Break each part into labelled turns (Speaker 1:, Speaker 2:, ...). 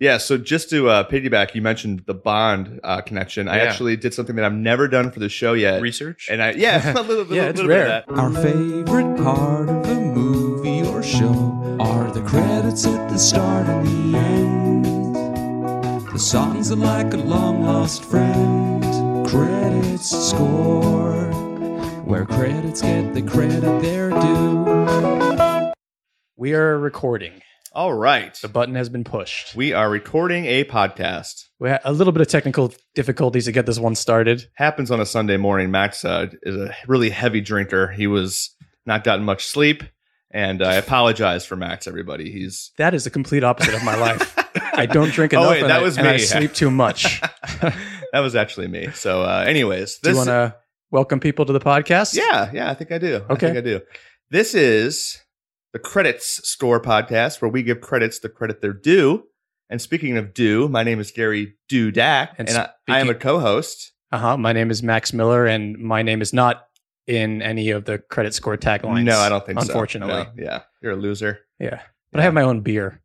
Speaker 1: Yeah, so just to uh, piggyback, you mentioned the Bond uh, connection. I
Speaker 2: Yeah.
Speaker 1: actually did something that I've never done for the show yet.
Speaker 2: Research.
Speaker 1: and I yeah, a little, little,
Speaker 2: Yeah, it's
Speaker 1: little bit of
Speaker 2: rare.
Speaker 1: that.
Speaker 3: Our favorite part of a movie or show are the credits at the start and the end. The songs are like a long lost friend. Credits score. Where credits get the credit they're due.
Speaker 4: We are recording.
Speaker 1: All right.
Speaker 4: The button has been pushed.
Speaker 1: We are recording a podcast.
Speaker 4: We had a little bit of technical difficulties to get this one started.
Speaker 1: Happens on a Sunday morning. Max uh, is a really heavy drinker. He was not gotten much sleep, and I apologize for Max. Everybody, he's
Speaker 4: That is the complete opposite of my life. I don't drink enough.
Speaker 1: Oh, wait,
Speaker 4: and
Speaker 1: that
Speaker 4: I-
Speaker 1: was
Speaker 4: and I
Speaker 1: me.
Speaker 4: sleep too much.
Speaker 1: that was actually me. So, uh, anyways, this
Speaker 4: Do you want to welcome people to the podcast?
Speaker 1: yeah, yeah, I think I do. I
Speaker 4: Okay.
Speaker 1: think I do. This is the Credits Score podcast where we give credits the credit they're due. And speaking of due, my name is Gary Dudak, and,
Speaker 4: And
Speaker 1: I, I am a
Speaker 4: speaking-
Speaker 1: co-host.
Speaker 4: Uh huh. My name is Max Miller, and my name is not in any of the credit score taglines.
Speaker 1: No, I don't think
Speaker 4: Unfortunately.
Speaker 1: so. Unfortunately. Yeah. You're a loser.
Speaker 4: Yeah. But I have my own beer.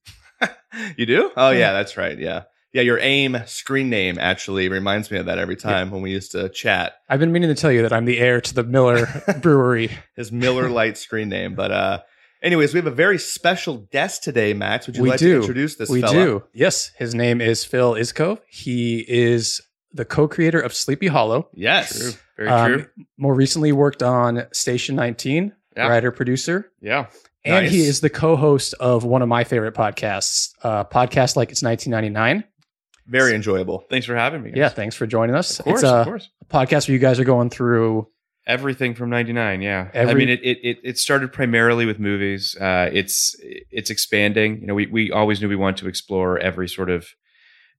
Speaker 1: You do? Oh, yeah,
Speaker 4: Yeah.
Speaker 1: that's right. Yeah. Yeah, your AIM screen name actually reminds me of that every time when we used to chat.
Speaker 4: I've been meaning to tell you that I'm the heir to the Miller Brewery.
Speaker 1: His Miller Light screen name. But uh anyways, we have a very special guest today, Max. Would you
Speaker 4: We
Speaker 1: like to
Speaker 4: do.
Speaker 1: introduce this
Speaker 4: we
Speaker 1: fella?
Speaker 4: do. Yes. His name is Phil Isco. He is the co creator of Sleepy Hollow.
Speaker 1: Yes.
Speaker 2: True. Very
Speaker 4: Um,
Speaker 2: true.
Speaker 4: More recently worked on Station 19,
Speaker 2: Yeah.
Speaker 4: writer producer.
Speaker 2: Yeah.
Speaker 4: And he
Speaker 1: Nice.
Speaker 4: is the co host of one of my favorite podcasts, uh, Podcast Like It's 1999.
Speaker 1: Very enjoyable.
Speaker 2: Thanks for having me. guys.
Speaker 4: Yeah, thanks for joining us.
Speaker 2: Of course.
Speaker 4: it's uh, a
Speaker 2: of course.
Speaker 4: podcast where you guys are going through
Speaker 2: Everything from '99. Yeah. I
Speaker 4: Every-
Speaker 2: mean, it, it it it started primarily with movies. Uh, it's it's expanding. You know, we we always knew we wanted to explore every sort of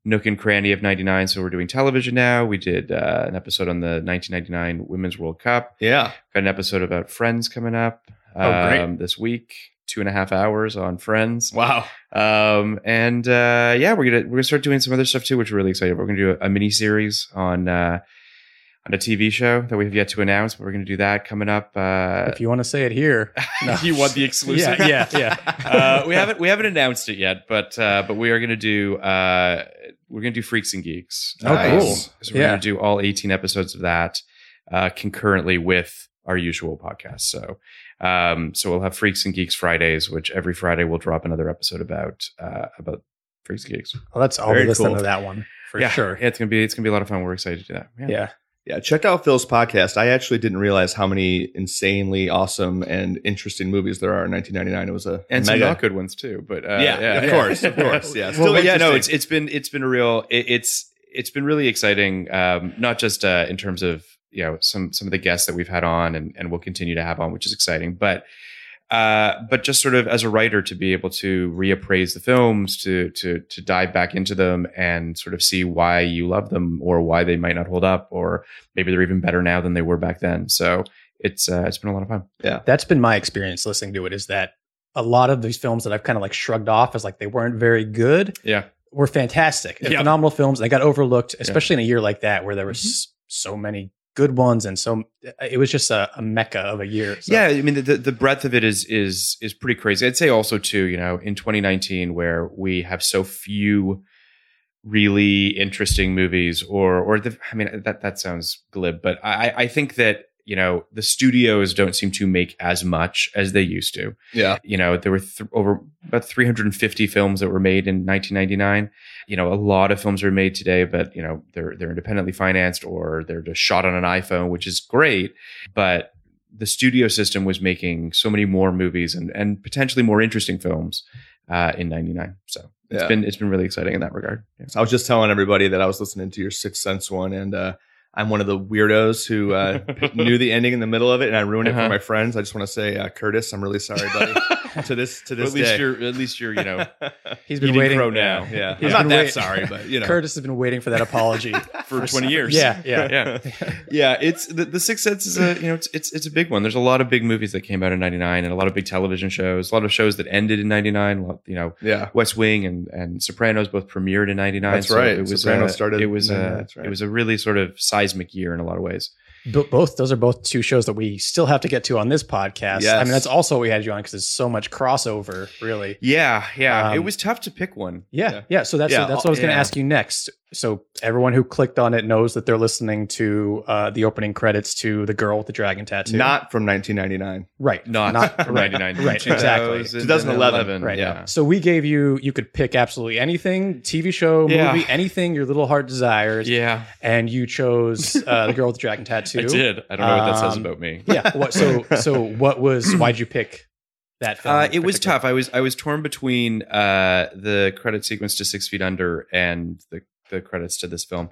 Speaker 2: nook and cranny of '99. So we're doing television now. We did uh, an episode on the 1999 Women's World Cup.
Speaker 1: Yeah.
Speaker 2: Got an episode about Friends coming up. um,
Speaker 1: Oh, great.
Speaker 2: This week, two and a half hours on Friends.
Speaker 1: Wow.
Speaker 2: Um, and uh, yeah, we're gonna we're gonna start doing some other stuff too, which we're really excited. about. We're gonna do a, a mini series on uh, on a TV show that we have yet to announce, but we're gonna do that coming up. Uh,
Speaker 4: if you want to say it here. No.
Speaker 2: you want the
Speaker 4: yeah, yeah, yeah.
Speaker 2: uh, we haven't we haven't announced it yet, but uh, but we are gonna do uh, we're gonna do Freaks and Geeks.
Speaker 1: Oh,
Speaker 2: Um,
Speaker 1: cool.
Speaker 2: So we're
Speaker 4: Yeah.
Speaker 2: gonna do all eighteen episodes of that uh, concurrently with our usual podcast. So um, so we'll have Freaks and Geeks Fridays, which every Friday we'll drop another episode about uh, about Freaks and Geeks.
Speaker 4: Well, that's all
Speaker 1: Very
Speaker 4: we listen
Speaker 1: cool.
Speaker 4: to that one for
Speaker 2: yeah,
Speaker 4: sure.
Speaker 2: Yeah, it's gonna be it's gonna be a lot of fun. We're excited to do that. Yeah.
Speaker 4: yeah.
Speaker 1: Yeah, check out Phil's podcast. I actually didn't realize how many insanely awesome and interesting movies there are in 1999. It was a
Speaker 2: And some
Speaker 1: mega.
Speaker 2: not good ones too, but uh,
Speaker 1: yeah,
Speaker 2: yeah,
Speaker 1: of course, of course, yeah.
Speaker 2: well, but yeah, no,
Speaker 1: interesting.
Speaker 2: it's it's been it's been a real. It, it's it's been really exciting. Um, not just uh, in terms of you know some some of the guests that we've had on and and we'll continue to have on, which is exciting, but. Uh, but just sort of as a writer to be able to reappraise the films, to to to dive back into them and sort of see why you love them or why they might not hold up or maybe they're even better now than they were back then. So it's uh, it's been a lot of fun.
Speaker 4: that's been my experience listening to it is that a lot of these films that I've kind of like shrugged off as like they weren't very good
Speaker 2: Yeah.
Speaker 4: were fantastic. They're
Speaker 2: Yeah.
Speaker 4: Phenomenal films. They got overlooked, especially in a year like that where there was s so many good ones and so uh, it was just a, a mecca of a year. So-
Speaker 2: Yeah, I mean the, the the breadth of it is is is pretty crazy. I'd say also too, you know, in 2019 where we have so few really interesting movies, or or the I mean that that sounds glib, but I I- I think that you know the studios don't seem to make as much as they used to.
Speaker 1: yeah,
Speaker 2: You know, there were th- over about 350 films that were made in 1999. You know, a lot of films are made today, but you know they're they're independently financed or they're just shot on an iPhone, which is great. But the studio system was making so many more movies and and potentially more interesting films uh, in '99. So it's
Speaker 1: Yeah.
Speaker 2: been it's been really exciting in that regard. Yeah.
Speaker 1: I was just telling everybody that I was listening to your Sixth Sense one, and uh, I'm one of the weirdos who uh, knew the ending in the middle of it, and I ruined it for
Speaker 2: Uh-huh.
Speaker 1: my friends. I just want to say, uh, Curtis, I'm really sorry, buddy. to this, to
Speaker 2: Or
Speaker 1: this
Speaker 2: at least
Speaker 1: day.
Speaker 2: you're at least you're you know
Speaker 4: he's been
Speaker 2: Eating
Speaker 4: waiting.
Speaker 2: crow
Speaker 1: yeah,
Speaker 2: now.
Speaker 1: yeah.
Speaker 4: He's
Speaker 1: I'm not
Speaker 4: been
Speaker 1: that
Speaker 4: wait-
Speaker 1: sorry, but you know,
Speaker 4: Curtis has been waiting for that apology.
Speaker 2: for 20 years.
Speaker 4: yeah, yeah.
Speaker 2: yeah. yeah, it's the, the Sixth Sense is a you know it's, it's it's a big one. There's a lot of big movies that came out in '99, and a lot of big television shows, a lot of shows that ended in '99. You know,
Speaker 1: yeah,
Speaker 2: West Wing and and Sopranos both premiered in '99.
Speaker 1: That's right.
Speaker 2: It was
Speaker 1: Sopranos
Speaker 2: uh,
Speaker 1: started
Speaker 2: It was
Speaker 1: in
Speaker 2: uh,
Speaker 1: 99, that's right.
Speaker 2: it was a really sort of seismic year in a lot of ways.
Speaker 4: B- both those are both two shows that we still have to get to on this podcast. I
Speaker 1: Yes.
Speaker 4: mean, that's also what we had you on because there's so much crossover, really.
Speaker 2: Yeah, yeah.
Speaker 4: Um,
Speaker 2: it was tough to pick one.
Speaker 4: Yeah, yeah. So that's
Speaker 1: Yeah,
Speaker 4: that's what I was going to
Speaker 2: yeah.
Speaker 4: ask you next. So everyone who clicked on it knows that they're listening to uh, the opening credits to the girl with the dragon tattoo.
Speaker 1: Not from 1999.
Speaker 4: right,
Speaker 2: Not, from
Speaker 4: right.
Speaker 2: 99
Speaker 4: Right, exactly.
Speaker 1: 2011,
Speaker 4: Right.
Speaker 2: Mm, Yeah.
Speaker 4: So we gave you you could pick absolutely anything, TV show,
Speaker 2: Yeah.
Speaker 4: movie, anything your little heart desires,
Speaker 2: Yeah.
Speaker 4: and you chose uh, the girl with the dragon tattoo.
Speaker 2: I did. I don't know what that says
Speaker 4: Um,
Speaker 2: about me.
Speaker 4: Yeah. What, so so what was why'd you pick that film?
Speaker 2: Uh,
Speaker 4: in
Speaker 2: it was
Speaker 4: particular?
Speaker 2: tough. I was I was torn between uh, the credit sequence to Six Feet Under and the the credits to this film,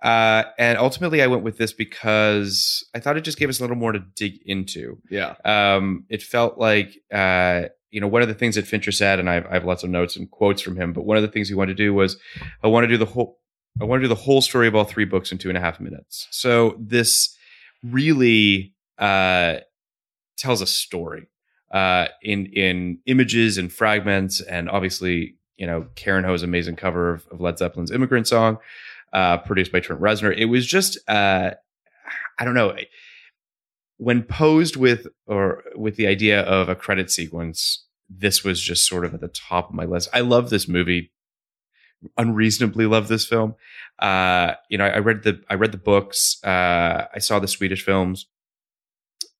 Speaker 2: uh, and ultimately I went with this because I thought it just gave us a little more to dig into.
Speaker 1: Yeah.
Speaker 2: Um, it felt like uh, you know one of the things that Fincher said, and I've, I have lots of notes and quotes from him, but one of the things he wanted to do was I want to do the whole I want to do the whole story of all three books in two and a half minutes. So this really uh, tells a story uh, in in images and fragments, and obviously, you know, Karen Ho's amazing cover of, of Led Zeppelin's "Immigrant Song," uh, produced by Trent Reznor. It was just, uh, I don't know, when posed with or with the idea of a credit sequence, this was just sort of at the top of my list. I love this movie, unreasonably love this film. Uh, you know, I, I read the I read the books, uh, I saw the Swedish films.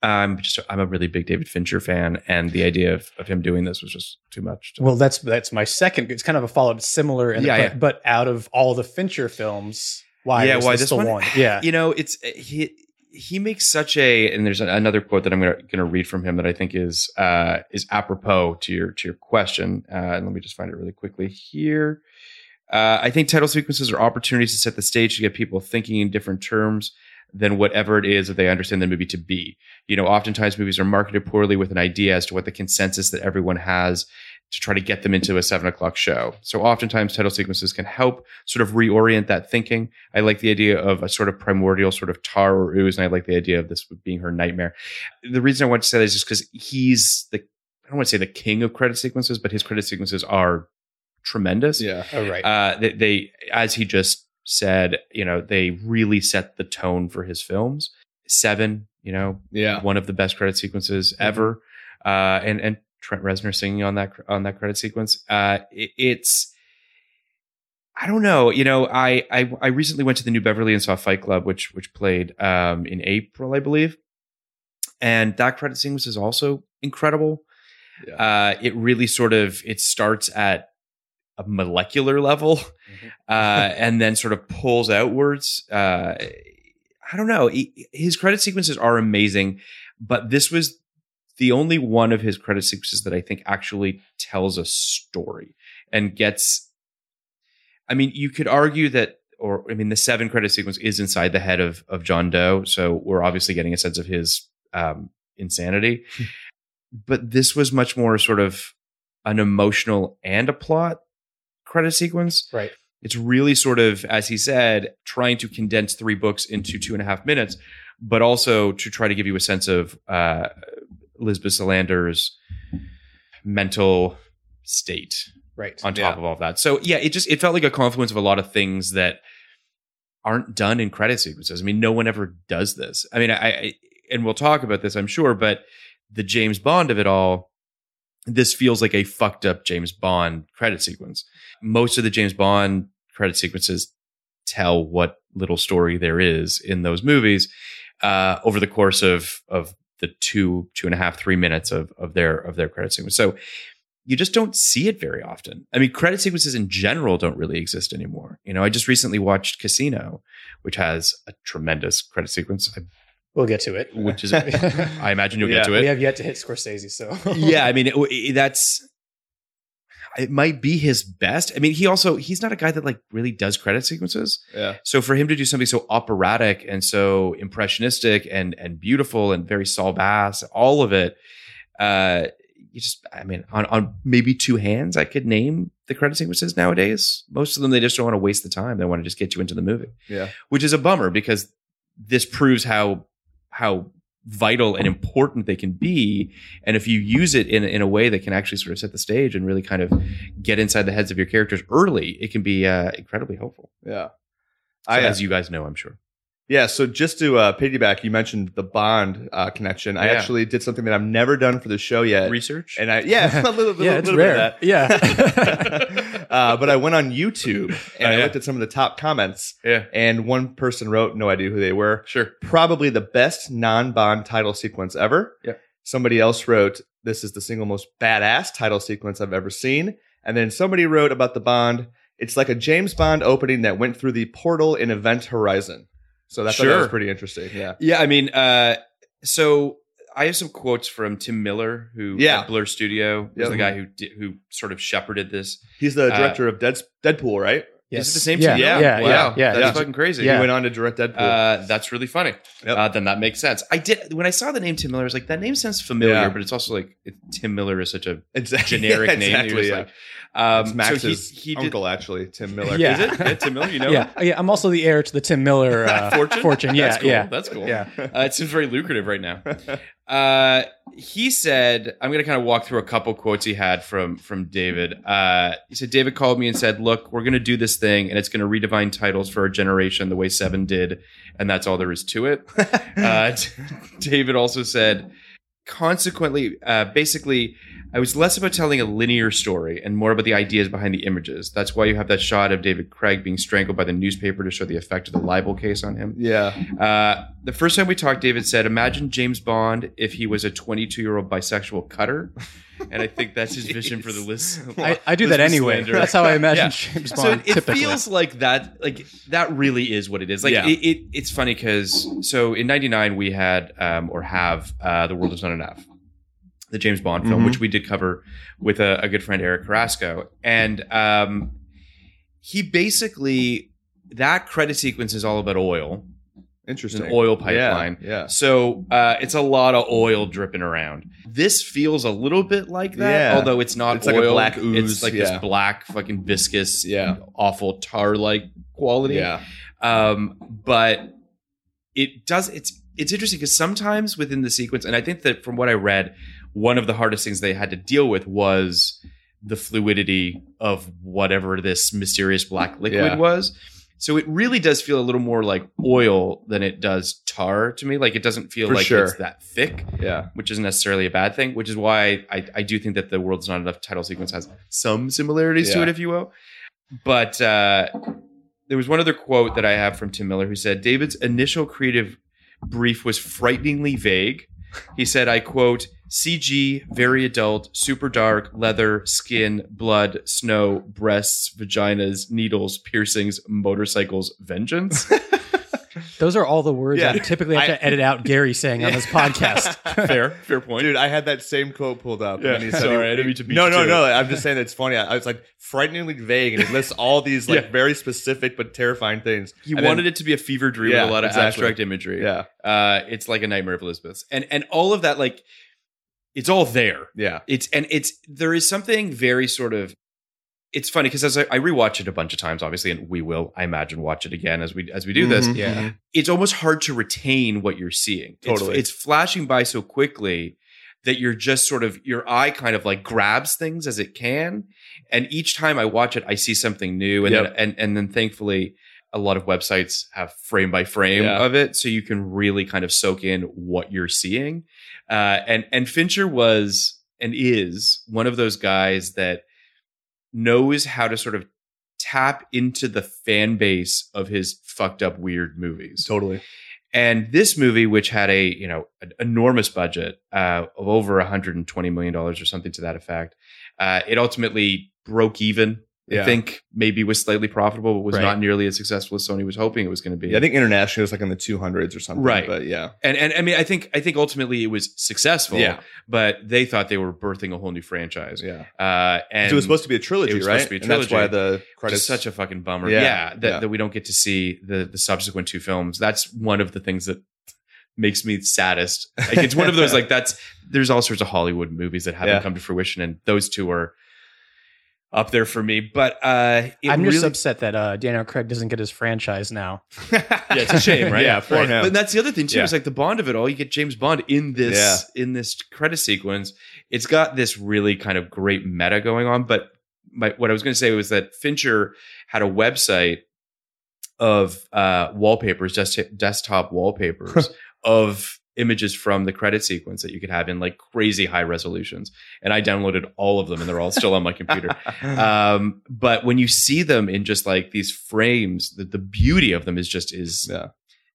Speaker 2: I'm just I'm a really big David Fincher fan, and the idea of, of him doing this was just too much. to-
Speaker 4: Well, that's that's my second. It's kind of a follow up, similar, in the-
Speaker 2: Yeah,
Speaker 4: but,
Speaker 2: yeah.
Speaker 4: but out of all the Fincher films, why?
Speaker 2: Yeah,
Speaker 4: was
Speaker 2: why
Speaker 4: this,
Speaker 2: this
Speaker 4: the
Speaker 2: one?
Speaker 4: one? Yeah,
Speaker 2: you know it's eh, he he makes such a and there's another quote that i'm gonna, gonna read from him that i think is uh is apropos to your to your question uh and let me just find it really quickly here uh, I think title sequences are opportunities to set the stage to get people thinking in different terms than whatever it is that they understand the movie to be. You know, oftentimes movies are marketed poorly with an idea as to what the consensus that everyone has to try to get them into a seven o'clock show. So oftentimes title sequences can help sort of reorient that thinking. I like the idea of a sort of primordial sort of tar or ooze, and I like the idea of this being her nightmare. The reason I want to say that is just because he's the I don't want to say the king of credit sequences, but his credit sequences are tremendous.
Speaker 1: Yeah.
Speaker 4: oh, right.
Speaker 2: Uh, they, they, as he just said, you know, they really set the tone for his films. Seven, you know,
Speaker 1: Yeah. Mm-hmm.
Speaker 2: one of the best credit sequences ever, uh, and and Trent Reznor singing on that on that credit sequence. Uh, it- it's I don't know, you know, I, I I recently went to the New Beverly and saw Fight Club, which which played um, in April, I believe, and that credit sequence is also incredible.
Speaker 1: Yeah.
Speaker 2: Uh, it really sort of it starts at a molecular level,
Speaker 1: Mm-hmm.
Speaker 2: uh, and then sort of pulls outwards. Uh, I don't know. He- his credit sequences are amazing, but this was the only one of his credit sequences that I think actually tells a story and gets. I mean, you could argue that, or I mean, the seven credit sequence is inside the head of of John Doe, so we're obviously getting a sense of his um, insanity. but this was much more sort of an emotional and a plot credit sequence
Speaker 4: right.
Speaker 2: it's really sort of, as he said, trying to condense three books into two and a half minutes, but also to try to give you a sense of uh, Lisbeth Salander's mental state
Speaker 4: Right.
Speaker 2: on top of all of that. So yeah, it just it felt like a confluence of a lot of things that aren't done in credit sequences. I mean, no one ever does this. I mean, I, I and we'll talk about this, I'm sure, but the James Bond of it all, this feels like a fucked up James Bond credit sequence. Most of the James Bond credit sequences tell what little story there is in those movies uh, over the course of of the two two and a half three minutes of of their of their credit sequence. So you just don't see it very often. I mean, credit sequences in general don't really exist anymore. You know, I just recently watched Casino, which has a tremendous credit sequence,
Speaker 4: We'll get to it.
Speaker 2: which is I imagine you'll get to
Speaker 4: We
Speaker 2: it.
Speaker 4: have yet to hit Scorsese, so
Speaker 2: yeah, I mean, it, it- that's it might be his best. I mean, he also he's not a guy that like really does credit sequences.
Speaker 1: Yeah.
Speaker 2: So for him to do something so operatic and so impressionistic and and beautiful and very Saul Bass, all of it, uh, you just I mean, on on maybe two hands, I could name the credit sequences nowadays. Most of them they just don't want to waste the time. They want to just get you into the movie.
Speaker 1: Yeah.
Speaker 2: Which is a bummer because this proves how how vital and important they can be. And if you use it in in a way that can actually sort of set the stage and really kind of get inside the heads of your characters early, it can be uh, incredibly helpful.
Speaker 1: Yeah.
Speaker 2: So
Speaker 1: I, uh,
Speaker 2: as you guys know, I'm sure.
Speaker 1: Yeah. So just to uh, piggyback, you mentioned the Bond uh, connection. I
Speaker 2: Yeah.
Speaker 1: actually did something that I've never done for the show yet.
Speaker 2: Research.
Speaker 1: and I, yeah, a little, little,
Speaker 4: yeah, it's
Speaker 1: little bit of that.
Speaker 4: rare. Yeah.
Speaker 1: uh, but I went on YouTube and
Speaker 2: Oh,
Speaker 1: I
Speaker 2: yeah.
Speaker 1: looked at some of the top comments,
Speaker 2: yeah,
Speaker 1: and one person wrote, no idea who they were.
Speaker 2: sure.
Speaker 1: Probably the best non Bond title sequence ever.
Speaker 2: Yeah.
Speaker 1: Somebody else wrote, this is the single most badass title sequence I've ever seen. And then somebody wrote about the Bond, it's like a James Bond opening that went through the portal in Event Horizon. So that's that was
Speaker 2: Sure.
Speaker 1: pretty interesting. Yeah.
Speaker 2: Yeah, I mean, uh, so I have some quotes from Tim Miller, who
Speaker 1: Yeah.
Speaker 2: at Blur Studio was
Speaker 1: Yeah.
Speaker 2: the guy who di- who sort of shepherded this.
Speaker 1: He's the
Speaker 2: Uh,
Speaker 1: director of Dead, Deadpool, right?
Speaker 2: Is it the same?
Speaker 4: Yeah.
Speaker 2: Tim Miller?
Speaker 4: Yeah.
Speaker 2: wow,
Speaker 4: Yeah. Yeah.
Speaker 2: that's
Speaker 1: Yeah.
Speaker 2: fucking crazy.
Speaker 1: He
Speaker 4: Yeah.
Speaker 1: went on to direct Deadpool.
Speaker 2: Uh, that's really funny.
Speaker 1: Yep.
Speaker 2: Uh, then that makes sense. I did when I saw the name Tim Miller, I was like, that name sounds familiar,
Speaker 1: Yeah.
Speaker 2: but it's also like it, Tim Miller is such a
Speaker 1: exactly.
Speaker 2: generic
Speaker 1: Yeah,
Speaker 2: name. You're
Speaker 1: Exactly.
Speaker 2: just
Speaker 1: yeah.
Speaker 2: like, um,
Speaker 1: It's
Speaker 2: so he,
Speaker 1: Max's
Speaker 2: he did.
Speaker 1: uncle, actually, Tim Miller.
Speaker 4: Yeah.
Speaker 2: Is it Yeah, Tim Miller? You know, him?
Speaker 4: yeah. Oh, Yeah. I'm also the heir to the Tim Miller uh,
Speaker 2: fortune.
Speaker 4: Yeah.
Speaker 2: That's cool.
Speaker 4: Yeah.
Speaker 2: That's cool.
Speaker 4: Yeah.
Speaker 2: Uh, it seems very lucrative right now. Uh, he said, I'm going to kind of walk through a couple quotes he had from from David. Uh, he said, David called me and said, look, we're going to do this thing and it's going to redefine titles for our generation the way Seven did. And that's all there is to it. Uh, David also said, consequently, uh, basically, I was less about telling a linear story and more about the ideas behind the images. That's why you have that shot of David Craig being strangled by the newspaper to show the effect of the libel case on him.
Speaker 1: yeah.
Speaker 2: Uh, the first time we talked, David said, "Imagine James Bond if he was a 22-year-old bisexual cutter," and I think that's his vision for the list.
Speaker 4: I, I do
Speaker 2: This
Speaker 4: that
Speaker 2: was
Speaker 4: anyway.
Speaker 2: slander.
Speaker 4: That's how I imagine
Speaker 2: Yeah.
Speaker 4: James
Speaker 2: so
Speaker 4: Bond.
Speaker 2: it, it
Speaker 4: typically.
Speaker 2: feels like that. Like that really is what it is. Like
Speaker 1: Yeah.
Speaker 2: it, it, it's funny because so in '99 we had um, or have uh, "The World Is Not Enough," the James Bond film,
Speaker 1: Mhm.
Speaker 2: which we did cover with a, a good friend Eric Carrasco, and um, he basically that credit sequence is all about oil. It's
Speaker 1: Interesting.
Speaker 2: an oil pipeline.
Speaker 1: Yeah.
Speaker 2: So uh, it's a lot of oil dripping around. This feels a little bit like that,
Speaker 1: Yeah.
Speaker 2: although it's not
Speaker 1: It's
Speaker 2: oil.
Speaker 1: like a black
Speaker 2: It's
Speaker 1: ooze,
Speaker 2: like
Speaker 1: yeah.
Speaker 2: this black, fucking viscous,
Speaker 1: Yeah.
Speaker 2: awful tar-like
Speaker 1: Yeah.
Speaker 2: quality.
Speaker 1: Yeah.
Speaker 2: Um, but it does. It's it's interesting because sometimes within the sequence, and I think that from what I read, one of the hardest things they had to deal with was the fluidity of whatever this mysterious black liquid
Speaker 1: Yeah.
Speaker 2: was. So it really does feel a little more like oil than it does tar to me. Like it doesn't feel
Speaker 1: For
Speaker 2: like
Speaker 1: sure.
Speaker 2: it's that thick,
Speaker 1: Yeah.
Speaker 2: which isn't necessarily a bad thing. Which is why I, I do think that the world's not enough title sequence has some similarities to
Speaker 1: Yeah.
Speaker 2: it, if you will. But uh, there was one other quote that I have from Tim Miller who said David's initial creative brief was frighteningly vague. He said, I quote, CG, very adult, super dark, leather, skin, blood, snow, breasts, vaginas, needles, piercings, motorcycles, vengeance.
Speaker 4: Those are all the words I
Speaker 1: Yeah.
Speaker 4: typically have
Speaker 1: I-
Speaker 4: to edit out Gary saying on this podcast.
Speaker 2: fair, fair point.
Speaker 1: Dude, I had that same quote pulled up.
Speaker 2: Yeah.
Speaker 1: and he said-
Speaker 2: Sorry, I didn't mean to beat
Speaker 1: No,
Speaker 2: you
Speaker 1: no,
Speaker 2: to
Speaker 1: no. I'm just saying that's funny. I, I was like frighteningly vague, and it lists all these like
Speaker 2: Yeah.
Speaker 1: very specific but terrifying things.
Speaker 2: He
Speaker 1: And then-
Speaker 2: wanted it to be a fever dream
Speaker 1: Yeah,
Speaker 2: with a lot of
Speaker 1: exactly.
Speaker 2: abstract imagery.
Speaker 1: Yeah.
Speaker 2: Uh, it's like a nightmare of Elizabeth's, and and all of that, like, it's all there.
Speaker 1: Yeah.
Speaker 2: It's and it's there is something very sort of. It's funny because as I, I rewatch it a bunch of times, obviously, and we will, I imagine, watch it again as we as we do this.
Speaker 1: Mhm.
Speaker 4: yeah.
Speaker 2: It's almost hard to retain what you're seeing. It's-
Speaker 1: Totally.
Speaker 2: it's, flashing by so quickly that you're just sort of your eye kind of like grabs things as it can, and each time I watch it, I see something new, and
Speaker 1: Yep.
Speaker 2: then, and and then thankfully. A lot of websites have frame by frame
Speaker 1: Yeah.
Speaker 2: of it, so you can really kind of soak in what you're seeing. Uh, and and Fincher was and is one of those guys that knows how to sort of tap into the fan base of his fucked up weird movies.
Speaker 1: Totally.
Speaker 2: And this movie, which had a you know an enormous budget uh, of over 120 million dollars or something to that effect, uh, it ultimately broke even. I
Speaker 1: Yeah.
Speaker 2: think maybe was slightly profitable, but was
Speaker 4: Right.
Speaker 2: not nearly as successful as Sony was hoping it was going to be.
Speaker 1: Yeah, I think internationally it was like in the 200s or something.
Speaker 2: Right.
Speaker 1: But yeah.
Speaker 2: and and I mean, I think I think ultimately it was successful.
Speaker 1: Yeah.
Speaker 2: but they thought they were birthing a whole new franchise.
Speaker 1: Yeah.
Speaker 2: Uh, and
Speaker 1: So it was supposed to be a trilogy,
Speaker 2: it was
Speaker 1: right?
Speaker 2: supposed to be a
Speaker 1: And that's why the
Speaker 2: trilogy. which
Speaker 1: credits.
Speaker 2: is such a fucking bummer. Yeah,
Speaker 1: Yeah,
Speaker 2: that,
Speaker 1: yeah.
Speaker 2: that we don't get to see the the subsequent two films. That's one of the things that makes me saddest. Like it's one of those like that's there's all sorts of Hollywood movies that haven't
Speaker 1: Yeah.
Speaker 2: come to fruition, and those two are up there for me. But uh, it
Speaker 4: I'm
Speaker 2: really,
Speaker 4: just upset that uh, Daniel Craig doesn't get his franchise now.
Speaker 2: yeah, it's a shame, right?
Speaker 1: Yeah, for
Speaker 2: Right.
Speaker 1: him.
Speaker 2: But that's the other thing too.
Speaker 1: Yeah.
Speaker 2: Is like the Bond of it all. You get James Bond in this in this credit sequence. It's got this really kind of great meta going on. But my, what I was going to say was that Fincher had a website of uh, wallpapers, dest- desktop wallpapers of images from the credit sequence that you could have in like crazy high resolutions. And I downloaded all of them, and they're all still on my computer.
Speaker 1: Uh,
Speaker 2: Um, but when you see them in just like these frames, the, the beauty of them is just is
Speaker 1: Yeah.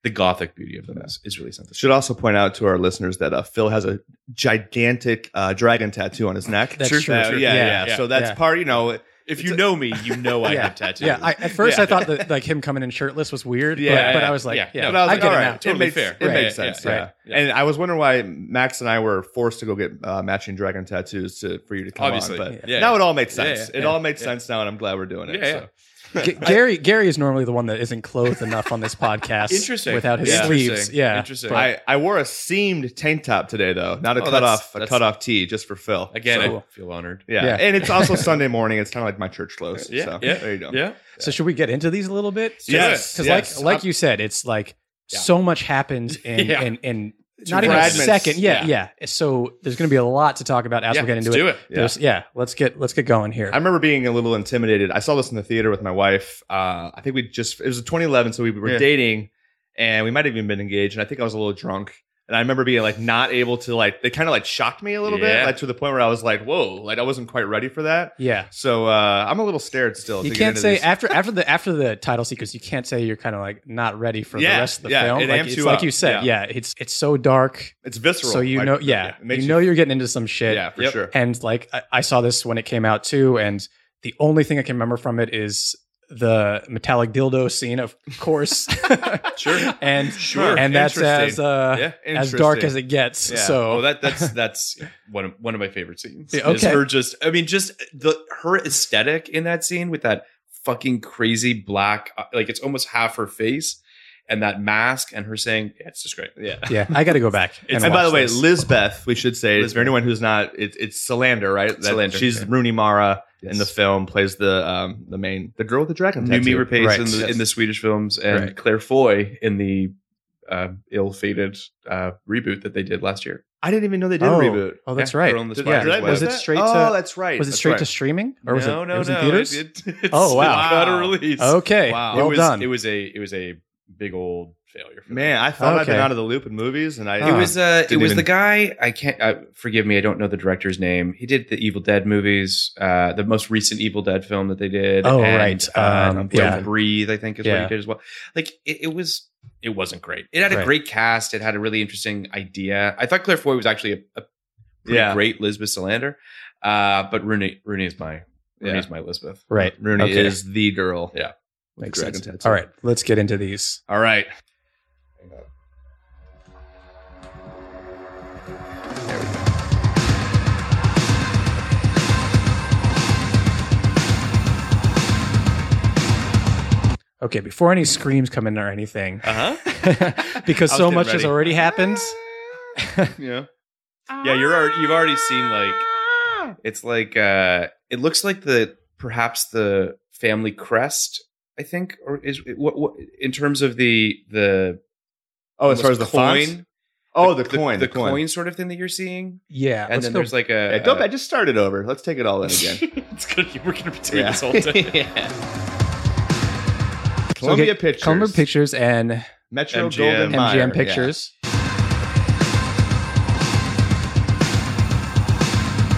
Speaker 2: the gothic beauty of them
Speaker 1: Yeah.
Speaker 2: is, is really something.
Speaker 1: Should also point out to our listeners that uh, Phil has a gigantic uh, dragon tattoo on his neck.
Speaker 4: That's Sure, true,
Speaker 1: Uh,
Speaker 4: sure.
Speaker 1: Yeah, yeah,
Speaker 4: Yeah,
Speaker 1: yeah.
Speaker 4: yeah,
Speaker 1: So that's
Speaker 4: yeah.
Speaker 1: part, you know,
Speaker 2: If
Speaker 1: you
Speaker 2: you know me, you know I
Speaker 4: Yeah.
Speaker 2: have tattoos.
Speaker 4: Yeah, I, at first
Speaker 2: Yeah.
Speaker 4: I thought that like him coming in shirtless was weird.
Speaker 2: Yeah,
Speaker 4: Yeah,
Speaker 2: yeah,
Speaker 4: but, but
Speaker 2: yeah.
Speaker 4: I was like,
Speaker 2: Yeah.
Speaker 4: yeah,
Speaker 2: No,
Speaker 1: But I was
Speaker 4: I
Speaker 1: like,
Speaker 4: get
Speaker 1: all
Speaker 4: it
Speaker 1: right,
Speaker 4: now.
Speaker 1: Totally
Speaker 2: Totally
Speaker 1: fair.
Speaker 2: fair.
Speaker 1: It
Speaker 2: Right.
Speaker 1: makes
Speaker 2: Yeah,
Speaker 1: sense. Yeah,
Speaker 2: yeah, yeah.
Speaker 1: And I was wondering why Max and I were forced to go get uh, matching dragon tattoos to for you to come
Speaker 2: Obviously.
Speaker 1: on. But
Speaker 2: Yeah.
Speaker 1: now it all makes
Speaker 2: Yeah,
Speaker 1: sense.
Speaker 2: yeah,
Speaker 1: it
Speaker 2: yeah,
Speaker 1: all makes
Speaker 2: yeah.
Speaker 1: sense now, and I'm glad we're doing it.
Speaker 2: Yeah, yeah.
Speaker 1: So.
Speaker 4: G- Gary Gary is normally the one that isn't clothed enough on this podcast.
Speaker 2: Interesting.
Speaker 4: Without his
Speaker 2: Yeah.
Speaker 4: sleeves,
Speaker 2: Interesting.
Speaker 4: yeah.
Speaker 2: Interesting.
Speaker 4: But-
Speaker 1: I, I wore a seamed tank top today though, not a
Speaker 2: Oh,
Speaker 1: cut
Speaker 2: that's-
Speaker 1: off a
Speaker 2: that's-
Speaker 1: cut off tee just for Phil.
Speaker 2: Again,
Speaker 1: So,
Speaker 2: I feel honored.
Speaker 1: yeah.
Speaker 4: Yeah.
Speaker 1: and it's also Sunday morning. It's kind of like my church clothes.
Speaker 2: Yeah,
Speaker 1: so
Speaker 2: yeah,
Speaker 1: there you go.
Speaker 2: Yeah.
Speaker 4: so should we get into these a little bit?
Speaker 1: Yes,
Speaker 4: because
Speaker 1: yes.
Speaker 4: like like you said, it's like
Speaker 2: Yeah.
Speaker 4: so much happens in
Speaker 2: Yeah.
Speaker 4: in, in
Speaker 1: Two
Speaker 4: not even a
Speaker 1: fragments.
Speaker 4: second. Yeah,
Speaker 2: Yeah.
Speaker 4: yeah, So there's going to be a lot to talk about as
Speaker 2: yeah.
Speaker 4: we get into
Speaker 2: Let's
Speaker 4: it.
Speaker 2: do it.
Speaker 1: Yeah.
Speaker 4: There's- Yeah. let's get let's get going here.
Speaker 1: I remember being a little intimidated. I saw this in the theater with my wife. Uh, I think we just it was 2011, so we were
Speaker 2: Yeah.
Speaker 1: dating, and we might have even been engaged. And I think I was a little drunk, and I remember being like not able to like. They kind of like shocked me a little bit,
Speaker 2: Yeah.
Speaker 1: like to the point where I was like, "Whoa!" Like I wasn't quite ready for that.
Speaker 4: yeah,
Speaker 1: So uh, I'm a little scared still.
Speaker 4: you
Speaker 1: to get
Speaker 4: can't
Speaker 1: into
Speaker 4: say
Speaker 1: these.
Speaker 4: after after the after the title sequence, you can't say you're kind of like not ready for
Speaker 1: Yeah,
Speaker 4: the rest of the
Speaker 1: yeah,
Speaker 4: film.
Speaker 1: it
Speaker 4: like,
Speaker 1: amps
Speaker 4: it's
Speaker 1: you
Speaker 4: like
Speaker 1: up.
Speaker 4: you said, yeah. it's it's so dark.
Speaker 1: it's visceral.
Speaker 4: So you
Speaker 1: Like,
Speaker 4: know, yeah,
Speaker 1: it makes
Speaker 4: you know you're getting into some shit.
Speaker 1: yeah, for
Speaker 2: Yep.
Speaker 1: sure.
Speaker 4: And like I, I saw this when it came out too, and the only thing I can remember from it is the metallic dildo scene, of course.
Speaker 2: Sure.
Speaker 4: and
Speaker 1: Sure.
Speaker 4: and that's
Speaker 1: Interesting.
Speaker 4: as uh,
Speaker 2: Yeah.
Speaker 4: as dark as it gets.
Speaker 1: Yeah.
Speaker 4: So
Speaker 2: Oh, that that's that's one of one of my favorite scenes.
Speaker 4: Yeah,
Speaker 2: Is
Speaker 4: okay.
Speaker 2: her just I mean, just the her aesthetic in that scene with that fucking crazy black uh, like it's almost half her face and that mask and her saying, Yeah, it's just great.
Speaker 1: Yeah.
Speaker 4: yeah, I got to go back.
Speaker 1: And, by
Speaker 4: watch
Speaker 1: the way,
Speaker 4: this.
Speaker 1: Lizbeth, we should say, for
Speaker 2: Lizbeth.
Speaker 1: anyone who's not, it, it's Salander, right? That-
Speaker 2: Salander,
Speaker 1: She's
Speaker 2: yeah.
Speaker 1: Rooney Mara in
Speaker 2: Yes.
Speaker 1: the film, plays the um, the main, the girl with the dragon tattoo.
Speaker 2: Numi Rapace
Speaker 4: Right.
Speaker 2: in, the,
Speaker 1: Yes.
Speaker 2: in the Swedish films and
Speaker 4: Right.
Speaker 2: Claire Foy in the uh, ill-fated uh, reboot that they did last year.
Speaker 1: I didn't even know they did
Speaker 4: Oh.
Speaker 1: a reboot.
Speaker 4: Oh, that's
Speaker 2: Yeah,
Speaker 4: right.
Speaker 2: Girl in the
Speaker 1: Did-
Speaker 2: Spider's
Speaker 1: did I
Speaker 2: Web.
Speaker 1: miss
Speaker 4: Was it
Speaker 1: that?
Speaker 4: straight
Speaker 1: Oh,
Speaker 4: to-
Speaker 1: that's right.
Speaker 4: Was it
Speaker 1: That's
Speaker 4: straight
Speaker 1: right.
Speaker 4: to streaming or was
Speaker 2: no,
Speaker 4: it,
Speaker 2: no,
Speaker 4: it was
Speaker 2: no.
Speaker 4: in theaters?
Speaker 2: It, it's
Speaker 4: Oh, wow. Oh,
Speaker 2: not got a release.
Speaker 4: okay,
Speaker 1: Wow.
Speaker 4: well
Speaker 2: it was,
Speaker 4: done.
Speaker 2: It was a it was a big old failure. For them.
Speaker 1: Man, I thought I'd been
Speaker 4: Okay.
Speaker 1: out of the loop in movies, and I
Speaker 4: Huh.
Speaker 2: It was uh, it
Speaker 1: Didn't
Speaker 2: was
Speaker 1: even-
Speaker 2: the guy. I can't uh, forgive me. I don't know the director's name. He did the Evil Dead movies, uh, the most recent Evil Dead film that they did.
Speaker 4: Oh,
Speaker 2: and,
Speaker 4: right.
Speaker 2: um,
Speaker 4: Um,
Speaker 2: Don't
Speaker 4: yeah.
Speaker 2: Breathe. I think is what
Speaker 4: Yeah.
Speaker 2: he did as well. Like it, it was. It wasn't great. It had a
Speaker 4: Right.
Speaker 2: great cast. It had a really interesting idea. I thought Claire Foy was actually a, a pretty
Speaker 1: Yeah.
Speaker 2: great Lisbeth Salander, uh, but Rooney Rooney is my Rooney
Speaker 1: Yeah.
Speaker 2: is my Lisbeth.
Speaker 4: right.
Speaker 1: Rooney
Speaker 4: Okay.
Speaker 1: is the girl.
Speaker 2: Yeah.
Speaker 1: with
Speaker 4: Makes
Speaker 1: the dragon
Speaker 4: sense.
Speaker 1: tattoo.
Speaker 4: All right, let's get into these.
Speaker 1: all right.
Speaker 4: Okay, before any screams come in or anything,
Speaker 2: Uh huh.
Speaker 4: because
Speaker 2: I
Speaker 4: so
Speaker 2: was getting
Speaker 4: much has
Speaker 2: ready.
Speaker 4: already happened.
Speaker 2: yeah. Yeah, you're already, you've already seen like it's like uh it looks like the perhaps the family crest I think or is what, what in terms of the the
Speaker 1: Oh, as far as the coin. Oh, the, coin.
Speaker 2: the, coin. sort of thing that you're seeing
Speaker 4: Yeah,
Speaker 2: and
Speaker 4: let's
Speaker 2: then
Speaker 4: go-
Speaker 2: there's like a
Speaker 1: Yeah, go back. Just start it over. Let's take it all in again.
Speaker 2: it's gonna be, we're gonna be doing
Speaker 1: Yeah.
Speaker 2: this all day.
Speaker 1: Columbia
Speaker 4: get
Speaker 1: Pictures.
Speaker 4: Columbia Pictures and
Speaker 1: Metro
Speaker 2: MGM.
Speaker 1: Golden Mayer.
Speaker 4: MGM
Speaker 1: Yeah.
Speaker 4: Pictures.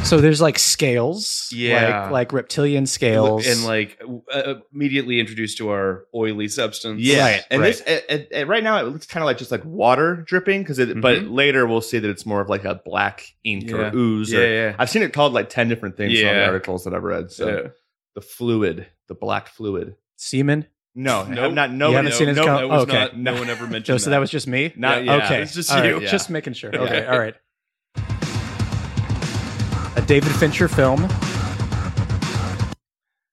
Speaker 4: So there's like scales,
Speaker 2: Yeah.
Speaker 4: like, like reptilian scales,
Speaker 2: and like uh, immediately introduced to our oily substance
Speaker 1: Yeah,
Speaker 4: Right,
Speaker 1: and
Speaker 2: right.
Speaker 1: this a- a- a- right now it looks kind of like just like water dripping because it. But
Speaker 2: Mhm.
Speaker 1: later we'll see that it's more of like a black ink
Speaker 2: Yeah.
Speaker 1: or ooze.
Speaker 2: yeah
Speaker 1: or,
Speaker 2: yeah
Speaker 1: I've seen it called like ten different things in all the
Speaker 2: Yeah.
Speaker 1: articles that I've read. So
Speaker 2: Yeah.
Speaker 1: the fluid, the black fluid.
Speaker 4: semen.
Speaker 1: No, I have
Speaker 2: Nope.
Speaker 1: not. No,
Speaker 4: You haven't
Speaker 1: no,
Speaker 4: seen it?
Speaker 1: no,
Speaker 4: It's
Speaker 2: that
Speaker 4: called-
Speaker 1: no,
Speaker 2: was
Speaker 4: okay.
Speaker 2: not, no one ever mentioned
Speaker 4: Oh, so that was just me.
Speaker 1: Not
Speaker 2: Yeah,
Speaker 1: yet.
Speaker 4: okay,
Speaker 2: it's just
Speaker 4: All right,
Speaker 2: you. Yeah.
Speaker 4: Just making sure. Okay,
Speaker 2: Okay.
Speaker 4: all right. A David Fincher film.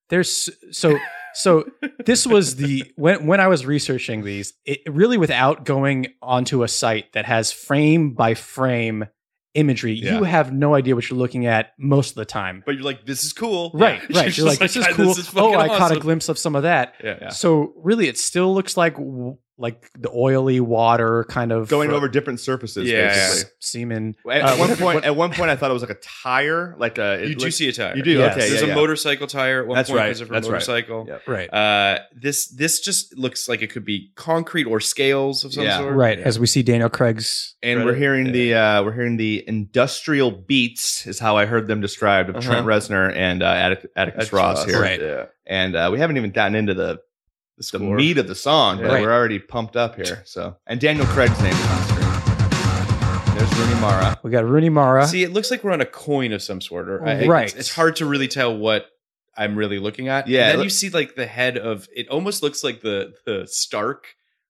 Speaker 4: There's so so this was the when when I was researching these, it really without going onto a site that has frame by frame imagery, you
Speaker 2: Yeah.
Speaker 4: have no idea what you're looking at most of the time.
Speaker 2: but you're like this is cool
Speaker 4: Right,
Speaker 2: Yeah.
Speaker 4: right. You're like,
Speaker 2: just
Speaker 4: this is
Speaker 2: "God,
Speaker 4: cool.
Speaker 2: this is
Speaker 4: oh,
Speaker 2: fucking
Speaker 4: I caught a
Speaker 2: awesome."
Speaker 4: glimpse of some of that.
Speaker 2: yeah
Speaker 4: So really, it still looks like w- like the oily water kind of uh,
Speaker 1: Going over different surfaces,
Speaker 2: Yeah.
Speaker 1: basically.
Speaker 4: semen.
Speaker 1: At,
Speaker 4: Uh,
Speaker 1: at one
Speaker 4: what-
Speaker 1: point,
Speaker 4: what-
Speaker 1: at one point, I thought it was like a tire, like a. it
Speaker 2: You do
Speaker 1: looked-
Speaker 2: see a tire.
Speaker 1: You do.
Speaker 4: Yes.
Speaker 1: Okay.
Speaker 2: There's
Speaker 1: yeah,
Speaker 2: a
Speaker 1: yeah.
Speaker 2: motorcycle tire at one
Speaker 1: That's
Speaker 2: point
Speaker 1: right.
Speaker 2: because of her
Speaker 1: That's right.
Speaker 2: motorcycle.
Speaker 1: Yeah.
Speaker 4: Right.
Speaker 2: Uh, this this just looks like it could be concrete or scales of some
Speaker 1: Yeah.
Speaker 2: sort.
Speaker 4: Right. As we see Daniel Craig's
Speaker 1: And
Speaker 2: Right.
Speaker 1: we're hearing the uh, we're hearing the industrial beats is how I heard them described of
Speaker 2: Uh-huh.
Speaker 1: Trent Reznor and uh, Attic- Atticus,
Speaker 2: Atticus
Speaker 1: Ross,
Speaker 2: Ross.
Speaker 1: here.
Speaker 4: Right.
Speaker 2: Yeah.
Speaker 1: And uh, we haven't even gotten into the the,
Speaker 2: score.
Speaker 1: meat of the song, but
Speaker 4: Right.
Speaker 1: we're already pumped up here. So and Daniel Craig's name is on screen. There's Rooney Mara.
Speaker 4: we got Rooney Mara.
Speaker 2: See, it looks like we're on a coin of some sort, or I-
Speaker 4: Right.
Speaker 2: It's, it's hard to really tell what I'm really looking at.
Speaker 1: Yeah,
Speaker 2: And then
Speaker 1: it
Speaker 2: you see like the head of it. Almost looks like the the Stark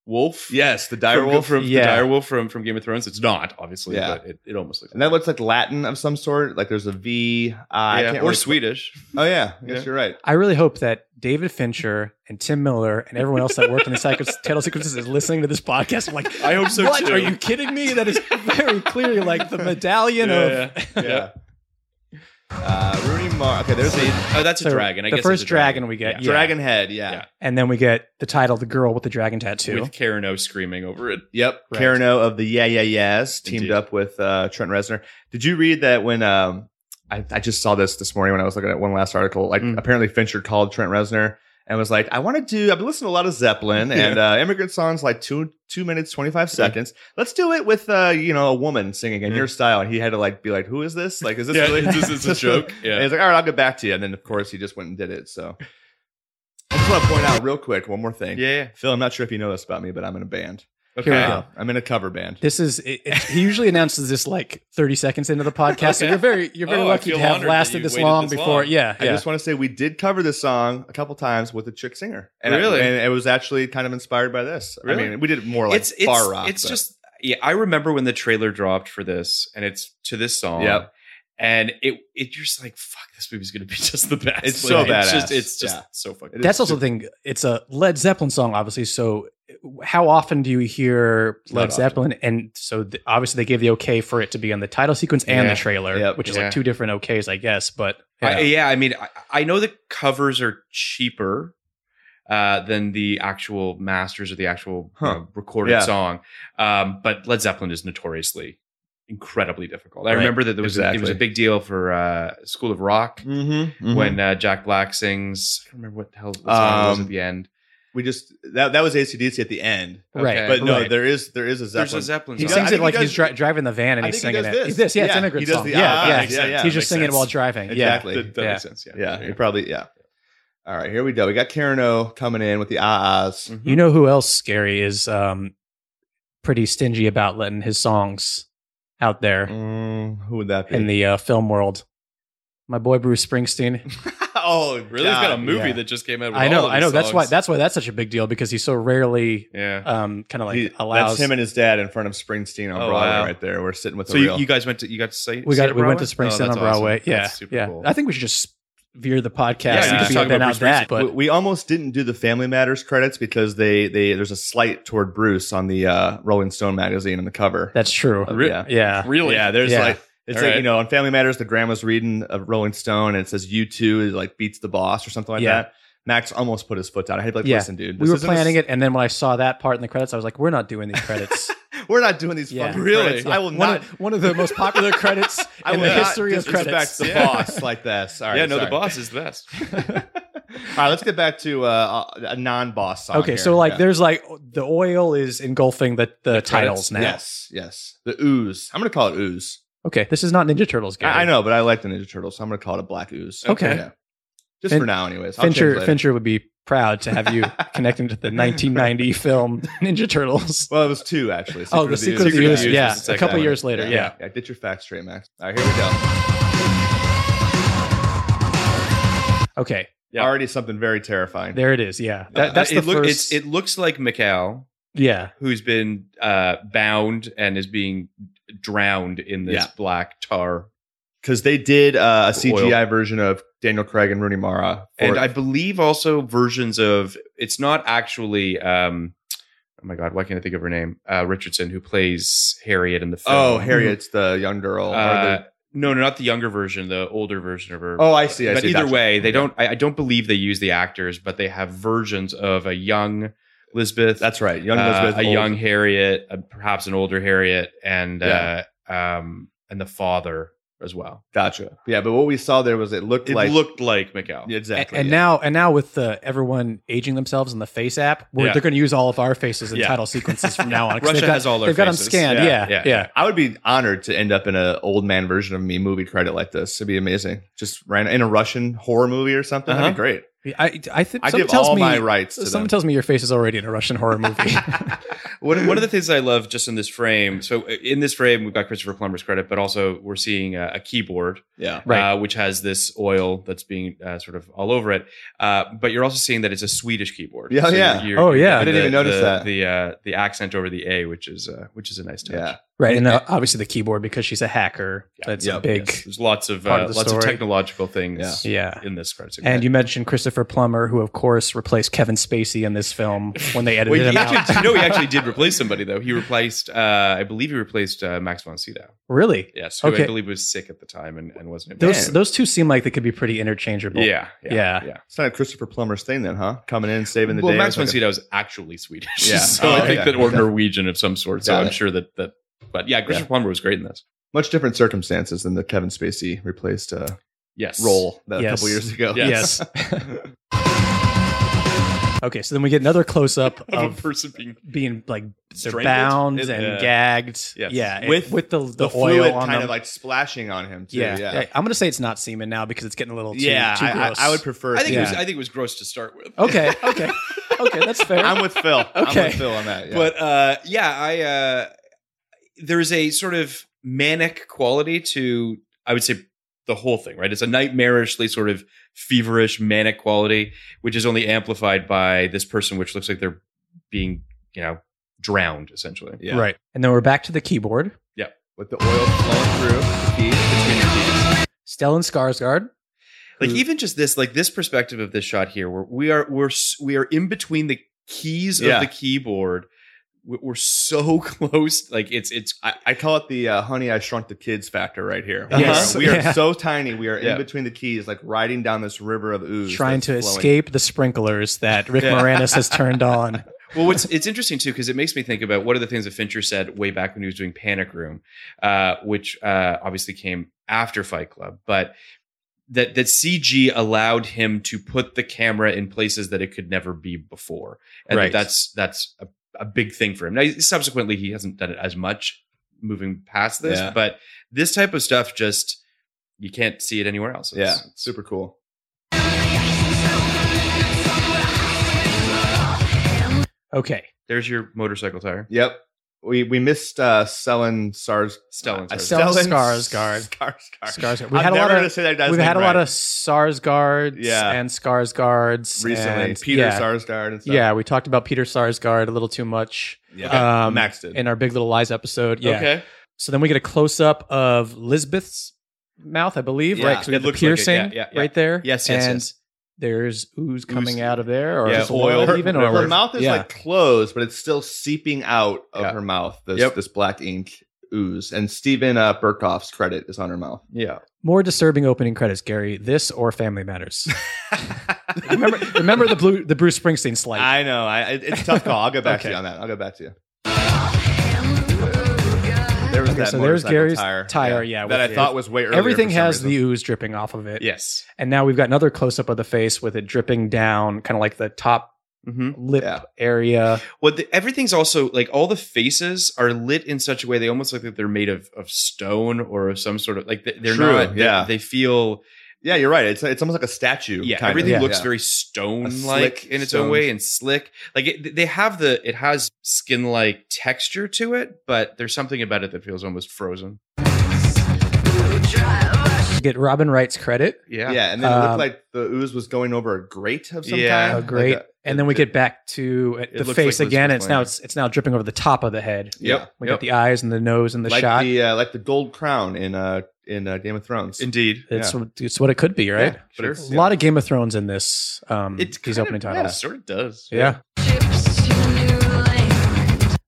Speaker 2: wolf.
Speaker 1: Yes, the
Speaker 2: Dire
Speaker 1: direwolf.
Speaker 2: wolf from
Speaker 4: Yeah.
Speaker 2: the dire wolf from from Game of Thrones. It's not obviously,
Speaker 1: Yeah.
Speaker 2: but it, it almost looks.
Speaker 1: and that looks like Latin of some sort. Like there's a V. I
Speaker 2: yeah,
Speaker 1: can't
Speaker 2: or
Speaker 1: really-
Speaker 2: Swedish.
Speaker 1: Oh yeah, yes,
Speaker 2: Yeah.
Speaker 1: you're right.
Speaker 4: I really hope that David Fincher and Tim Miller and everyone else that worked in the psycho- title sequences is listening to this podcast. I'm like,
Speaker 2: I hope so
Speaker 4: what?
Speaker 2: too.
Speaker 4: Are you kidding me? That is very clearly like the medallion
Speaker 2: Yeah,
Speaker 4: of.
Speaker 2: yeah.
Speaker 1: Yeah. Uh, Rooney Mara. Okay, there's
Speaker 2: See,
Speaker 1: the
Speaker 2: oh, that's a
Speaker 4: So,
Speaker 2: dragon. I
Speaker 4: the
Speaker 2: guess
Speaker 4: first
Speaker 2: it's a
Speaker 4: dragon we get,
Speaker 2: Yeah.
Speaker 4: yeah.
Speaker 1: dragon head. Yeah.
Speaker 2: Yeah.
Speaker 4: And then we get the title, The Girl with the Dragon Tattoo.
Speaker 2: with Carano screaming over it.
Speaker 1: Yep.
Speaker 4: Right.
Speaker 1: Carano of the Yeah Yeah Yeahs teamed
Speaker 2: Indeed.
Speaker 1: up with uh, Trent Reznor. Did you read that when um, I, I just saw this this morning when I was looking at one last article? Like,
Speaker 2: Mm.
Speaker 1: apparently Fincher called Trent Reznor and was like, I want to do, I've been listening to a lot of Zeppelin and uh, immigrant songs like two two minutes, 25 seconds. Let's do it with, uh, you know, a woman singing in
Speaker 2: Mm.
Speaker 1: your style. And he had to like be like, who is this? Like, is this
Speaker 2: Yeah,
Speaker 1: really?
Speaker 2: is this- is this a joke? Yeah.
Speaker 1: And he's like, all right, I'll get back to you. And then, of course, he just went and did it. So I just want to point out real quick one more thing.
Speaker 2: Yeah.
Speaker 1: Phil, I'm not sure if you know this about me, but I'm in a band.
Speaker 2: Okay.
Speaker 4: Here we go.
Speaker 1: Uh, I'm in a cover band.
Speaker 4: This is it, it- he usually announces this like 30 seconds into the podcast. So
Speaker 2: Okay.
Speaker 4: you're very you're very
Speaker 2: Oh, I
Speaker 4: lucky to
Speaker 2: feel
Speaker 4: have
Speaker 2: honored that
Speaker 4: lasted
Speaker 2: you
Speaker 4: this
Speaker 2: waited
Speaker 4: long
Speaker 2: this
Speaker 4: before.
Speaker 2: long.
Speaker 4: Yeah,
Speaker 1: I
Speaker 4: yeah.
Speaker 1: just want to say we did cover this song a couple times with a chick singer. And I-
Speaker 2: Really?
Speaker 1: and it was actually kind of inspired by this. I
Speaker 2: Really?
Speaker 1: mean, we did it more like
Speaker 2: it's it's
Speaker 1: bar rock.
Speaker 2: it's
Speaker 1: but-
Speaker 2: just yeah. I remember when the trailer dropped for this, and it's to this song.
Speaker 1: Yep.
Speaker 2: And it it you're just like fuck. This movie's gonna be just the best.
Speaker 1: It's
Speaker 2: Like,
Speaker 1: so
Speaker 2: It's just
Speaker 1: badass.
Speaker 2: it's just
Speaker 1: Yeah.
Speaker 2: so fucking.
Speaker 1: It
Speaker 4: That's
Speaker 1: is
Speaker 4: also the thing. It's a Led Zeppelin song, obviously. So, how often do you hear
Speaker 1: Not
Speaker 4: Led
Speaker 1: often.
Speaker 4: Zeppelin? And so, th- obviously, they gave the okay for it to be on the title sequence and
Speaker 2: Yeah.
Speaker 4: the trailer,
Speaker 1: Yep.
Speaker 4: which is
Speaker 2: Yeah.
Speaker 4: like two different okays, I guess. But yeah.
Speaker 2: I- yeah. I mean, I, I know the covers are cheaper uh, than the actual masters or the actual you
Speaker 1: Huh.
Speaker 2: know, recorded
Speaker 1: Yeah.
Speaker 2: song, um, but Led Zeppelin is notoriously incredibly difficult. I
Speaker 1: Right.
Speaker 2: remember that there was a, it was a
Speaker 1: Exactly.
Speaker 2: big deal for uh, School of Rock
Speaker 1: Mhm, mhm.
Speaker 2: when uh, Jack Black sings. I don't remember what the hell what song it was
Speaker 1: Um,
Speaker 2: at the end.
Speaker 1: we just that that was ACDC at the end.
Speaker 4: Right,
Speaker 2: Okay.
Speaker 1: But no,
Speaker 4: Right.
Speaker 1: there is there is a Zeppelin.
Speaker 2: There's a Zeppelin.
Speaker 4: he
Speaker 1: I
Speaker 2: song.
Speaker 4: sings
Speaker 1: think
Speaker 4: it
Speaker 1: he
Speaker 4: like he's
Speaker 1: does-
Speaker 4: dri- driving the van and
Speaker 1: I
Speaker 4: he's
Speaker 1: think
Speaker 4: singing
Speaker 1: he does
Speaker 4: it.
Speaker 1: this.
Speaker 4: yeah, it's
Speaker 1: Yeah,
Speaker 4: an immigrant
Speaker 1: he does
Speaker 4: song.
Speaker 1: the-
Speaker 4: yeah,
Speaker 1: ah,
Speaker 4: yeah,
Speaker 1: makes sense.
Speaker 4: he's just
Speaker 2: Makes
Speaker 4: singing it while
Speaker 2: sense.
Speaker 4: driving. Yeah,
Speaker 1: Exactly.
Speaker 2: That, that makes sense. Yeah.
Speaker 1: Yeah, he probably yeah. All right, here we go. We got Carano coming in with the ah ahs.
Speaker 2: Mhm.
Speaker 4: you know who else scary is um, pretty stingy about letting his songs out there
Speaker 1: Mm, who would that be?
Speaker 4: in the uh, film world. My boy Bruce Springsteen.
Speaker 1: oh,
Speaker 2: Really, he's got a
Speaker 1: God,
Speaker 2: movie
Speaker 4: yeah.
Speaker 2: that just came out. With
Speaker 4: I
Speaker 2: all
Speaker 4: know,
Speaker 2: of
Speaker 4: I
Speaker 2: his
Speaker 4: know. That's why
Speaker 2: songs.
Speaker 4: that's why that's such a big deal because he so rarely
Speaker 2: yeah.
Speaker 4: um kind of like
Speaker 1: He-
Speaker 4: allows.
Speaker 1: That's him and his dad in front of Springsteen on
Speaker 2: Oh,
Speaker 1: Broadway
Speaker 2: wow.
Speaker 1: right there. We're sitting with
Speaker 2: So
Speaker 1: the
Speaker 2: you,
Speaker 1: real.
Speaker 2: you guys went to you got to say
Speaker 4: we
Speaker 2: see it
Speaker 4: got
Speaker 2: at
Speaker 4: we went to
Speaker 2: Broadway? Oh,
Speaker 4: Springston
Speaker 2: that's
Speaker 4: on Broadway.
Speaker 2: awesome.
Speaker 4: Yeah,
Speaker 2: That's super
Speaker 4: yeah.
Speaker 2: cool.
Speaker 4: I think we should just veer the podcast.
Speaker 2: Yeah,
Speaker 4: Yeah,
Speaker 1: you can
Speaker 4: we
Speaker 2: talk
Speaker 4: can beat
Speaker 2: about
Speaker 4: out
Speaker 2: Bruce
Speaker 4: that.
Speaker 2: Springsteen.
Speaker 4: But
Speaker 1: we, we almost didn't do the Family Matters credits because they they there's a slight toward Bruce on the uh, Rolling Stone magazine on the cover.
Speaker 4: that's true.
Speaker 1: Uh,
Speaker 2: Re-
Speaker 1: yeah.
Speaker 4: Yeah,
Speaker 2: Really?
Speaker 1: Yeah, there's
Speaker 4: Yeah.
Speaker 1: like it's
Speaker 2: All
Speaker 1: like
Speaker 2: right.
Speaker 1: you know on Family Matters the grandma's reading a Rolling Stone and it says you two like beats the boss or something like
Speaker 4: Yeah.
Speaker 1: that. Max almost put his foot down. I had to be like,
Speaker 4: Yeah.
Speaker 1: listen, dude,
Speaker 4: we
Speaker 1: this
Speaker 4: were
Speaker 1: isn't
Speaker 4: planning
Speaker 1: a-
Speaker 4: it, and then when I saw that part in the credits, I was like, "We're not doing these credits."
Speaker 1: We're not doing these
Speaker 4: Yeah.
Speaker 1: fucking
Speaker 2: Really?
Speaker 1: credits. I will
Speaker 4: one
Speaker 1: not.
Speaker 4: Of, one of the most popular credits
Speaker 1: I
Speaker 4: in
Speaker 1: will
Speaker 4: the
Speaker 1: not
Speaker 4: history of
Speaker 1: disrespect
Speaker 4: credits.
Speaker 1: the
Speaker 2: Yeah.
Speaker 1: boss like this. All right,
Speaker 2: yeah, no,
Speaker 1: sorry.
Speaker 2: the boss is the best.
Speaker 1: All right, let's get back to uh, a non-boss song.
Speaker 4: Okay,
Speaker 1: here.
Speaker 4: so like
Speaker 1: Yeah.
Speaker 4: there's like the oil is engulfing the, the, titles now.
Speaker 1: Yes, yes. The ooze. I'm gonna call it ooze.
Speaker 4: Okay, this is not Ninja Turtles. Gary.
Speaker 1: I, I know, but I like the Ninja Turtles, so I'm gonna call it a black ooze.
Speaker 4: Okay.
Speaker 1: Yeah. Just
Speaker 4: Fin-
Speaker 1: for now, anyways. I'll change
Speaker 4: Fincher
Speaker 1: later.
Speaker 4: Fincher would be proud to have you connecting to the 1990 film Ninja Turtles.
Speaker 1: Well, it was two actually.
Speaker 4: oh, the Secret of the
Speaker 2: Secret
Speaker 4: Ooze.
Speaker 2: Ooze
Speaker 4: Yeah,
Speaker 2: was the
Speaker 4: a couple
Speaker 2: second
Speaker 4: years later. Yeah.
Speaker 1: yeah. Get your facts straight, Max. All right, here we go.
Speaker 4: Okay,
Speaker 2: Yeah.
Speaker 1: Already something very terrifying.
Speaker 4: there it is. Yeah,
Speaker 1: Uh,
Speaker 4: that, that's
Speaker 2: it
Speaker 4: the
Speaker 2: look-
Speaker 4: first.
Speaker 2: It's, it looks like Mikal,
Speaker 4: yeah,
Speaker 2: who's been uh, bound and is being drowned in this
Speaker 1: Yeah.
Speaker 2: black tar,
Speaker 1: Because they did uh, a CGI version of Daniel Craig and Rooney Mara. for-
Speaker 2: and I believe also versions of. It's not actually. Um, oh my god, why can't I think of her name? Uh, Richardson, who plays Harriet in the film. Mm-hmm.
Speaker 1: oh, Harriet's the young girl. or
Speaker 2: hmm. Uh,
Speaker 1: the-
Speaker 2: no, no, not the younger version, the older version of her.
Speaker 1: oh, I see. I
Speaker 2: but
Speaker 1: see.
Speaker 2: either
Speaker 1: Gotcha.
Speaker 2: way, they
Speaker 1: Okay.
Speaker 2: don't. I, I don't believe they use the actors, but they have versions of a young Lisbeth.
Speaker 1: That's right. Young
Speaker 2: uh,
Speaker 1: Elizabeth,
Speaker 2: a
Speaker 1: old-
Speaker 2: young Harriet, uh, perhaps an older Harriet, and uh, um, and the father as well.
Speaker 1: Gotcha. Yeah, but what we saw there was it looked
Speaker 2: It
Speaker 1: like
Speaker 2: looked like Mikkel.
Speaker 1: Yeah,
Speaker 4: A-
Speaker 1: exactly.
Speaker 4: and
Speaker 1: yeah.
Speaker 4: now, and now with the, everyone aging themselves in the face app, where
Speaker 2: Yeah.
Speaker 4: they're going to use all of our faces in
Speaker 2: Yeah.
Speaker 4: title sequences from now on. 'cause
Speaker 2: Russia
Speaker 4: they've got,
Speaker 2: has all their
Speaker 4: they've got them
Speaker 2: faces.
Speaker 4: scanned.
Speaker 2: Yeah,
Speaker 4: Yeah,
Speaker 2: yeah,
Speaker 4: yeah.
Speaker 2: yeah.
Speaker 1: I would be honored to end up in a old man version of me movie credit like this. It'd be amazing. Just ran in a Russian horror movie or something. That'd be
Speaker 2: Uh-huh.
Speaker 1: great.
Speaker 4: I, I think
Speaker 1: I
Speaker 4: someone
Speaker 1: give
Speaker 4: tells
Speaker 1: all
Speaker 4: me
Speaker 1: my rights to
Speaker 4: someone
Speaker 1: them.
Speaker 4: tells me your face is already in a Russian horror movie.
Speaker 2: one, one of the things I love just in this frame. So in this frame, we've got Christopher Plummer's credit, but also we're seeing a, a keyboard,
Speaker 1: yeah.
Speaker 4: Right.
Speaker 2: uh, which has this oil that's being uh, sort of all over it. Uh, but you're also seeing that it's a Swedish keyboard.
Speaker 1: Yeah, yeah.
Speaker 2: you're-
Speaker 4: Oh, yeah.
Speaker 2: getting
Speaker 1: I didn't even notice
Speaker 2: the,
Speaker 1: that.
Speaker 2: the uh, the accent over the a, which is uh, which is a nice touch.
Speaker 1: Yeah.
Speaker 4: right, and uh, obviously the keyboard because she's a hacker.
Speaker 2: Yeah.
Speaker 4: That's
Speaker 1: Yeah,
Speaker 4: a big
Speaker 2: Yes, There's lots of,
Speaker 4: Part
Speaker 2: uh,
Speaker 4: of the
Speaker 2: lots of
Speaker 4: story.
Speaker 2: technological things
Speaker 4: yeah.
Speaker 2: in this credit sequence.
Speaker 4: And you mentioned Christopher Plummer, who of course replaced Kevin Spacey in this film when they edited
Speaker 2: Wait,
Speaker 4: him
Speaker 2: he
Speaker 4: out.
Speaker 2: actually, no, he actually did replace somebody though. He replaced, uh, I believe, he replaced uh, Max von Sydow.
Speaker 4: Really,
Speaker 2: Yes, who
Speaker 4: Okay.
Speaker 2: I believe was sick at the time and, and wasn't. able
Speaker 4: those
Speaker 2: to-
Speaker 4: those two seem like they could be pretty interchangeable.
Speaker 2: yeah, yeah,
Speaker 4: Yeah.
Speaker 2: yeah.
Speaker 1: It's not a Christopher Plummer's thing then, huh? Coming in, saving the
Speaker 2: well,
Speaker 1: day. It's
Speaker 2: Max
Speaker 1: like
Speaker 2: von
Speaker 1: a-
Speaker 2: Sydow is actually Swedish,
Speaker 1: Yeah.
Speaker 2: so
Speaker 1: Oh,
Speaker 2: I think
Speaker 1: okay.
Speaker 2: that or
Speaker 1: Okay.
Speaker 2: Norwegian of some sort. So
Speaker 1: Got
Speaker 2: I'm
Speaker 1: it.
Speaker 2: sure that that. But yeah, Christopher Plummer was great in this.
Speaker 1: Much different circumstances than the Kevin Spacey replaced uh,
Speaker 2: Yes,
Speaker 1: role that a
Speaker 4: Yes.
Speaker 1: couple years ago.
Speaker 2: Yeah.
Speaker 4: Yes. okay, so then we get another close up
Speaker 2: of,
Speaker 4: of
Speaker 2: a person being
Speaker 4: being like they're
Speaker 2: Strangled?
Speaker 4: bound
Speaker 2: It-
Speaker 4: and
Speaker 2: yeah.
Speaker 4: gagged.
Speaker 2: Yes.
Speaker 4: Yeah, and
Speaker 1: With
Speaker 4: with the the,
Speaker 1: The,
Speaker 4: oil
Speaker 1: fluid
Speaker 4: on
Speaker 1: kind
Speaker 4: them.
Speaker 1: of like splashing on him too.
Speaker 4: yeah.
Speaker 1: Yeah.
Speaker 4: Yeah, I'm gonna say it's not semen now because it's getting a little too,
Speaker 1: Yeah,
Speaker 4: too
Speaker 1: I, I,
Speaker 4: gross.
Speaker 1: I would prefer.
Speaker 2: I think it was.
Speaker 4: Yeah.
Speaker 2: I think it was gross to start with.
Speaker 1: Oh,
Speaker 4: Okay, okay, okay. That's fair.
Speaker 1: I'm with Phil. I'm
Speaker 4: Okay.
Speaker 1: with Phil on that. Yeah.
Speaker 2: But uh, yeah, I uh, there's a sort of manic quality to I would say the whole thing, right? It's a nightmarishly sort of feverish manic quality, which is only amplified by this person, which looks like they're being you know drowned essentially.
Speaker 1: yeah.
Speaker 4: Right, and then we're back to the keyboard.
Speaker 1: With the oil flowing through the key between your teeth.
Speaker 4: Stellan Skarsgård.
Speaker 2: Like
Speaker 1: Who-
Speaker 2: even just this, like this perspective of this shot here, where we are we're s- we are in between the keys
Speaker 1: Yeah.
Speaker 2: of the keyboard. We- We're so close. Like it's it's
Speaker 1: I, I call it the uh, "Honey, I Shrunk the Kids" factor right here. We
Speaker 4: Uh-huh. Yes.
Speaker 1: are, we are
Speaker 4: Yeah.
Speaker 1: so tiny. We are
Speaker 2: Yeah.
Speaker 1: in between the keys, like riding down this river of ooze,
Speaker 4: trying
Speaker 1: that's
Speaker 4: to
Speaker 1: flowing.
Speaker 4: escape the sprinklers that Rick Moranis has turned on.
Speaker 2: well, what's it's interesting too because it makes me think about one of the things that Fincher said way back when he was doing Panic Room, uh, which uh, obviously came after Fight Club, but that that CG allowed him to put the camera in places that it could never be before, and
Speaker 4: Right.
Speaker 2: that's that's a, a big thing for him. Now, subsequently, he hasn't done it as much moving past this,
Speaker 1: Yeah.
Speaker 2: but this type of stuff just you can't see it anywhere else.
Speaker 1: Yeah,
Speaker 2: It's- it's
Speaker 1: super cool.
Speaker 4: Okay.
Speaker 2: There's your motorcycle tire,
Speaker 1: Yep. We we missed uh, Stellan Sars.
Speaker 2: Stellan.
Speaker 1: uh,
Speaker 2: tires.
Speaker 4: Stellan Skarsgård.
Speaker 1: Skarsgård.
Speaker 4: Skarsgård. We
Speaker 1: I'm
Speaker 4: had a
Speaker 1: never
Speaker 4: lot
Speaker 1: gonna
Speaker 4: of
Speaker 1: say that guy's
Speaker 4: we've
Speaker 1: name
Speaker 4: had a lot
Speaker 1: right
Speaker 4: of Sarsgaards
Speaker 1: Yeah.
Speaker 4: and Skarsgaards
Speaker 1: recently.
Speaker 4: and-
Speaker 1: Peter
Speaker 4: yeah.
Speaker 1: Sarsgaard and stuff.
Speaker 4: Yeah, we talked about Peter Sarsgaard a little too much
Speaker 1: Yeah.
Speaker 4: Um,
Speaker 1: Max did.
Speaker 4: in our Big Little Lies episode. Yeah.
Speaker 2: Okay.
Speaker 4: So then we get a close up of Lisbeth's mouth, I believe,
Speaker 2: Yeah,
Speaker 4: right? 'Cause we
Speaker 2: it
Speaker 4: had the
Speaker 2: looks like it.
Speaker 4: piercing
Speaker 2: Yeah, yeah, yeah.
Speaker 4: right there.
Speaker 2: Yes, yes,
Speaker 4: and
Speaker 2: yes.
Speaker 4: There's ooze coming
Speaker 2: Ooze.
Speaker 4: out of there, or
Speaker 2: Yeah,
Speaker 4: just
Speaker 2: oil.
Speaker 4: oil,
Speaker 1: her,
Speaker 4: even,
Speaker 1: her
Speaker 4: or
Speaker 1: mouth is
Speaker 4: yeah.
Speaker 1: like closed, but it's still seeping out of
Speaker 2: Yeah.
Speaker 1: her mouth. This
Speaker 2: Yep.
Speaker 1: this black ink ooze. And Stephen uh, Burkoff's credit is on her mouth.
Speaker 2: Yeah.
Speaker 4: More disturbing opening credits, Gary. This or Family Matters. remember, remember the blue, the Bruce Springsteen slide.
Speaker 1: I know. I, it- it's a tough call. I'll get back to
Speaker 4: Okay.
Speaker 1: you on that. I'll get back to you. There was
Speaker 4: Okay,
Speaker 1: that
Speaker 4: so there's
Speaker 1: motorcycle
Speaker 4: Gary's
Speaker 1: tire,
Speaker 4: tire, yeah,
Speaker 1: that
Speaker 4: with
Speaker 1: I
Speaker 4: the-
Speaker 1: thought was way earlier.
Speaker 4: Everything has the ooze dripping off of it.
Speaker 2: Yes.
Speaker 4: And now we've got another close up of the face with it dripping down, kind of like the top
Speaker 2: Mm-hmm.
Speaker 4: lip
Speaker 1: Yeah.
Speaker 4: area.
Speaker 2: Well, the, everything's also like all the faces are lit in such a way they almost look like they're made of of stone or of some sort of like they- they're
Speaker 1: True,
Speaker 2: not. they-
Speaker 1: yeah.
Speaker 2: they, feel
Speaker 1: Yeah, you're right. It's it's almost like a statue.
Speaker 2: yeah.
Speaker 1: kind of.
Speaker 2: everything
Speaker 4: Yeah.
Speaker 2: looks
Speaker 1: Yeah.
Speaker 2: very stone
Speaker 1: slick
Speaker 2: like in its
Speaker 1: stone.
Speaker 2: own way and slick. Like it, they have the it has skin like texture to it, but there's something about it that feels almost frozen.
Speaker 4: Get Robin Wright's credit.
Speaker 2: Yeah.
Speaker 1: Yeah, and then it
Speaker 4: Um,
Speaker 1: looked like the ooze was going over a grate of some
Speaker 2: Yeah.
Speaker 1: kind.
Speaker 4: Oh, great.
Speaker 1: Like a-
Speaker 4: and then we get back to uh,
Speaker 2: It
Speaker 4: the
Speaker 2: looks
Speaker 4: face
Speaker 2: like
Speaker 4: again.
Speaker 2: Elizabeth
Speaker 4: It's now
Speaker 2: Lange.
Speaker 4: it's it's now dripping over the top of the head.
Speaker 1: Yep.
Speaker 4: We
Speaker 2: Yep.
Speaker 4: got the eyes and the nose and the
Speaker 1: like
Speaker 4: shot.
Speaker 1: the uh, like the gold crown in uh in uh, Game of Thrones.
Speaker 2: Indeed.
Speaker 4: it's, it's what it could be, right?
Speaker 1: Yeah,
Speaker 2: Sure.
Speaker 1: it's-
Speaker 4: A lot of Game of Thrones in this. Um,
Speaker 2: It's
Speaker 4: these
Speaker 2: kind
Speaker 4: opening
Speaker 2: of- yeah, it
Speaker 4: titles.
Speaker 2: sort of does.
Speaker 4: Yeah.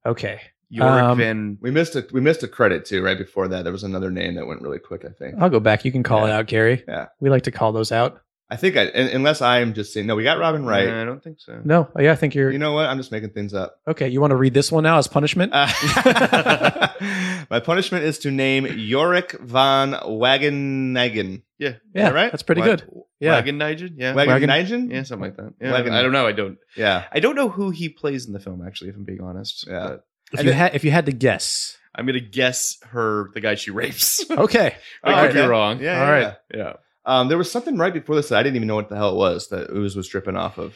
Speaker 4: Okay.
Speaker 2: Yorick
Speaker 4: Um,
Speaker 2: Van
Speaker 1: We missed a we missed a credit too right
Speaker 4: Oh.
Speaker 1: before that. There was another name that went really quick. I think
Speaker 4: I'll go back. You can call
Speaker 1: Yeah.
Speaker 4: it out, Gary.
Speaker 1: Yeah.
Speaker 4: We like to call those out.
Speaker 1: I I think I, un- unless I'm just saying, no, we got Robin right.
Speaker 2: I don't think so.
Speaker 4: No, Oh, yeah, I think you're
Speaker 1: You know what? I'm just making things up.
Speaker 4: okay. You want to read this one now as punishment?
Speaker 1: Uh, my punishment is to name Yorick von Wageningen.
Speaker 4: yeah,
Speaker 1: right?
Speaker 4: That's pretty
Speaker 2: Wa-
Speaker 4: good. Yeah,
Speaker 2: Wagon Nijin? Yeah.
Speaker 4: Wagen-
Speaker 1: Wageningen?
Speaker 2: yeah, something like that. Yeah,
Speaker 1: Wagon-
Speaker 2: I don't know. I don't.
Speaker 1: Yeah.
Speaker 2: I don't know who he plays in the film. Actually, if I'm being honest.
Speaker 1: Yeah.
Speaker 2: But
Speaker 4: if
Speaker 1: and
Speaker 4: you
Speaker 1: then-
Speaker 4: had if you had to guess,
Speaker 2: I'm gonna guess her, the guy she rapes.
Speaker 4: okay.
Speaker 2: I
Speaker 1: Oh,
Speaker 2: could
Speaker 1: okay.
Speaker 2: be wrong.
Speaker 1: Yeah.
Speaker 4: All
Speaker 1: All
Speaker 4: right.
Speaker 1: right.
Speaker 2: Yeah.
Speaker 1: Um, there was something right before this that I didn't even know what the hell it was that Ooze was dripping off of.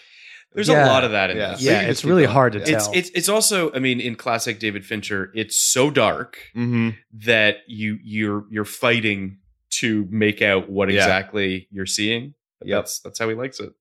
Speaker 2: There's
Speaker 4: Yeah.
Speaker 2: a lot of that in
Speaker 1: Yeah.
Speaker 2: this.
Speaker 1: So you
Speaker 4: yeah,
Speaker 1: can
Speaker 4: it's
Speaker 1: just keep
Speaker 4: really
Speaker 1: going.
Speaker 4: hard to
Speaker 1: Yeah.
Speaker 2: It's
Speaker 4: tell.
Speaker 2: it's it's also, I mean, in classic David Fincher, it's so dark
Speaker 1: Mm-hmm.
Speaker 2: that you you're you're fighting to make out what
Speaker 1: Yeah.
Speaker 2: exactly you're seeing. But
Speaker 1: Yep.
Speaker 2: That's that's how he likes it.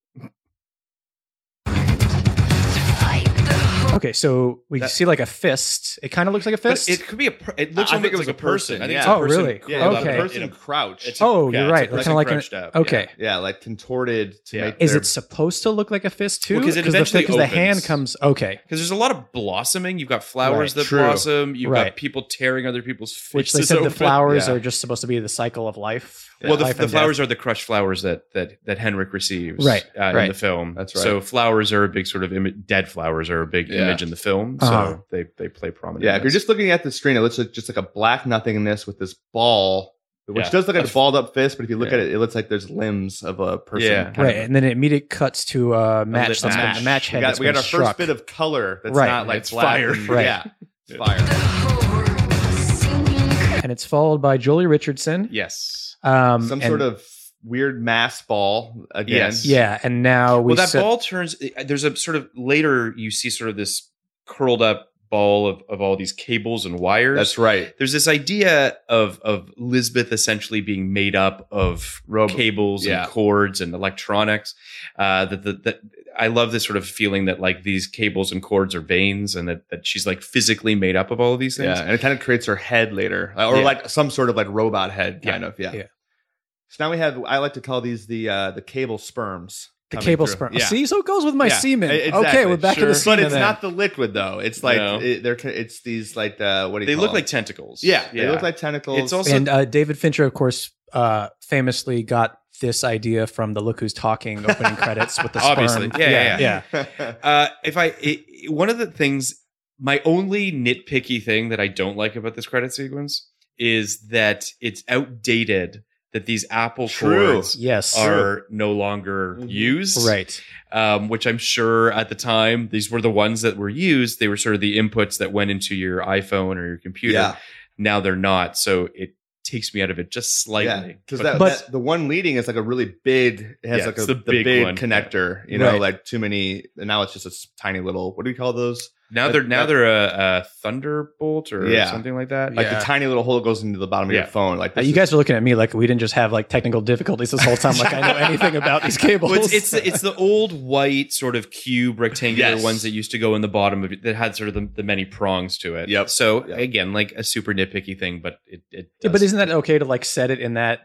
Speaker 4: okay, so we
Speaker 1: That-
Speaker 4: see like a fist. It kind of looks like a
Speaker 2: But
Speaker 4: fist.
Speaker 2: it could be a. Per- it looks
Speaker 1: I
Speaker 2: almost
Speaker 1: think it was
Speaker 2: like a
Speaker 1: a person,
Speaker 2: person. I think
Speaker 1: yeah.
Speaker 4: Oh,
Speaker 2: it's a person.
Speaker 4: really?
Speaker 2: curled
Speaker 1: Yeah,
Speaker 4: Okay.
Speaker 2: up
Speaker 1: the
Speaker 2: in a-
Speaker 1: person
Speaker 2: in a-
Speaker 1: crouched.
Speaker 2: it's
Speaker 4: Oh, you're right.
Speaker 2: it's a
Speaker 4: Like
Speaker 2: person
Speaker 4: kinda like an-
Speaker 2: crouched up.
Speaker 4: okay.
Speaker 1: yeah, like contorted to
Speaker 2: Yeah.
Speaker 1: make
Speaker 4: Is
Speaker 1: their-
Speaker 4: it supposed to look like a fist too?
Speaker 2: Well, 'cause it
Speaker 4: the,
Speaker 2: eventually
Speaker 4: because the hand
Speaker 2: opens.
Speaker 4: comes. Okay,
Speaker 2: Because there's a lot of blossoming. You've got flowers
Speaker 1: Right.
Speaker 2: that
Speaker 1: True.
Speaker 2: blossom. You've
Speaker 4: Right.
Speaker 2: got people tearing other people's faces.
Speaker 4: which they said the
Speaker 2: open.
Speaker 4: flowers
Speaker 1: Yeah.
Speaker 4: are just supposed to be the cycle of life.
Speaker 2: Well, the,
Speaker 4: life
Speaker 2: the
Speaker 4: and death.
Speaker 2: flowers are the crushed flowers that that that Henrik receives
Speaker 4: Right,
Speaker 2: uh,
Speaker 4: right.
Speaker 2: in the film.
Speaker 1: That's right.
Speaker 2: So flowers are a big sort of ima- dead flowers are a big
Speaker 1: Yeah.
Speaker 2: image in the film.
Speaker 4: Uh-huh.
Speaker 2: So they they play prominent.
Speaker 1: Yeah,
Speaker 2: in
Speaker 1: if you're
Speaker 2: this.
Speaker 1: just looking at the screen, it looks like just like a black nothingness with this ball, which
Speaker 2: Yeah.
Speaker 1: does look like a
Speaker 2: That's-
Speaker 1: balled up fist. But if you look
Speaker 2: Yeah.
Speaker 1: at it, it looks like there's limbs of a person.
Speaker 2: Yeah.
Speaker 1: kind
Speaker 4: right,
Speaker 1: of-
Speaker 4: and then it immediately cuts to a match.
Speaker 2: lit
Speaker 4: that's been-
Speaker 2: match.
Speaker 4: the match
Speaker 1: We
Speaker 4: head.
Speaker 1: got,
Speaker 4: that's
Speaker 1: we got
Speaker 4: been
Speaker 1: our
Speaker 4: struck.
Speaker 1: first bit of color. That's
Speaker 4: Right.
Speaker 1: not like
Speaker 2: It's
Speaker 1: black
Speaker 2: fire.
Speaker 1: and-
Speaker 4: Right.
Speaker 1: Yeah, it's fire.
Speaker 4: and it's followed by Julie Richardson.
Speaker 2: yes.
Speaker 4: Um,
Speaker 1: Some
Speaker 4: and-
Speaker 1: sort of weird mass ball again.
Speaker 2: Yes.
Speaker 4: yeah, and now we
Speaker 2: well, that
Speaker 4: set-
Speaker 2: ball turns. eh, There's a sort of later you see sort of this curled up ball of of all these cables and wires.
Speaker 1: that's right.
Speaker 2: there's this idea of of Lisbeth essentially being made up of
Speaker 1: Robo-
Speaker 2: cables
Speaker 1: yeah.
Speaker 2: and cords and electronics. Uh, that the that I love this sort of feeling that like these cables and cords are veins, and that that she's like physically made up of all of these things.
Speaker 1: Yeah, and it kind of creates her head later, uh, or
Speaker 2: Yeah.
Speaker 1: like some sort of like robot head, kind
Speaker 2: Yeah.
Speaker 1: of. Yeah.
Speaker 4: Yeah.
Speaker 1: So now we have. I like to call these the uh, the cable sperms.
Speaker 4: the
Speaker 1: coming
Speaker 4: cable
Speaker 1: through.
Speaker 4: sperm.
Speaker 1: Yeah.
Speaker 4: See, so it goes with my
Speaker 1: Yeah,
Speaker 4: semen.
Speaker 1: e-
Speaker 4: Okay,
Speaker 1: exactly,
Speaker 4: we're back to
Speaker 2: sure.
Speaker 4: the
Speaker 2: But
Speaker 4: semen.
Speaker 1: but it's
Speaker 4: then.
Speaker 1: not the liquid though. It's like
Speaker 2: No.
Speaker 1: it, they're it's these like uh, what do you
Speaker 2: They
Speaker 1: call
Speaker 2: look
Speaker 1: them?
Speaker 2: like tentacles.
Speaker 1: yeah, they look like tentacles.
Speaker 2: It's also-
Speaker 4: and uh, David Fincher, of course, uh, famously got this idea from the Look Who's Talking opening credits with the sperm.
Speaker 2: Obviously. Yeah, yeah,
Speaker 4: yeah.
Speaker 2: yeah.
Speaker 1: yeah.
Speaker 2: Uh, if I it, it- one of the things, my only nitpicky thing that I don't like about this credit sequence is that it's outdated. That these Apple
Speaker 1: True.
Speaker 2: cords
Speaker 4: Yes.
Speaker 2: are no longer
Speaker 1: Mhm.
Speaker 2: used.
Speaker 4: right.
Speaker 2: um, which I'm sure at the time these were the ones that were used. They were sort of the inputs that went into your iPhone or your computer.
Speaker 1: Yeah.
Speaker 2: Now they're not, so it takes me out of it just slightly.
Speaker 1: because
Speaker 2: But-
Speaker 1: that,
Speaker 4: But-
Speaker 1: that- the one leading is like a really big. It has
Speaker 2: Yeah,
Speaker 1: like a,
Speaker 2: it's
Speaker 1: the
Speaker 2: the
Speaker 1: big,
Speaker 2: big one.
Speaker 1: connector. You know,
Speaker 4: Right.
Speaker 1: like too many. And now it's just a s- tiny little. What do we call those?
Speaker 2: now they're now
Speaker 1: that-
Speaker 2: they're a, a Thunderbolt or
Speaker 1: Yeah.
Speaker 2: something like that.
Speaker 1: Like
Speaker 4: Yeah.
Speaker 1: the tiny little hole that goes into the bottom of
Speaker 2: Yeah.
Speaker 1: your phone. Like
Speaker 4: Uh,
Speaker 1: this
Speaker 4: you
Speaker 1: is-
Speaker 4: guys are looking at me like we didn't just have like technical difficulties this whole time. Like I know anything about these cables.
Speaker 2: Well, it's, it's the- it's the old white sort of cube rectangular
Speaker 1: Yes.
Speaker 2: ones that used to go in the bottom of it that had sort of the, the many prongs to it.
Speaker 1: Yep.
Speaker 2: So
Speaker 1: Yep.
Speaker 2: again, like a super nitpicky thing, but it, it
Speaker 4: Yeah, but
Speaker 2: does-
Speaker 4: isn't that okay to like set it in that?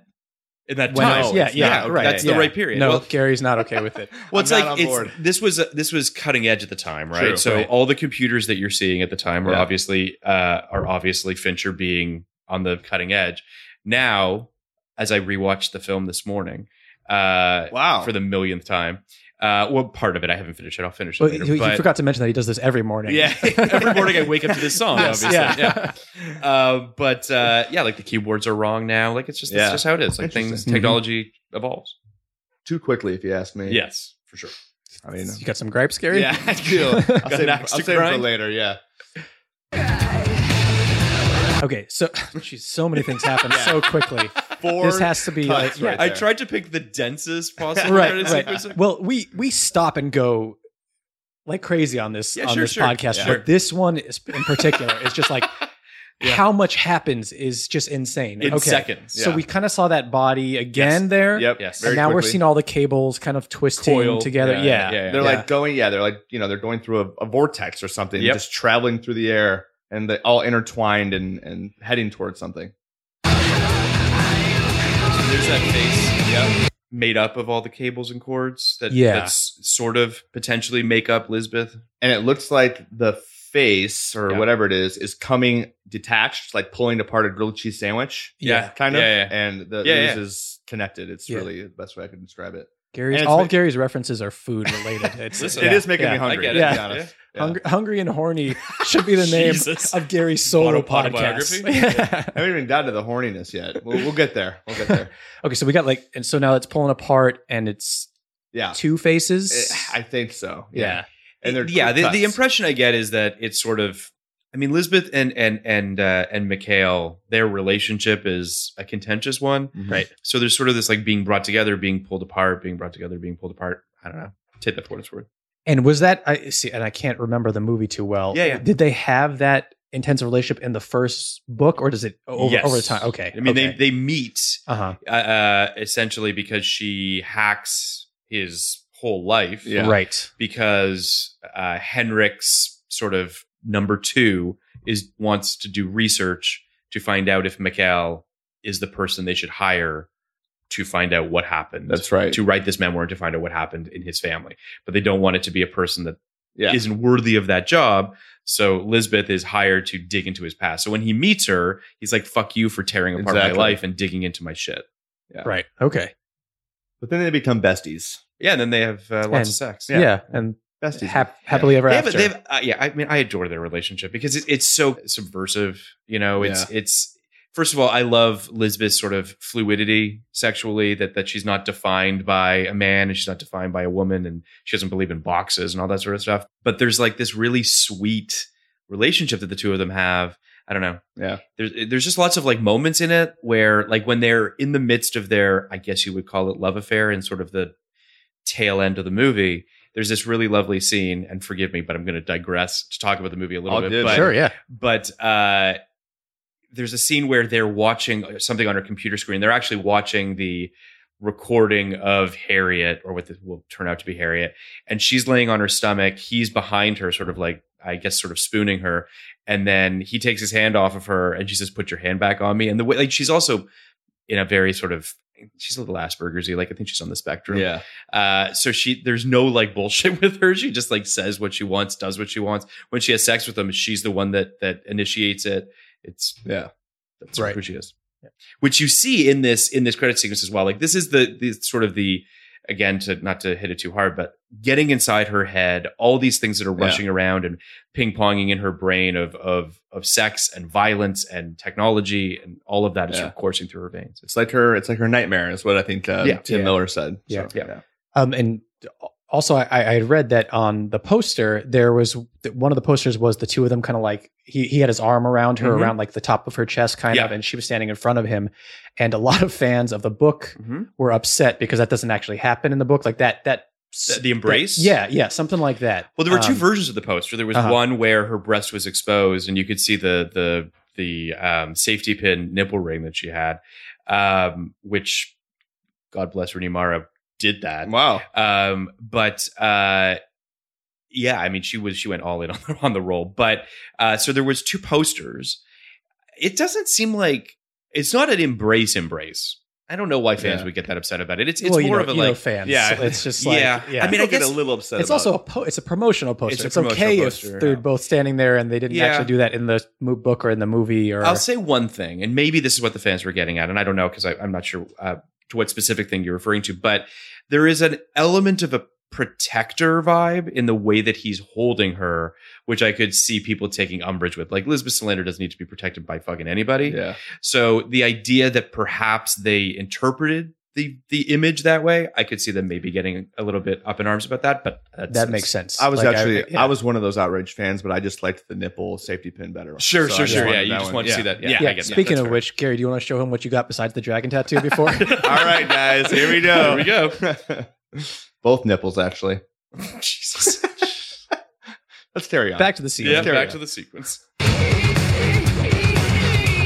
Speaker 2: in that
Speaker 4: when
Speaker 2: time?
Speaker 4: it's-
Speaker 1: Oh,
Speaker 4: yeah,
Speaker 2: it's
Speaker 4: yeah,
Speaker 2: not.
Speaker 4: right,
Speaker 2: That's
Speaker 4: yeah.
Speaker 2: the right period.
Speaker 4: No,
Speaker 2: Well,
Speaker 4: Gary's not okay with it.
Speaker 2: Well,
Speaker 1: I'm
Speaker 2: it's
Speaker 1: not
Speaker 2: like
Speaker 1: on board.
Speaker 2: it's, this was this was cutting edge at the time, right?
Speaker 1: True.
Speaker 2: so
Speaker 4: Right.
Speaker 2: all the computers that you're seeing at the time are
Speaker 1: Yeah.
Speaker 2: obviously uh, are obviously Fincher being on the cutting edge. Now, as I rewatched the film this morning uh,
Speaker 1: wow.
Speaker 2: for the millionth time, uh, well, part of it I haven't finished it. I'll finish it
Speaker 4: Well,
Speaker 2: later.
Speaker 4: you, you
Speaker 2: but-
Speaker 4: forgot to mention that he does this every morning.
Speaker 2: Yeah, every morning I wake up to this song.
Speaker 4: Yes,
Speaker 2: obviously,
Speaker 4: yeah.
Speaker 2: yeah. Uh, but uh, yeah, like the keyboards are wrong now. Like it's just
Speaker 1: Yeah.
Speaker 2: it's just how it is. Like things,
Speaker 4: Interesting. Mm-hmm.
Speaker 2: technology evolves.
Speaker 1: too quickly, if you ask me.
Speaker 2: Yes, for sure.
Speaker 1: I mean,
Speaker 4: You got some gripes, Gary?
Speaker 1: yeah, I do. I'll
Speaker 4: Got
Speaker 1: save,
Speaker 2: an
Speaker 1: I'll
Speaker 2: axe to
Speaker 1: save it for
Speaker 2: grind?
Speaker 1: later. Yeah.
Speaker 4: Okay, so geez, so many things happen so quickly.
Speaker 1: Four.
Speaker 4: This has to be like
Speaker 1: cuts
Speaker 4: yeah,
Speaker 1: right
Speaker 2: I
Speaker 1: there.
Speaker 2: tried to pick the densest possible
Speaker 4: Right,
Speaker 2: credit
Speaker 4: right.
Speaker 2: sequence.
Speaker 4: Well, we we stop and go like crazy on this
Speaker 2: Yeah,
Speaker 4: on
Speaker 2: sure,
Speaker 4: this
Speaker 2: sure.
Speaker 4: podcast,
Speaker 2: Yeah.
Speaker 4: but this one is, in particular is just like
Speaker 2: Yeah.
Speaker 4: how much happens is just insane.
Speaker 2: in
Speaker 4: okay,
Speaker 2: seconds.
Speaker 4: so
Speaker 1: Yeah.
Speaker 4: we kind of saw that body again there.
Speaker 1: Yep.
Speaker 2: Yes.
Speaker 4: And
Speaker 1: very
Speaker 4: now we're
Speaker 1: quickly.
Speaker 4: seeing all the cables kind of twisting
Speaker 2: Coil.
Speaker 4: together. Yeah.
Speaker 1: They're
Speaker 4: Yeah.
Speaker 1: like going, yeah, they're like, you know, they're going through a, a vortex or something,
Speaker 2: Yep.
Speaker 1: just traveling through the air and they all intertwined and, and heading towards something.
Speaker 2: there's that face. Yep. Made up of all the cables and cords that
Speaker 4: Yeah.
Speaker 2: that's sort of potentially make up Lisbeth.
Speaker 1: And it looks like the face or
Speaker 2: Yeah.
Speaker 1: whatever it is is coming detached, like pulling apart a grilled cheese sandwich,
Speaker 4: Yeah.
Speaker 1: kind of.
Speaker 2: Yeah, yeah.
Speaker 1: And the
Speaker 2: Yeah,
Speaker 1: this is connected. It's
Speaker 4: Yeah.
Speaker 1: really the best way I can describe it.
Speaker 4: Gary's
Speaker 1: And it's
Speaker 4: all
Speaker 1: ma-
Speaker 4: of Gary's references are food related. It's
Speaker 2: Listen,
Speaker 1: It is making
Speaker 4: yeah,
Speaker 1: me
Speaker 4: I
Speaker 1: hungry.
Speaker 2: I get it.
Speaker 1: to be
Speaker 4: Yeah.
Speaker 1: honest. Yeah.
Speaker 4: hungry, hungry and horny should be the name
Speaker 2: Jesus.
Speaker 4: of Gary's solo
Speaker 2: Auto-
Speaker 4: podcast.
Speaker 2: autobiography?
Speaker 4: Yeah.
Speaker 1: I haven't even gotten to the horniness yet. We'll, we'll get there. We'll get there.
Speaker 4: okay, so we got like, and so now it's pulling apart, and it's
Speaker 1: Yeah,
Speaker 4: two faces.
Speaker 2: Eh,
Speaker 1: I think so. Yeah,
Speaker 4: yeah,
Speaker 1: and they're
Speaker 2: yeah. The,
Speaker 1: quick
Speaker 2: the
Speaker 1: cuts.
Speaker 2: impression I get is that it's sort of. I mean, Lisbeth and and and uh, and Mikhail, their relationship is a contentious one,
Speaker 1: Mhm.
Speaker 2: right? So there's sort of this like being brought together, being pulled apart, being brought together, being pulled apart. I don't know. Take that for what it's worth.
Speaker 4: and was that I see? And I can't remember the movie too well.
Speaker 2: Yeah, yeah.
Speaker 4: Did they have that intense relationship in the first book, or does it over
Speaker 2: Yes.
Speaker 4: over time? Okay,
Speaker 2: I mean,
Speaker 4: okay.
Speaker 2: they they meet
Speaker 4: uh huh.
Speaker 2: uh, uh, essentially because she hacks his whole life.
Speaker 1: Yeah.
Speaker 4: Right.
Speaker 2: Because uh, Henrik's sort of number two is wants to do research to find out if Mikhail is the person they should hire to find out what happened.
Speaker 1: That's right.
Speaker 2: To write this memoir and to find out what happened in his family. But they don't want it to be a person that
Speaker 1: Yeah,
Speaker 2: isn't worthy of that job. So Lisbeth is hired to dig into his past. So when he meets her, he's like, fuck you for tearing apart
Speaker 1: Exactly.
Speaker 2: my life and digging into my shit.
Speaker 1: Yeah.
Speaker 4: Right. Okay.
Speaker 1: but then they become besties.
Speaker 2: Yeah, and then they have uh, lots
Speaker 4: And-
Speaker 2: of sex.
Speaker 4: Yeah, and
Speaker 1: Besties.
Speaker 4: hap- happily ever
Speaker 2: They have,
Speaker 4: after.
Speaker 2: they have, uh, yeah, I mean, I adore their relationship because it, it's so subversive. You know, it's it's first of all, I love Lisbeth's sort of fluidity sexually that that she's not defined by a man and she's not defined by a woman and she doesn't believe in boxes and all that sort of stuff. But there's like this really sweet relationship that the two of them have. I don't know.
Speaker 1: Yeah.
Speaker 2: There's eh, there's just lots of like moments in it where like when they're in the midst of their I guess you would call it love affair and sort of the tail end of the movie. There's this really lovely scene, and forgive me, but I'm going to digress to talk about the movie a little
Speaker 1: All
Speaker 2: bit.
Speaker 1: good.
Speaker 2: But,
Speaker 4: sure. Yeah.
Speaker 2: but uh, there's a scene where they're watching something on her computer screen. They're actually watching the recording of Harriet, or what this will turn out to be Harriet, and she's laying on her stomach. He's behind her, sort of like I guess, sort of spooning her, and then he takes his hand off of her, and she says, "Put your hand back on me." And the way, like, she's also in a very sort of she's a little Aspergersy. Like, I think she's on the spectrum.
Speaker 1: Yeah,
Speaker 2: Uh, so she, there's no like bullshit with her. She just like says what she wants, does what she wants. When she has sex with him, she's the one that that initiates it. It's
Speaker 1: yeah.
Speaker 2: that's
Speaker 4: Right.
Speaker 2: who she is. Which you see in this in this credit sequence as well. Like this is the the sort of the again to not to hit it too hard, but getting inside her head, all these things that are
Speaker 1: Yeah.
Speaker 2: rushing around and ping ponging in her brain of of of sex and violence and technology and all of that is
Speaker 1: Yeah.
Speaker 2: coursing through her veins.
Speaker 1: It's like her. It's like her nightmare. Is what I think uh,
Speaker 2: Yeah.
Speaker 1: Tim
Speaker 4: Yeah.
Speaker 1: Miller said.
Speaker 4: Yeah.
Speaker 1: So,
Speaker 2: Yeah.
Speaker 4: Um, and also, I, I had read that on the poster, there was one of the posters was the two of them kind of like he, he had his arm around her,
Speaker 2: Mhm.
Speaker 4: around like the top of her chest, kind of,
Speaker 2: Yeah.
Speaker 4: and she was standing in front of him. And a lot of fans of the book
Speaker 2: Mhm.
Speaker 4: were upset because that doesn't actually happen in the book. Like that, that,
Speaker 2: The- the embrace?
Speaker 4: yeah, yeah, something like that.
Speaker 2: Well, there were two
Speaker 4: Um,
Speaker 2: versions of the poster. There was
Speaker 4: uh-huh.
Speaker 2: one where her breast was exposed, and you could see the the the um, safety pin nipple ring that she had, um, which God bless Rooney Mara did that.
Speaker 1: Wow.
Speaker 2: Um, but uh, yeah, I mean, she was she went all in on the, on the role. But uh, so there was two posters. It doesn't seem like it's not an embrace embrace. I don't know why fans
Speaker 1: Yeah.
Speaker 2: would get that upset about it. It's it's
Speaker 4: well, you
Speaker 2: more
Speaker 4: know-
Speaker 2: of a
Speaker 4: you know
Speaker 2: like
Speaker 4: fans.
Speaker 1: yeah.
Speaker 4: So it's just like yeah.
Speaker 2: Yeah. I mean,
Speaker 1: People get
Speaker 2: guess-
Speaker 1: a little upset.
Speaker 4: it's
Speaker 1: about
Speaker 4: also a
Speaker 1: it.
Speaker 4: po- it's a promotional poster. It's,
Speaker 2: a
Speaker 4: okay
Speaker 2: promotional
Speaker 4: if
Speaker 2: poster,
Speaker 4: they're
Speaker 2: yeah.
Speaker 4: both standing there and they didn't
Speaker 2: Yeah.
Speaker 4: actually do that in the mo- book or in the movie or
Speaker 2: I'll say one thing, and maybe this is what the fans were getting at, and I don't know because I'm not sure uh, to what specific thing you're referring to, but there is an element of a protector vibe in the way that he's holding her, which I could see people taking umbrage with. Like Lisbeth Salander doesn't need to be protected by fucking anybody.
Speaker 1: yeah.
Speaker 2: So the idea that perhaps they interpreted the the image that way, I could see them maybe getting a little bit up in arms about that, but that's,
Speaker 4: that makes sense.
Speaker 1: I was
Speaker 4: Like,
Speaker 1: actually I,
Speaker 4: yeah.
Speaker 1: was one of those outraged fans, but I just liked the nipple safety pin better.
Speaker 2: Sure,
Speaker 1: So I
Speaker 2: sure,
Speaker 1: just
Speaker 2: sure.
Speaker 1: wanted
Speaker 2: Yeah, you
Speaker 1: that
Speaker 2: just
Speaker 1: one.
Speaker 2: want to see that. Yeah,
Speaker 4: Yeah.
Speaker 2: I get that.
Speaker 4: Speaking
Speaker 2: That's
Speaker 4: of
Speaker 2: fair.
Speaker 4: which, Gary, do you want to show him what you got besides the dragon tattoo before?
Speaker 1: All right, guys. Here we go.
Speaker 2: Here we go.
Speaker 1: Both nipples, actually.
Speaker 2: Jesus.
Speaker 1: Let's carry on.
Speaker 4: back to the scene.
Speaker 2: yeah,
Speaker 1: Carry
Speaker 2: back
Speaker 1: on.
Speaker 2: to the sequence.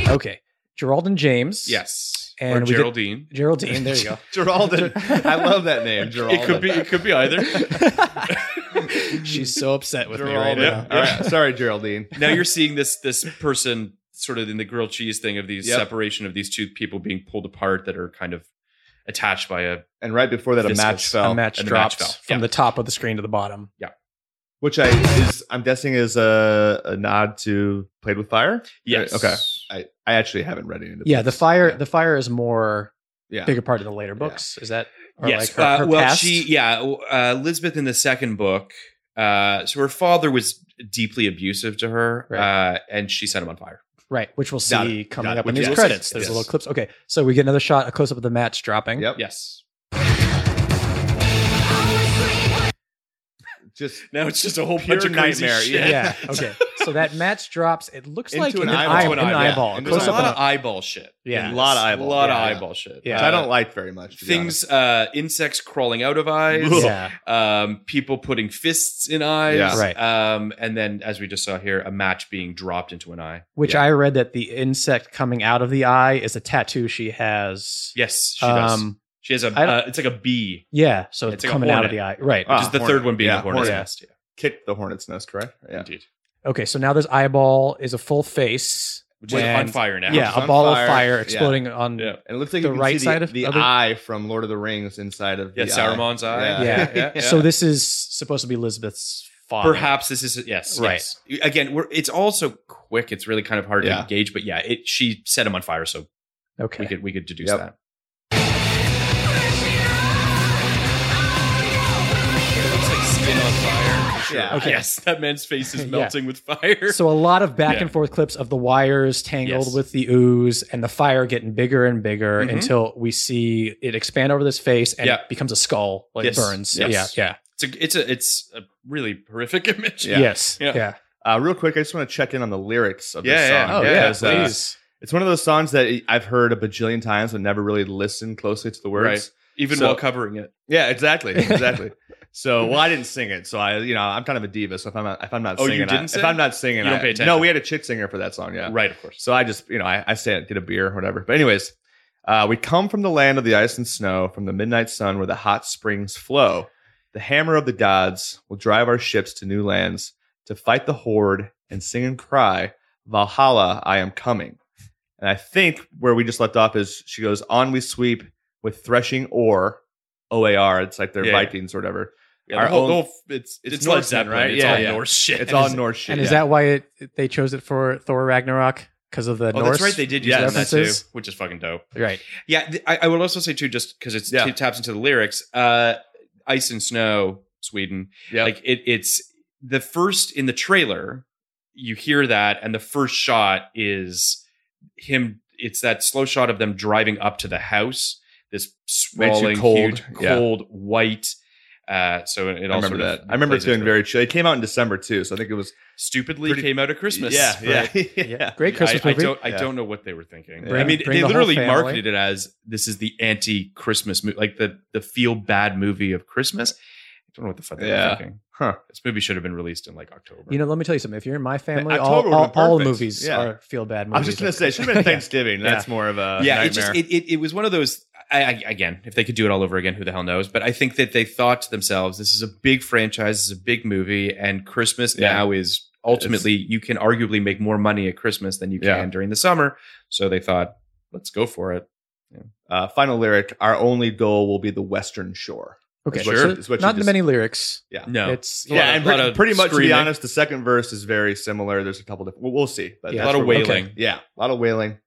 Speaker 4: Okay. Gerald and James.
Speaker 2: Yes.
Speaker 4: And
Speaker 2: or
Speaker 4: we did-
Speaker 2: Geraldine.
Speaker 4: Geraldine, there you go.
Speaker 1: Geraldine. I love that name, Geraldine.
Speaker 2: It could be it could be either.
Speaker 4: She's so upset with me right
Speaker 1: Geraldine.
Speaker 4: now.
Speaker 1: All right. Sorry, Geraldine.
Speaker 2: now you're seeing this this person sort of in the grilled cheese thing of these
Speaker 1: Yep.
Speaker 2: separation of these two people being pulled apart that are kind of attached by a
Speaker 1: And right before that, a
Speaker 2: This
Speaker 1: match
Speaker 2: was-
Speaker 1: fell,
Speaker 4: a match
Speaker 2: and the match
Speaker 4: drops
Speaker 2: fell.
Speaker 4: from
Speaker 2: Yeah.
Speaker 4: the top of the screen to the bottom.
Speaker 1: which I is I'm guessing is a, a nod to Played with Fire.
Speaker 2: yes.
Speaker 1: Okay. I I actually haven't read any of the
Speaker 4: Yeah, the
Speaker 1: books.
Speaker 4: fire
Speaker 1: Yeah.
Speaker 4: the fire is more
Speaker 1: Yeah.
Speaker 4: bigger part of the later books. Is that or Like
Speaker 2: yes.
Speaker 4: her, her
Speaker 2: uh, well,
Speaker 4: past?
Speaker 2: she yeah, uh, Elizabeth in the second book. Uh, so her father was deeply abusive to her, uh, and she set him on fire.
Speaker 4: right, which we'll
Speaker 1: Got
Speaker 4: see coming
Speaker 1: Got it.
Speaker 4: up in
Speaker 1: Which
Speaker 4: these
Speaker 1: we'll see.
Speaker 4: credits. There's
Speaker 1: Yes.
Speaker 4: little clips. Okay, so we get another shot, a close up of the match dropping.
Speaker 1: Yep.
Speaker 2: Yes.
Speaker 1: Just
Speaker 2: Now it's just a whole
Speaker 1: Pure
Speaker 2: bunch of crazy
Speaker 1: nightmare,
Speaker 2: shit.
Speaker 1: yeah.
Speaker 4: Yeah. Okay. so that match drops. It looks
Speaker 1: Into
Speaker 4: like
Speaker 1: an
Speaker 4: an,
Speaker 1: eyeball.
Speaker 4: eye-
Speaker 1: Into
Speaker 4: an
Speaker 1: an eyeball, yeah.
Speaker 4: eyeball.
Speaker 1: And
Speaker 2: There's
Speaker 4: Close
Speaker 2: a
Speaker 4: up
Speaker 2: lot
Speaker 4: on
Speaker 2: of eyeball shit.
Speaker 1: A
Speaker 4: Yeah.
Speaker 1: lot of
Speaker 2: A
Speaker 1: eyeball.
Speaker 2: lot
Speaker 1: Yeah.
Speaker 2: of eyeball shit. Uh,
Speaker 4: Yeah.
Speaker 1: which I don't like very much. to be
Speaker 2: Things, uh, insects crawling out of eyes.
Speaker 1: Ugh.
Speaker 4: yeah.
Speaker 2: um, people putting fists in eyes,
Speaker 1: Yeah.
Speaker 4: Right.
Speaker 2: Um, and then as we just saw here, a match being dropped into an eye.
Speaker 4: Which I read that the insect coming out of the eye is a tattoo she has.
Speaker 2: yes, she does.
Speaker 4: um,
Speaker 2: She has a
Speaker 4: I don't-
Speaker 2: uh, it's like a bee,
Speaker 4: Yeah. So
Speaker 2: It's
Speaker 4: it's,
Speaker 2: like a
Speaker 4: coming out of the eye.
Speaker 2: hornet.
Speaker 4: Right.
Speaker 2: which
Speaker 1: Ah,
Speaker 2: is the
Speaker 1: hornet.
Speaker 2: third one being
Speaker 1: Yeah,
Speaker 2: a hornet's
Speaker 4: hornet.
Speaker 2: nest. Yeah,
Speaker 1: kicked the hornet's nest, correct? Yeah.
Speaker 2: indeed.
Speaker 4: Okay. So now this eyeball is a full face.
Speaker 2: Which is
Speaker 4: and-
Speaker 2: on fire now.
Speaker 4: Yeah.
Speaker 1: It's
Speaker 4: A
Speaker 1: on
Speaker 4: ball
Speaker 1: fire.
Speaker 4: of fire
Speaker 1: Yeah.
Speaker 4: exploding on.
Speaker 2: Yeah.
Speaker 1: And it looks like
Speaker 4: The
Speaker 1: you can
Speaker 4: right
Speaker 1: see
Speaker 4: side
Speaker 1: the,
Speaker 4: of-
Speaker 1: the
Speaker 4: of it?
Speaker 1: eye from Lord of the Rings inside of
Speaker 2: Yeah,
Speaker 1: the
Speaker 2: Sauron's eye.
Speaker 1: Yeah.
Speaker 4: Yeah.
Speaker 2: Yeah, yeah.
Speaker 4: So this is supposed to be Elizabeth's father.
Speaker 2: Perhaps this is yes,
Speaker 4: Right.
Speaker 2: yes. Again, we're, it's all so quick. It's really kind of hard
Speaker 1: Yeah.
Speaker 2: to gauge, but yeah, it she set him on fire, so
Speaker 4: Okay.
Speaker 2: we could we could deduce
Speaker 1: Yep.
Speaker 2: that. It's like skin on fire. for sure.
Speaker 1: Yeah.
Speaker 4: Okay.
Speaker 2: Yes, that man's face is
Speaker 4: Yeah.
Speaker 2: melting with fire.
Speaker 4: So a lot of back
Speaker 2: Yeah.
Speaker 4: and forth clips of the wires tangled
Speaker 2: Yes.
Speaker 4: with the ooze and the fire getting bigger and bigger
Speaker 2: Mhm.
Speaker 4: until we see it expand over this face and
Speaker 2: Yeah.
Speaker 4: it becomes a skull, like
Speaker 2: Yes.
Speaker 4: burns.
Speaker 2: Yes.
Speaker 4: Yeah, yeah,
Speaker 2: It's a it's a it's a really horrific image.
Speaker 1: Yeah.
Speaker 4: yes,
Speaker 2: Yeah.
Speaker 4: yeah.
Speaker 1: eye. Uh, real quick, I just want to check in on the lyrics of this
Speaker 2: Yeah, yeah.
Speaker 1: song.
Speaker 4: Oh yeah,
Speaker 1: because, uh,
Speaker 4: please.
Speaker 1: it's one of those songs that I've heard a bajillion times and never really listened closely to the words.
Speaker 2: Right. Even
Speaker 1: So-
Speaker 2: while covering it.
Speaker 1: Yeah, exactly, exactly. so, well, I didn't sing it, so I, you know, I'm kind of a diva. So if I'm not, if I'm not
Speaker 2: Oh, you
Speaker 1: singing, I-
Speaker 2: didn't
Speaker 1: if
Speaker 2: sing?
Speaker 1: I'm not singing,
Speaker 2: You don't
Speaker 1: I-
Speaker 2: pay attention.
Speaker 1: No, we had a chick singer for that song. Yeah,
Speaker 2: Right, of course.
Speaker 1: So I just, you know, I, I say it, get a beer, whatever. But anyways, uh, we come from the land of the ice and snow, from the midnight sun where the hot springs flow. The hammer of the gods will drive our ships to new lands to fight the horde and sing and cry, Valhalla, I am coming. And I think where we just left off is she goes, On we sweep with threshing ore, OAR. It's like they're
Speaker 2: Yeah.
Speaker 1: Vikings or whatever.
Speaker 2: Yeah,
Speaker 1: Our
Speaker 2: the whole,
Speaker 1: own-
Speaker 2: the whole- it's it's,
Speaker 1: it's
Speaker 2: Led
Speaker 1: Norsemen,
Speaker 2: Zeppelin,
Speaker 1: right?
Speaker 2: It's
Speaker 1: Yeah,
Speaker 2: all
Speaker 1: yeah.
Speaker 2: Norse shit.
Speaker 1: It's
Speaker 4: And
Speaker 1: all
Speaker 4: is-
Speaker 1: Norse shit.
Speaker 4: and is
Speaker 1: yeah.
Speaker 4: that why it, they chose it for Thor Ragnarok because of the
Speaker 2: Oh,
Speaker 4: Norse?
Speaker 2: that's right. They did use
Speaker 1: Yes.
Speaker 2: that in that
Speaker 4: references?
Speaker 2: too, which is fucking dope.
Speaker 4: Right.
Speaker 2: Yeah, th- I, I would also say too, just because it's
Speaker 1: Yeah.
Speaker 2: it taps into the lyrics. Uh, ice and snow, Sweden.
Speaker 1: Yep.
Speaker 2: Like it, it's the first in the trailer. You hear that, and the first shot is him. It's that slow shot of them driving up to the house. This swelling,
Speaker 1: cold.
Speaker 2: huge,
Speaker 1: Yeah.
Speaker 2: cold, white. Uh, so it
Speaker 1: I
Speaker 2: also
Speaker 1: remember that. I remember it feeling very chill. It came out in December too, so I think it was
Speaker 2: stupidly
Speaker 1: pretty-
Speaker 2: came out of Christmas.
Speaker 1: Yeah, yeah, yeah.
Speaker 4: Yeah. Great Christmas
Speaker 2: I, I
Speaker 4: movie.
Speaker 2: don't. I
Speaker 1: Yeah.
Speaker 2: don't know what they were thinking.
Speaker 1: Bring-
Speaker 2: I mean,
Speaker 4: bring
Speaker 2: they
Speaker 4: the whole
Speaker 2: literally
Speaker 4: family.
Speaker 2: marketed it as this is the anti-Christmas movie, like the the feel bad movie of Christmas. I don't know what the fuck they
Speaker 1: Yeah.
Speaker 2: were thinking.
Speaker 1: Huh.
Speaker 2: This movie should have been released in like October.
Speaker 4: You know, let me tell you something. If you're in my family,
Speaker 1: October
Speaker 4: all,
Speaker 1: would've
Speaker 4: all,
Speaker 1: been
Speaker 4: all
Speaker 1: perfect.
Speaker 4: movies
Speaker 1: Yeah.
Speaker 4: are feel bad.
Speaker 1: I
Speaker 4: movies.
Speaker 1: was just gonna say, it should have been Thanksgiving. That's more of
Speaker 4: uh,
Speaker 1: a
Speaker 2: yeah,
Speaker 1: Nightmare.
Speaker 2: it just it, it it was one of those. I, I again, if they could do it all over again, who the hell knows? But I think that they thought to themselves, this is a big franchise, this is a big movie, and Christmas
Speaker 1: Yeah.
Speaker 2: now is ultimately you can arguably make more money at Christmas than you can
Speaker 1: Yeah.
Speaker 2: during the summer. So they thought, let's go for it.
Speaker 1: Uh, final lyric: Our only goal will be the Western Shore.
Speaker 4: okay,
Speaker 1: It's what-
Speaker 4: so
Speaker 1: it's what you
Speaker 4: not
Speaker 1: just-
Speaker 4: many lyrics.
Speaker 2: No,
Speaker 4: It's
Speaker 2: Yeah,
Speaker 1: Yeah,
Speaker 2: lot of-
Speaker 1: and
Speaker 2: lot
Speaker 1: pretty,
Speaker 2: of
Speaker 1: pretty much to be
Speaker 2: screaming.
Speaker 1: honest, the second verse is very similar. There's a couple different. We'll, we'll see, but
Speaker 4: Yeah.
Speaker 2: a
Speaker 1: that's
Speaker 2: lot of
Speaker 1: where we're-
Speaker 2: wailing.
Speaker 1: Yeah, a lot of wailing.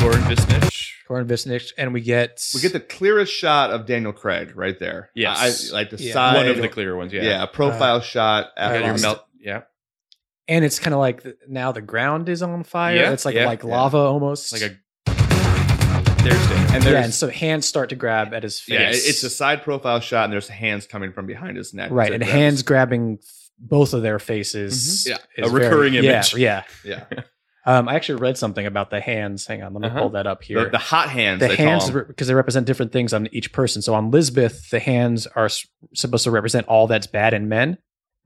Speaker 2: Goran Visnich.
Speaker 4: Corin Visnich, and we get
Speaker 1: We get the clearest shot of Daniel Craig right there.
Speaker 2: Yes.
Speaker 1: I, I- like the
Speaker 4: Yeah.
Speaker 1: side.
Speaker 2: One of the clearer ones, yeah.
Speaker 1: yeah, profile shot.
Speaker 4: I
Speaker 2: You got
Speaker 1: After
Speaker 2: your
Speaker 4: lost
Speaker 2: melt, yeah.
Speaker 4: and it's kind of like the, now the ground is on fire.
Speaker 2: Yeah,
Speaker 4: it's like
Speaker 2: yeah,
Speaker 4: like
Speaker 1: yeah.
Speaker 4: lava almost.
Speaker 2: Like a Thursday.
Speaker 1: and
Speaker 4: yeah, and
Speaker 1: there's
Speaker 4: so hands start to grab at his face.
Speaker 1: yeah, it- it's a side profile shot, and there's hands coming from behind his neck.
Speaker 4: right,
Speaker 1: So
Speaker 4: and
Speaker 1: that's-
Speaker 4: hands grabbing both of their faces.
Speaker 1: Mhm.
Speaker 4: is
Speaker 2: A recurring
Speaker 4: very-
Speaker 2: image.
Speaker 4: Yeah,
Speaker 1: Yeah,
Speaker 4: yeah. Um, I actually read something about the hands. Hang on, let me
Speaker 2: Uh-huh.
Speaker 4: pull that up here.
Speaker 1: the, the hot hands.
Speaker 4: the
Speaker 1: they call
Speaker 4: hands
Speaker 1: them.
Speaker 4: because they represent different things on each person. So on Lisbeth, the hands are s- supposed to represent all that's bad in men,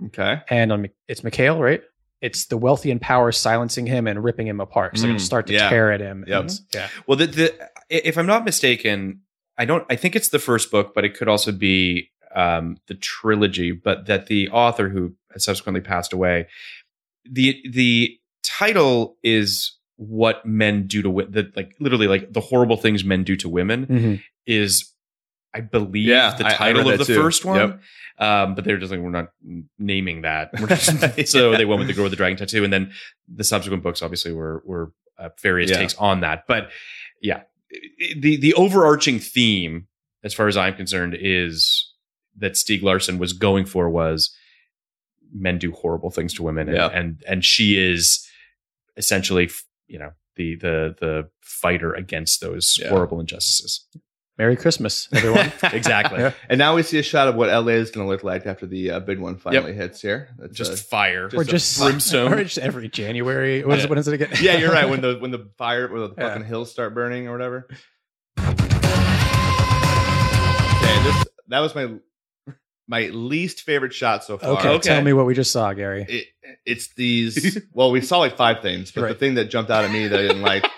Speaker 1: Okay.
Speaker 4: and on Mi- it's Mikhail, right? It's the wealthy in power silencing him and ripping him apart. So they're
Speaker 1: Mm,
Speaker 4: going to start to
Speaker 1: yeah.
Speaker 4: tear at him. Mm-hmm.
Speaker 1: Yep.
Speaker 4: and- yeah.
Speaker 2: Well, the, the i- if I'm not mistaken, I don't. I think it's the first book, but it could also be um, the trilogy. But that the author who has subsequently passed away, the the title is what men do to wo- the like literally like the horrible things men do to women
Speaker 4: Mhm.
Speaker 2: is. I believe
Speaker 1: Yeah,
Speaker 2: the
Speaker 1: I- I
Speaker 2: title
Speaker 1: read
Speaker 2: of the
Speaker 1: that too.
Speaker 2: first one, um, but they're just like we're not naming that. We're just- so
Speaker 1: Yeah.
Speaker 2: they went with the girl with the dragon tattoo, and then the subsequent books obviously were were uh, various
Speaker 1: Yeah.
Speaker 2: takes on that. But the the overarching theme, as far as I'm concerned, is that Stieg Larsson was going for was men do horrible things to women, and
Speaker 1: Yeah.
Speaker 2: and, and she is essentially, you know, the the the fighter against those
Speaker 1: Yeah.
Speaker 2: horrible injustices.
Speaker 4: Merry Christmas, everyone.
Speaker 2: exactly,
Speaker 4: Yeah.
Speaker 1: And now we see a shot of what LA is going to look like after the uh, big one finally hits here. That's
Speaker 2: just
Speaker 1: uh,
Speaker 2: fire.
Speaker 1: just
Speaker 4: or
Speaker 1: a
Speaker 4: just
Speaker 2: brimstone.
Speaker 4: Or just every January. What is,
Speaker 2: Yeah.
Speaker 4: when is it again?
Speaker 1: yeah, you're right. When the when the fire when the
Speaker 4: Yeah.
Speaker 1: fucking hills start burning or whatever. Okay, this that was my my least favorite shot so far.
Speaker 4: okay,
Speaker 2: Okay.
Speaker 4: tell me what we just saw, Gary.
Speaker 1: It, it's these. Well, we saw like five things, but the
Speaker 4: Right.
Speaker 1: thing that jumped out at me that I didn't like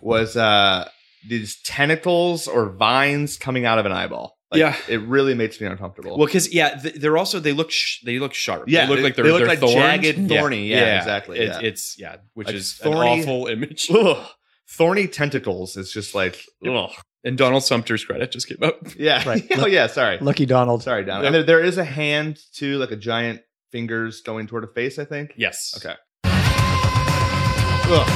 Speaker 1: was uh these tentacles or vines coming out of an eyeball. Like,
Speaker 2: Yeah.
Speaker 1: it really makes me uncomfortable.
Speaker 2: well, because yeah, th- they're also they look sh- they look sharp.
Speaker 1: Yeah,
Speaker 2: they look
Speaker 1: they-
Speaker 2: like they're
Speaker 1: they look
Speaker 2: they're
Speaker 1: like
Speaker 2: thorned.
Speaker 1: jagged, thorny. Yeah, exactly,
Speaker 2: It-
Speaker 1: yeah.
Speaker 2: It's yeah, which
Speaker 1: Like
Speaker 2: is
Speaker 1: thorny-
Speaker 2: an awful image.
Speaker 1: Ugh. thorny tentacles is just like, ugh.
Speaker 2: And Donald Sumter's credit just came up.
Speaker 1: yeah,
Speaker 4: Right.
Speaker 1: oh yeah. Sorry,
Speaker 4: Lucky Donald.
Speaker 1: Sorry, Don. And there, there is a hand too, like a giant fingers going toward a face. I think.
Speaker 2: Yes.
Speaker 1: Okay. Ugh,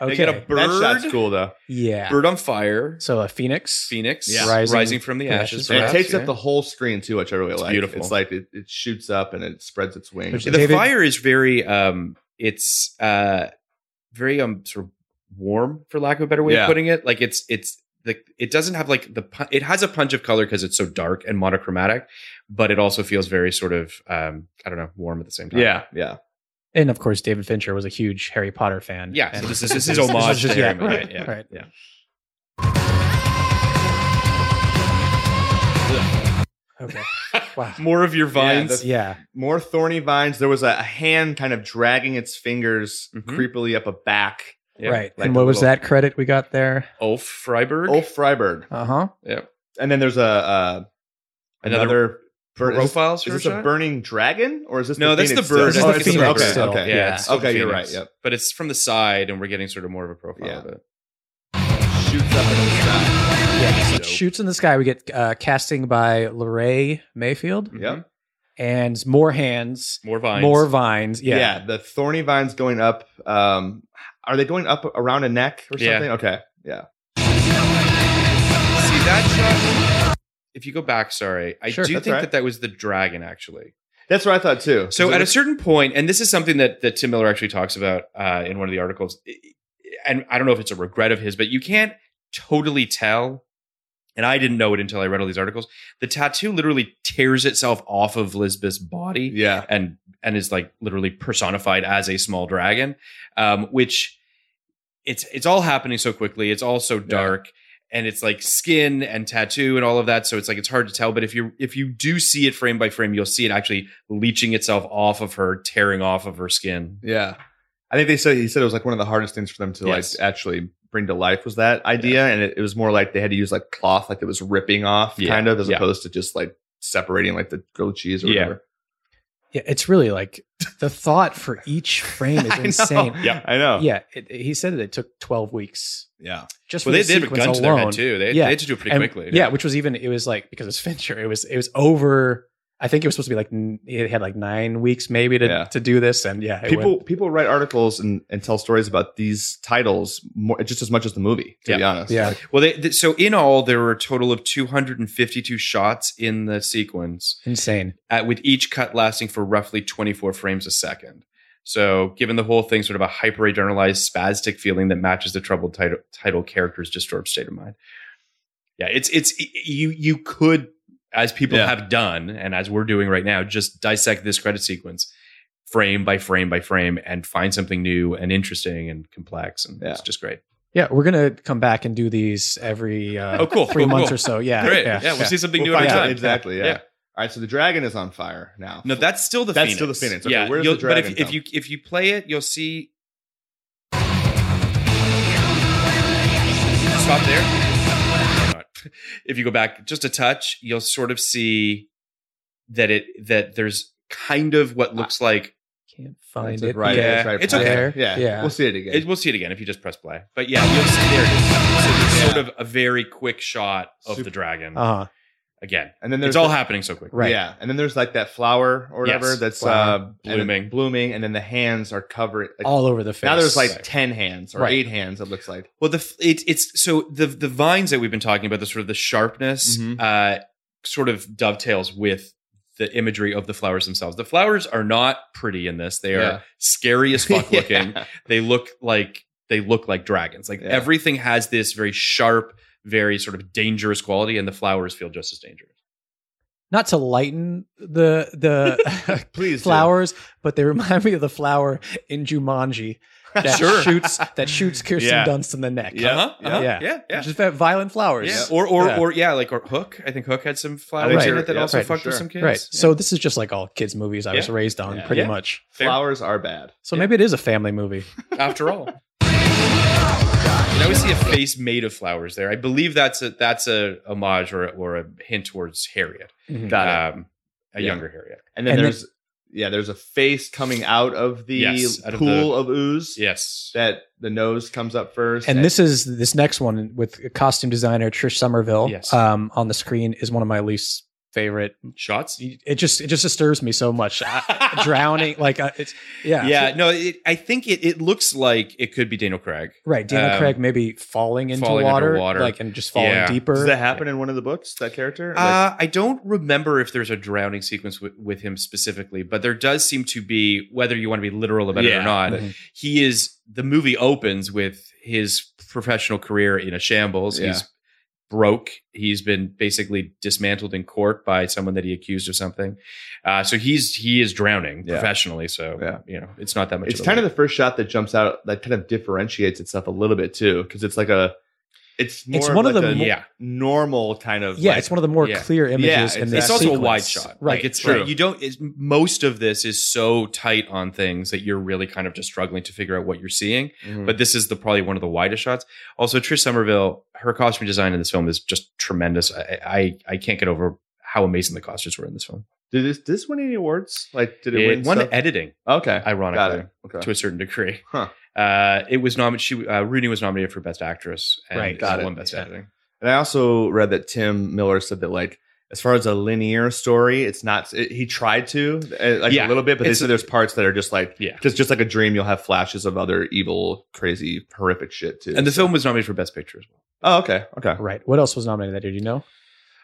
Speaker 4: Okay.
Speaker 2: They get a bird.
Speaker 1: that shot's cool though.
Speaker 4: yeah.
Speaker 2: Bird on fire.
Speaker 4: So a phoenix.
Speaker 2: Phoenix.
Speaker 1: Yeah.
Speaker 2: Rising,
Speaker 4: Rising
Speaker 2: from the
Speaker 4: from
Speaker 2: ashes.
Speaker 4: ashes,
Speaker 1: And it
Speaker 2: perhaps,
Speaker 1: takes
Speaker 2: yeah.
Speaker 1: up the whole screen too, which I really like.
Speaker 2: beautiful.
Speaker 1: It's like it, it shoots up and it spreads its wings.
Speaker 4: Which-
Speaker 2: the
Speaker 4: David-
Speaker 2: fire is very um it's uh very um sort of warm for lack of a better way
Speaker 1: Yeah.
Speaker 2: of putting it. Like it's it's the it doesn't have like the pu- it has a punch of color because it's so dark and monochromatic, but it also feels very sort of um I don't know, warm at the same time.
Speaker 1: yeah, yeah.
Speaker 4: And of course, David Fincher was a huge Harry Potter fan.
Speaker 2: Yeah.
Speaker 4: And
Speaker 2: So this is this is homage
Speaker 4: just-
Speaker 2: to
Speaker 4: yeah,
Speaker 2: Harry Potter,
Speaker 4: right,
Speaker 2: yeah.
Speaker 4: right.
Speaker 2: Yeah.
Speaker 4: okay. Wow.
Speaker 2: More of your vines.
Speaker 4: Yeah.
Speaker 1: More thorny vines. There was a, a hand kind of dragging its fingers
Speaker 2: Mhm.
Speaker 1: creepily up a back.
Speaker 2: Yeah.
Speaker 4: Right.
Speaker 1: Like
Speaker 4: and
Speaker 1: the
Speaker 4: what was
Speaker 1: little-
Speaker 4: that credit we got there?
Speaker 2: Ulf Freiberg.
Speaker 1: Oh, Freiberg.
Speaker 4: Uh huh.
Speaker 1: And then there's a uh, another.
Speaker 2: Another
Speaker 1: bird. Is this-
Speaker 2: profile
Speaker 1: Is this a
Speaker 2: sort of shot?
Speaker 1: burning dragon or is this?
Speaker 2: No,
Speaker 1: the
Speaker 2: that's the
Speaker 1: phoenix
Speaker 2: bird.
Speaker 1: still?
Speaker 4: That's the
Speaker 1: it's
Speaker 4: phoenix
Speaker 1: okay,
Speaker 4: still.
Speaker 1: Okay,
Speaker 4: Yeah.
Speaker 2: it's still
Speaker 1: Okay, you're
Speaker 2: Phoenix.
Speaker 1: right, yep.
Speaker 2: But it's from the side, and we're getting sort of more of a profile
Speaker 1: Yeah.
Speaker 2: of it.
Speaker 1: Shoots up and it's shot.
Speaker 4: Yeah.
Speaker 1: Oh,
Speaker 4: so it
Speaker 2: Dope.
Speaker 4: shoots in the sky. We get uh, casting by Lorraine Mayfield
Speaker 1: Yep.
Speaker 2: Mhm.
Speaker 4: and more hands,
Speaker 2: More vines.
Speaker 4: more vines. Yeah.
Speaker 1: Yeah. the thorny vines going up. Um, are they going up around a neck or
Speaker 2: Yeah.
Speaker 1: something? Okay, yeah.
Speaker 2: See that shot. If you go back, sorry, I
Speaker 4: Sure,
Speaker 2: do
Speaker 1: that's
Speaker 2: think
Speaker 1: all right.
Speaker 2: that that was the dragon actually.
Speaker 1: That's what I thought too.
Speaker 2: So
Speaker 1: Is it
Speaker 2: at a
Speaker 1: was-
Speaker 2: certain point, and this is something that that Tim Miller actually talks about uh, in one of the articles, and I don't know if it's a regret of his, but you can't totally tell. And I didn't know it until I read all these articles. The tattoo literally tears itself off of Lisbeth's body.
Speaker 1: yeah,
Speaker 2: and and is like literally personified as a small dragon um which it's it's all happening so quickly it's all so dark and it's like skin and tattoo and all of that so it's like it's hard to tell but if you if you do see it frame by frame you'll see it actually leeching itself off of her tearing off of her skin
Speaker 1: yeah. I think they said he said it was like one of the hardest things for them to
Speaker 2: Yes.
Speaker 1: like actually bring to life was that idea, and it, it was more like they had to use like cloth, like it was ripping off,
Speaker 2: Yeah.
Speaker 1: kind of, as
Speaker 2: Yeah.
Speaker 1: opposed to just like separating like the grilled cheese or
Speaker 2: Yeah.
Speaker 1: whatever.
Speaker 4: Yeah, It's really like the thought for each frame
Speaker 1: I
Speaker 4: is
Speaker 1: know.
Speaker 4: insane.
Speaker 2: Yep.
Speaker 1: I know.
Speaker 4: Yeah. It, he said that it took 12 weeks
Speaker 1: yeah.
Speaker 4: just for
Speaker 2: well they,
Speaker 4: this
Speaker 2: they had a
Speaker 4: sequence
Speaker 2: gun to their
Speaker 4: alone.
Speaker 2: head too they,
Speaker 4: Yeah.
Speaker 2: they had to do it pretty
Speaker 4: And-
Speaker 2: quickly
Speaker 4: Yeah, which was even it was like because it's Fincher, it was it was over. I think it was supposed to be like n- it had like nine weeks maybe to,
Speaker 1: Yeah.
Speaker 4: to do this, and yeah, it
Speaker 1: People
Speaker 4: went-
Speaker 1: people write articles and, and tell stories about these titles more just as much as the movie. To
Speaker 2: Yeah.
Speaker 1: be honest,
Speaker 4: yeah,
Speaker 2: well they, th- so in all there were a total of 252 shots in the sequence
Speaker 4: insane.
Speaker 2: at, with each cut lasting for roughly 24 frames a second. So, given the whole thing sort of a hyper adrenalized spastic feeling that matches the troubled title, title character's disturbed state of mind. Yeah, it's it's y- you you could as people
Speaker 1: Yeah.
Speaker 2: have done and as we're doing right now just dissect this credit sequence frame by frame by frame and find something new and interesting and complex and it's
Speaker 1: Yeah.
Speaker 2: just great.
Speaker 4: Yeah, we're gonna come back and do these every uh,
Speaker 2: Oh, cool,
Speaker 4: three
Speaker 2: cool,
Speaker 4: months
Speaker 2: cool.
Speaker 4: or so. Yeah,
Speaker 2: great.
Speaker 4: yeah,
Speaker 2: Yeah, we'll see something
Speaker 1: We'll
Speaker 2: new every
Speaker 1: find out.
Speaker 2: time.
Speaker 1: Exactly. Yeah.
Speaker 2: Yeah.
Speaker 1: All right. So the dragon is on fire now.
Speaker 2: No, that's still the
Speaker 1: That's
Speaker 2: Phoenix.
Speaker 1: still the Phoenix. Okay,
Speaker 2: yeah,
Speaker 1: where does
Speaker 2: you'll-
Speaker 1: the
Speaker 2: but if,
Speaker 1: dragon
Speaker 2: if you if you play it, you'll see. Stop there. Why not? If you go back just a touch, you'll sort of see that it that there's kind of what looks
Speaker 1: Ah.
Speaker 2: like.
Speaker 4: Can't find
Speaker 1: That's
Speaker 4: it.
Speaker 1: Right.
Speaker 4: yet.
Speaker 1: that's right.
Speaker 2: It's okay.
Speaker 4: There.
Speaker 1: Yeah.
Speaker 4: Yeah.
Speaker 1: We'll see it again.
Speaker 2: It, we'll see it again if you just press play. But yeah, you'll see there. It is. So it's sort of a very quick shot of
Speaker 1: Super-
Speaker 2: the dragon.
Speaker 4: Uh-huh.
Speaker 2: again.
Speaker 1: Uh, And then there's
Speaker 2: It's all
Speaker 1: the-
Speaker 2: happening so quick.
Speaker 4: Right.
Speaker 1: Yeah, and then there's like that flower or whatever
Speaker 2: Yes.
Speaker 1: that's
Speaker 4: Flower.
Speaker 1: uh, and then
Speaker 2: Blooming.
Speaker 1: blooming, and then the hands are covered. like,
Speaker 4: all over the face.
Speaker 1: now there's like ten hands or
Speaker 4: Right.
Speaker 1: eight hands. It looks like
Speaker 2: Well, the f- it, it's so the the vines that we've been talking about, the sort of the sharpness,
Speaker 1: Mhm.
Speaker 2: uh, sort of dovetails with the imagery of the flowers themselves. The flowers are not pretty in this; they are
Speaker 1: Yeah.
Speaker 2: scary as fuck looking.
Speaker 1: Yeah.
Speaker 2: They look like they look like dragons. Like
Speaker 1: Yeah.
Speaker 2: everything has this very sharp, very sort of dangerous quality, and the flowers feel just as dangerous.
Speaker 4: not to lighten the the
Speaker 1: Please do.
Speaker 4: flowers, but they remind me of the flower in Jumanji that
Speaker 2: Sure.
Speaker 4: shoots that shoots Kirsten
Speaker 2: Yeah.
Speaker 4: Dunst in the neck.
Speaker 1: Yeah.
Speaker 2: Uh-huh, uh-huh,
Speaker 4: Yeah.
Speaker 2: yeah, yeah.
Speaker 4: Just that violent flowers.
Speaker 2: Yeah, or or
Speaker 4: Yeah.
Speaker 2: or yeah, like or Hook. I think Hook had some flowers
Speaker 4: Right.
Speaker 2: in it that
Speaker 1: Yeah,
Speaker 2: also
Speaker 1: right,
Speaker 2: fucked
Speaker 1: sure.
Speaker 2: with some kids.
Speaker 4: Right.
Speaker 2: Yeah.
Speaker 4: So this is just like all kids' movies I was
Speaker 2: Yeah.
Speaker 4: raised on,
Speaker 1: Yeah.
Speaker 4: pretty
Speaker 2: Yeah.
Speaker 4: much.
Speaker 2: Fair.
Speaker 1: flowers are bad.
Speaker 4: So maybe it is a family movie.
Speaker 2: after all. And I always see a face made of flowers there. I believe that's a that's a homage or a, or a hint towards Harriet,
Speaker 4: Mm-hmm.
Speaker 2: um, a
Speaker 1: Yeah.
Speaker 2: younger Harriet.
Speaker 1: And then
Speaker 4: And the-
Speaker 1: there's yeah, there's a face coming out of the
Speaker 2: Yes, out of
Speaker 1: pool of, ooze.
Speaker 2: Yes,
Speaker 1: That the nose comes up first.
Speaker 4: And this is this next one with costume designer Trish Somerville
Speaker 2: Yes.
Speaker 4: um, on the screen is one of my least favorite.
Speaker 2: shots. Ah.
Speaker 4: It just it just disturbs me so much. I- Drowning, like I, it's yeah,
Speaker 2: yeah, no, it, I think it it looks like it could be Daniel Craig.
Speaker 4: right. Daniel
Speaker 2: Um,
Speaker 4: Craig maybe falling into
Speaker 2: falling
Speaker 4: water,
Speaker 2: underwater.
Speaker 4: like and just falling
Speaker 2: Yeah.
Speaker 4: deeper.
Speaker 1: does that happen in one of the books? That character? Like-
Speaker 2: Uh, I don't remember if there's a drowning sequence with, with him specifically, but there does seem to be, whether you want to be literal about it
Speaker 1: Yeah.
Speaker 2: or not,
Speaker 4: Mhm.
Speaker 2: he is, the movie opens with his professional career in a shambles.
Speaker 1: Yeah.
Speaker 2: He's broke. He's been basically dismantled in court by someone that he accused of something. Uh, so he's, he is drowning
Speaker 1: Yeah.
Speaker 2: professionally. So,
Speaker 1: Yeah.
Speaker 2: you know, it's not that much.
Speaker 1: it's kind of the first shot that jumps out that kind of differentiates itself a little bit too, because it's like a it's more
Speaker 4: It's one of
Speaker 1: like
Speaker 4: the
Speaker 1: a
Speaker 4: mo-
Speaker 2: yeah.
Speaker 1: normal kind of
Speaker 4: Yeah,
Speaker 1: like-
Speaker 4: it's one of the more
Speaker 2: yeah.
Speaker 4: clear images in
Speaker 1: exactly.
Speaker 4: this.
Speaker 2: it's also a
Speaker 4: sequence.
Speaker 2: wide shot.
Speaker 4: right?
Speaker 2: Like it's
Speaker 1: True.
Speaker 2: true. You don't. It's, most of this is so tight on things that you're really kind of just struggling to figure out what you're seeing.
Speaker 1: Mhm.
Speaker 2: But this is the probably one of the widest shots. Also, Trish Somerville, her costume design in this film is just tremendous. I I, I can't get over how amazing the costumes were in this film.
Speaker 1: Did this, did this win any awards? Like, did it, win?
Speaker 2: won
Speaker 1: stuff?
Speaker 2: editing,
Speaker 1: okay, got
Speaker 2: ironically,
Speaker 1: it. Okay,
Speaker 2: to a certain degree.
Speaker 1: Huh.
Speaker 2: Uh, it was nominated. She uh, Rooney was nominated for best actress. And
Speaker 4: Right.
Speaker 2: she
Speaker 1: Got it.
Speaker 2: Won best
Speaker 4: Yeah.
Speaker 2: editing.
Speaker 1: and I also read that Tim Miller said that like. As far as a linear story, it's not. It, he tried to uh, like
Speaker 2: Yeah.
Speaker 1: a little bit, but they
Speaker 2: It's-
Speaker 1: said there's parts that are just like
Speaker 2: Yeah.
Speaker 1: just just like a dream. You'll have flashes of other evil, crazy, horrific shit too.
Speaker 2: And the film was nominated for best picture as well.
Speaker 1: Oh, okay, okay.
Speaker 4: Right. What else was nominated? That year? do you know?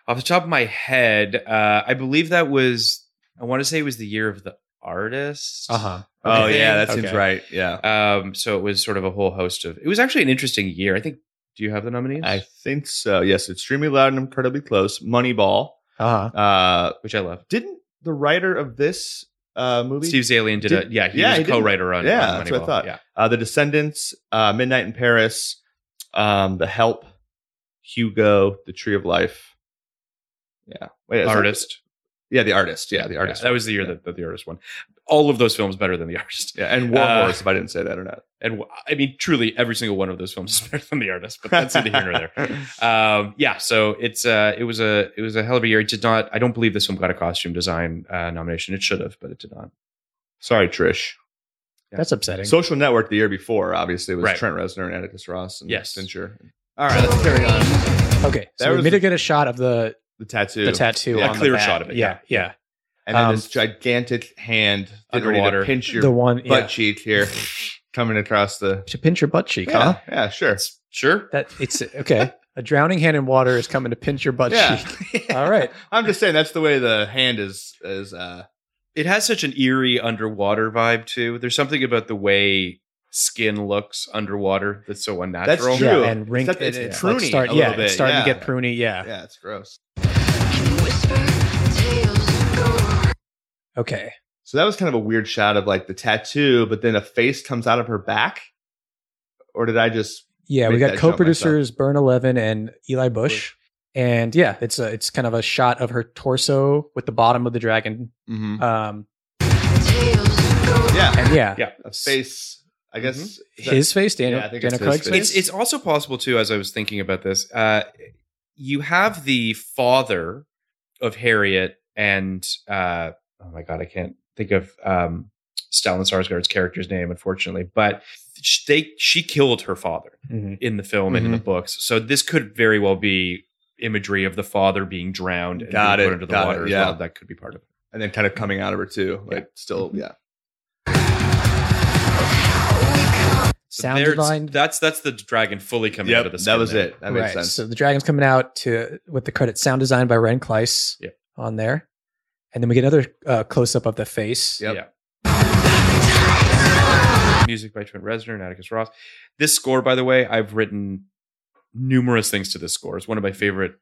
Speaker 2: off the top of my head, uh, I believe that was I want to say it was the year of the artist.
Speaker 4: Uh huh.
Speaker 1: Oh
Speaker 2: Okay.
Speaker 1: yeah, that seems
Speaker 4: Okay.
Speaker 1: right. Yeah,
Speaker 2: Um, so it was sort of a whole host of. It was actually an interesting year. I think. Do you have the nominees?
Speaker 1: I think so. Yes, extremely loud and incredibly close. Moneyball.
Speaker 4: Uh huh.
Speaker 1: Uh,
Speaker 2: Which I love.
Speaker 1: didn't the writer of this uh movie
Speaker 2: Steve Zalian did,
Speaker 1: Did-
Speaker 2: a yeah. He
Speaker 1: yeah,
Speaker 2: was
Speaker 1: he
Speaker 2: a
Speaker 1: did.
Speaker 2: co-writer on
Speaker 1: Yeah,
Speaker 2: on
Speaker 1: that's what I
Speaker 2: Moneyball.
Speaker 1: thought.
Speaker 2: Yeah.
Speaker 1: Uh, the Descendants, uh, Midnight in Paris, um, The Help, Hugo, The Tree of Life. Yeah. Wait, is that-
Speaker 2: Artist.
Speaker 1: yeah, The Artist. Yeah, The Artist.
Speaker 2: that was the year
Speaker 1: Yeah.
Speaker 2: that, that the artist won. All of those films better than the artist.
Speaker 1: Yeah, and War
Speaker 2: Uh,
Speaker 1: Horse, if I didn't say that or not.
Speaker 2: And w- I mean, truly, every single one of those films is better than the artist. But that's neither here nor there. um yeah so it's uh it was a it was a hell of a year it did not i don't believe this film got a costume design uh nomination it should have but it did not
Speaker 1: Sorry, Trish.
Speaker 4: That's upsetting.
Speaker 1: Social Network the year before, obviously, was
Speaker 2: Right.
Speaker 1: Trent Reznor and Atticus Ross and
Speaker 2: Yes.
Speaker 1: Fincher. All right, let's carry on.
Speaker 4: okay.
Speaker 1: That
Speaker 4: So we
Speaker 1: was-
Speaker 4: need to get a shot of the
Speaker 1: The tattoo.
Speaker 4: the tattoo.
Speaker 1: Yeah,
Speaker 4: on
Speaker 2: clear
Speaker 4: the back.
Speaker 2: shot of it,
Speaker 4: Yeah. Yeah.
Speaker 1: and then
Speaker 4: um,
Speaker 1: this gigantic hand getting ready
Speaker 2: Underwater.
Speaker 1: to pinch your
Speaker 4: the one.
Speaker 1: butt
Speaker 4: yeah.
Speaker 1: cheek here coming across the.
Speaker 4: To pinch your butt cheek, huh?
Speaker 1: Yeah, yeah, sure.
Speaker 2: That's- sure
Speaker 4: That it's okay. a drowning hand in water is coming to pinch your butt
Speaker 1: Yeah.
Speaker 4: cheek. All right.
Speaker 1: I'm just saying that's the way the hand is is uh
Speaker 2: it has such an eerie underwater vibe too there's something about the way skin looks underwater that's so unnatural
Speaker 1: True.
Speaker 4: Yeah, and wrinkly.
Speaker 1: Except it's
Speaker 4: it's
Speaker 1: pruny
Speaker 4: like start,
Speaker 1: a
Speaker 4: yeah,
Speaker 1: little bit,
Speaker 4: it's starting
Speaker 1: yeah.
Speaker 4: to get pruny. Yeah.
Speaker 1: yeah, it's gross.
Speaker 4: Okay.
Speaker 1: So that was kind of a weird shot of like the tattoo, but then a face comes out of her back. Or did I just
Speaker 4: Yeah, we
Speaker 1: Make
Speaker 4: got
Speaker 1: that jump
Speaker 4: co-producers Burn Eleven and Eli Bush, and yeah, it's a it's kind of a shot of her torso with the bottom of the dragon. Um,
Speaker 1: mm-hmm. Yeah,
Speaker 4: and yeah,
Speaker 2: Yeah.
Speaker 1: a face. I guess is that-
Speaker 4: Mm-hmm. his face, Daniel,
Speaker 1: Yeah, I think
Speaker 4: Daniel
Speaker 1: it's his
Speaker 4: Craig's
Speaker 1: face.
Speaker 4: face.
Speaker 2: It's it's also possible too, as I was thinking about this, uh, you have the father of Harriet and uh, oh my god, I can't think of um, Stellan Skarsgård's character's name, unfortunately, but sh- they she killed her father
Speaker 4: Mhm.
Speaker 1: Mm-hmm.
Speaker 2: in the film and in the books, so this could very well be imagery of the father being drowned and
Speaker 1: Got it,
Speaker 2: being put under the
Speaker 1: got
Speaker 2: water
Speaker 1: it,
Speaker 2: as
Speaker 1: yeah.
Speaker 2: well. That could be part of it.
Speaker 1: and then kind of coming out of her too. Like still,
Speaker 4: Mm-hmm.
Speaker 1: yeah.
Speaker 2: So
Speaker 4: Sound
Speaker 2: there's-
Speaker 4: design.
Speaker 2: That's that's the dragon fully coming out of
Speaker 1: Yep,
Speaker 2: the.
Speaker 1: that was
Speaker 2: skin there.
Speaker 1: it. That makes sense.
Speaker 4: So the dragon's coming out to with the credit sound design by Ren Kleiss
Speaker 2: Yeah.
Speaker 4: on there, and then we get another uh, close up of the face.
Speaker 1: Yep.
Speaker 2: Music by Trent Reznor and Atticus Ross. This score, by the way, I've written numerous things to this score. It's one of my favorite.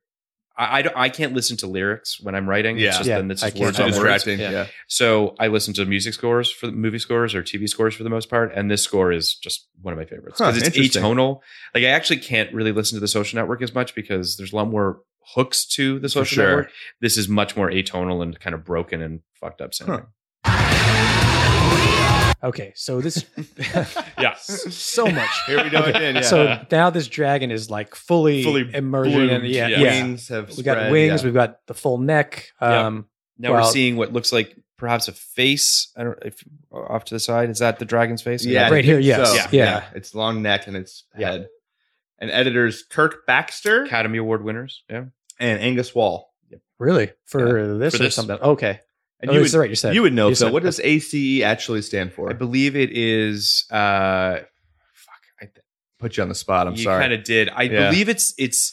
Speaker 2: I I, don't- I can't listen to lyrics when I'm writing.
Speaker 1: Yeah.
Speaker 2: it's just
Speaker 4: Yeah,
Speaker 2: then it's
Speaker 4: I
Speaker 2: just
Speaker 4: can't
Speaker 2: words
Speaker 1: so
Speaker 2: on words.
Speaker 1: distracting.
Speaker 4: Yeah.
Speaker 1: Yeah.
Speaker 2: So I listen to music scores for the movie scores or TV scores for the most part, and this score is just one of my favorites because
Speaker 1: Huh,
Speaker 2: it's
Speaker 1: interesting.
Speaker 2: atonal. Like I actually can't really listen to the Social Network as much because there's a lot more hooks to the Social
Speaker 1: sure.
Speaker 2: Network. This is much more atonal and kind of broken and fucked up sounding.
Speaker 4: Okay, so this
Speaker 2: Yeah.
Speaker 4: so much.
Speaker 1: Here we go
Speaker 4: Okay,
Speaker 1: again. Yeah.
Speaker 4: So now this dragon is like fully,
Speaker 1: Fully
Speaker 4: immersion. in
Speaker 2: bloomed,
Speaker 4: yeah,
Speaker 2: yeah.
Speaker 4: yeah.
Speaker 1: Wings have
Speaker 4: We got
Speaker 1: spread,
Speaker 4: wings.
Speaker 1: yeah.
Speaker 4: We've got the full neck.
Speaker 2: Yeah.
Speaker 4: Um,
Speaker 2: Now
Speaker 4: Well-
Speaker 2: we're seeing what looks like perhaps a face. I don't if off to the side. Is that the dragon's face? I
Speaker 1: Yeah,
Speaker 2: don't-
Speaker 4: Right here,
Speaker 1: yeah,
Speaker 4: yes.
Speaker 1: yeah.
Speaker 4: Yeah.
Speaker 1: It's long neck and it's
Speaker 2: Yeah.
Speaker 1: head. And editors Kirk Baxter
Speaker 2: Academy Award winners. Yeah.
Speaker 1: and Angus Wall.
Speaker 4: Really for this
Speaker 2: for
Speaker 4: or
Speaker 2: this.
Speaker 4: something? Okay,
Speaker 1: And
Speaker 4: Oh,
Speaker 1: you,
Speaker 4: that's
Speaker 1: would,
Speaker 4: right. You said
Speaker 1: you would know,
Speaker 4: you
Speaker 1: Phil.
Speaker 4: said-
Speaker 1: What does ACE actually stand for?
Speaker 2: I believe it is uh fuck. I th-
Speaker 1: Put you on the spot. I'm
Speaker 2: you
Speaker 1: sorry.
Speaker 2: kind of did. I
Speaker 1: Yeah.
Speaker 2: believe it's it's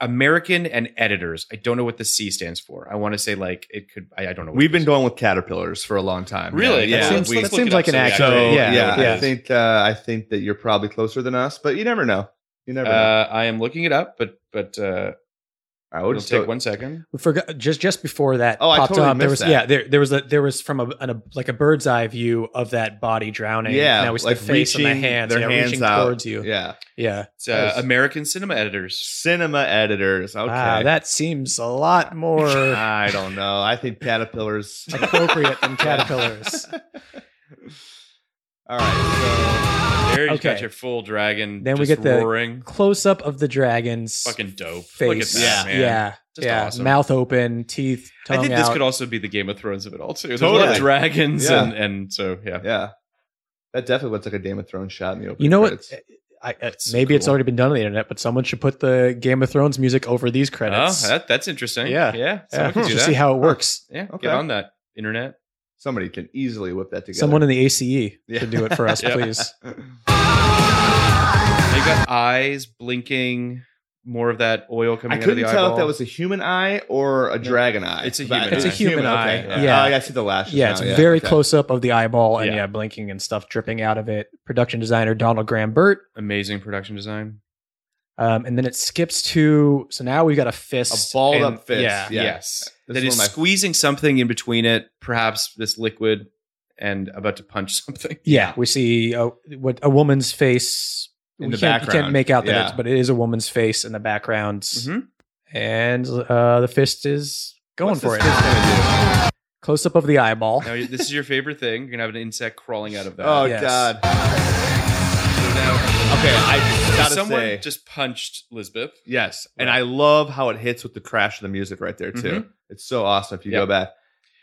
Speaker 2: American and editors. I don't know what the C stands for. I want to say like it could I, I don't know. what
Speaker 1: We've
Speaker 2: it
Speaker 1: been
Speaker 2: is.
Speaker 1: going with caterpillars for a long time.
Speaker 2: Really?
Speaker 1: Yeah.
Speaker 4: That
Speaker 1: yeah.
Speaker 4: seems-
Speaker 1: we-
Speaker 4: that seems like an
Speaker 1: so
Speaker 4: accurate-
Speaker 1: yeah,
Speaker 4: yeah,
Speaker 1: I
Speaker 4: yeah.
Speaker 1: think uh, I think that you're probably closer than us, but you never know. You never know.
Speaker 2: Uh, I am looking it up, but but uh,
Speaker 1: I
Speaker 2: it'll
Speaker 1: would
Speaker 2: take one second.
Speaker 4: we forgot just just before that
Speaker 1: Oh, I
Speaker 4: popped
Speaker 1: totally
Speaker 4: up.
Speaker 1: missed
Speaker 4: There was
Speaker 1: that.
Speaker 4: yeah, there there was a, there was from a, an, a like a bird's eye view of that body drowning.
Speaker 1: Yeah,
Speaker 4: now we see
Speaker 1: like
Speaker 4: the face and the
Speaker 1: reaching
Speaker 4: hands,
Speaker 1: their
Speaker 4: yeah,
Speaker 1: hands
Speaker 4: reaching
Speaker 1: out.
Speaker 4: towards you. Yeah,
Speaker 1: Yeah.
Speaker 2: It's, uh,
Speaker 1: Yes.
Speaker 2: American cinema editors.
Speaker 1: Cinema editors. Okay.
Speaker 4: wow, Ah, that seems a lot more
Speaker 1: I don't know. I think caterpillars.
Speaker 4: appropriate than caterpillars.
Speaker 1: All right.
Speaker 2: There you
Speaker 4: Okay.
Speaker 2: got your full dragon.
Speaker 4: Then we get
Speaker 2: just
Speaker 4: the-
Speaker 2: roaring.
Speaker 4: Close up of the dragon's
Speaker 2: Fucking dope.
Speaker 4: face.
Speaker 2: Look at that,
Speaker 1: Yeah.
Speaker 2: man.
Speaker 4: yeah,
Speaker 2: Just
Speaker 4: yeah.
Speaker 2: awesome.
Speaker 4: Mouth open, teeth,
Speaker 2: I
Speaker 4: tongue
Speaker 2: think
Speaker 4: out.
Speaker 2: this could also be the Game of Thrones of it all too. There's a lot
Speaker 1: Totally.
Speaker 2: of dragons
Speaker 1: Yeah.
Speaker 2: and and so yeah.
Speaker 1: So yeah, that definitely looks like a Game of Thrones shot in the opening.
Speaker 4: you know
Speaker 1: credits.
Speaker 4: what? I, uh,
Speaker 2: That's so
Speaker 4: maybe it's
Speaker 2: cool.
Speaker 4: already been done on the internet, but someone should put the Game of Thrones music over these credits.
Speaker 2: Oh, that, that's interesting.
Speaker 4: Yeah.
Speaker 2: yeah.
Speaker 4: yeah,
Speaker 2: Someone could do
Speaker 4: just
Speaker 2: that.
Speaker 4: see how it works.
Speaker 2: yeah,
Speaker 1: Okay.
Speaker 2: get on that internet.
Speaker 1: Somebody can easily whip that together.
Speaker 4: Someone in the ACE
Speaker 1: Yeah.
Speaker 4: should do it for us,
Speaker 2: Yeah.
Speaker 4: please.
Speaker 2: They got eyes blinking, more of that oil
Speaker 1: I
Speaker 2: coming out of
Speaker 1: couldn't
Speaker 2: the
Speaker 1: tell
Speaker 2: eyeball.
Speaker 1: if that was a human eye or a dragon eye.
Speaker 2: It's a
Speaker 1: But I
Speaker 2: human
Speaker 1: think
Speaker 4: eye. It's a human eye, yeah.
Speaker 1: Oh, I see the lashes.
Speaker 4: yeah,
Speaker 1: now,
Speaker 4: it's very
Speaker 1: okay.
Speaker 4: close up of the eyeball and
Speaker 2: Yeah.
Speaker 4: yeah. blinking and stuff dripping out of it. Production designer Donald Graham Burt.
Speaker 2: amazing production design.
Speaker 4: Um, and then it skips to so now we've got a
Speaker 1: A
Speaker 4: fist.
Speaker 1: balled
Speaker 4: and-
Speaker 1: up fist.
Speaker 4: Yeah.
Speaker 1: yeah.
Speaker 2: Yes,
Speaker 1: This
Speaker 2: that
Speaker 1: is
Speaker 2: is
Speaker 1: one of my-
Speaker 2: squeezing something in between it, perhaps this liquid, and about to punch something.
Speaker 4: Yeah, we see a, what a woman's face.
Speaker 1: In
Speaker 4: we
Speaker 1: the
Speaker 4: can't, You
Speaker 1: background.
Speaker 4: can't make out that,
Speaker 1: Yeah.
Speaker 4: it's, but it is a woman's face in the background,
Speaker 2: Mhm.
Speaker 4: and uh, the fist is going
Speaker 1: What's
Speaker 4: for
Speaker 1: this
Speaker 4: it.
Speaker 1: fist gonna do?
Speaker 4: Close up of the eyeball.
Speaker 2: Now this is your favorite thing. You're gonna have an insect crawling out of that.
Speaker 1: Oh
Speaker 4: yes.
Speaker 1: God. Okay,
Speaker 2: now,
Speaker 1: I gotta
Speaker 2: someone
Speaker 1: say
Speaker 2: just punched Lisbeth.
Speaker 1: yes, and I love how it hits with the crash of the music right there too. It's so awesome if you
Speaker 2: Yeah.
Speaker 1: go back.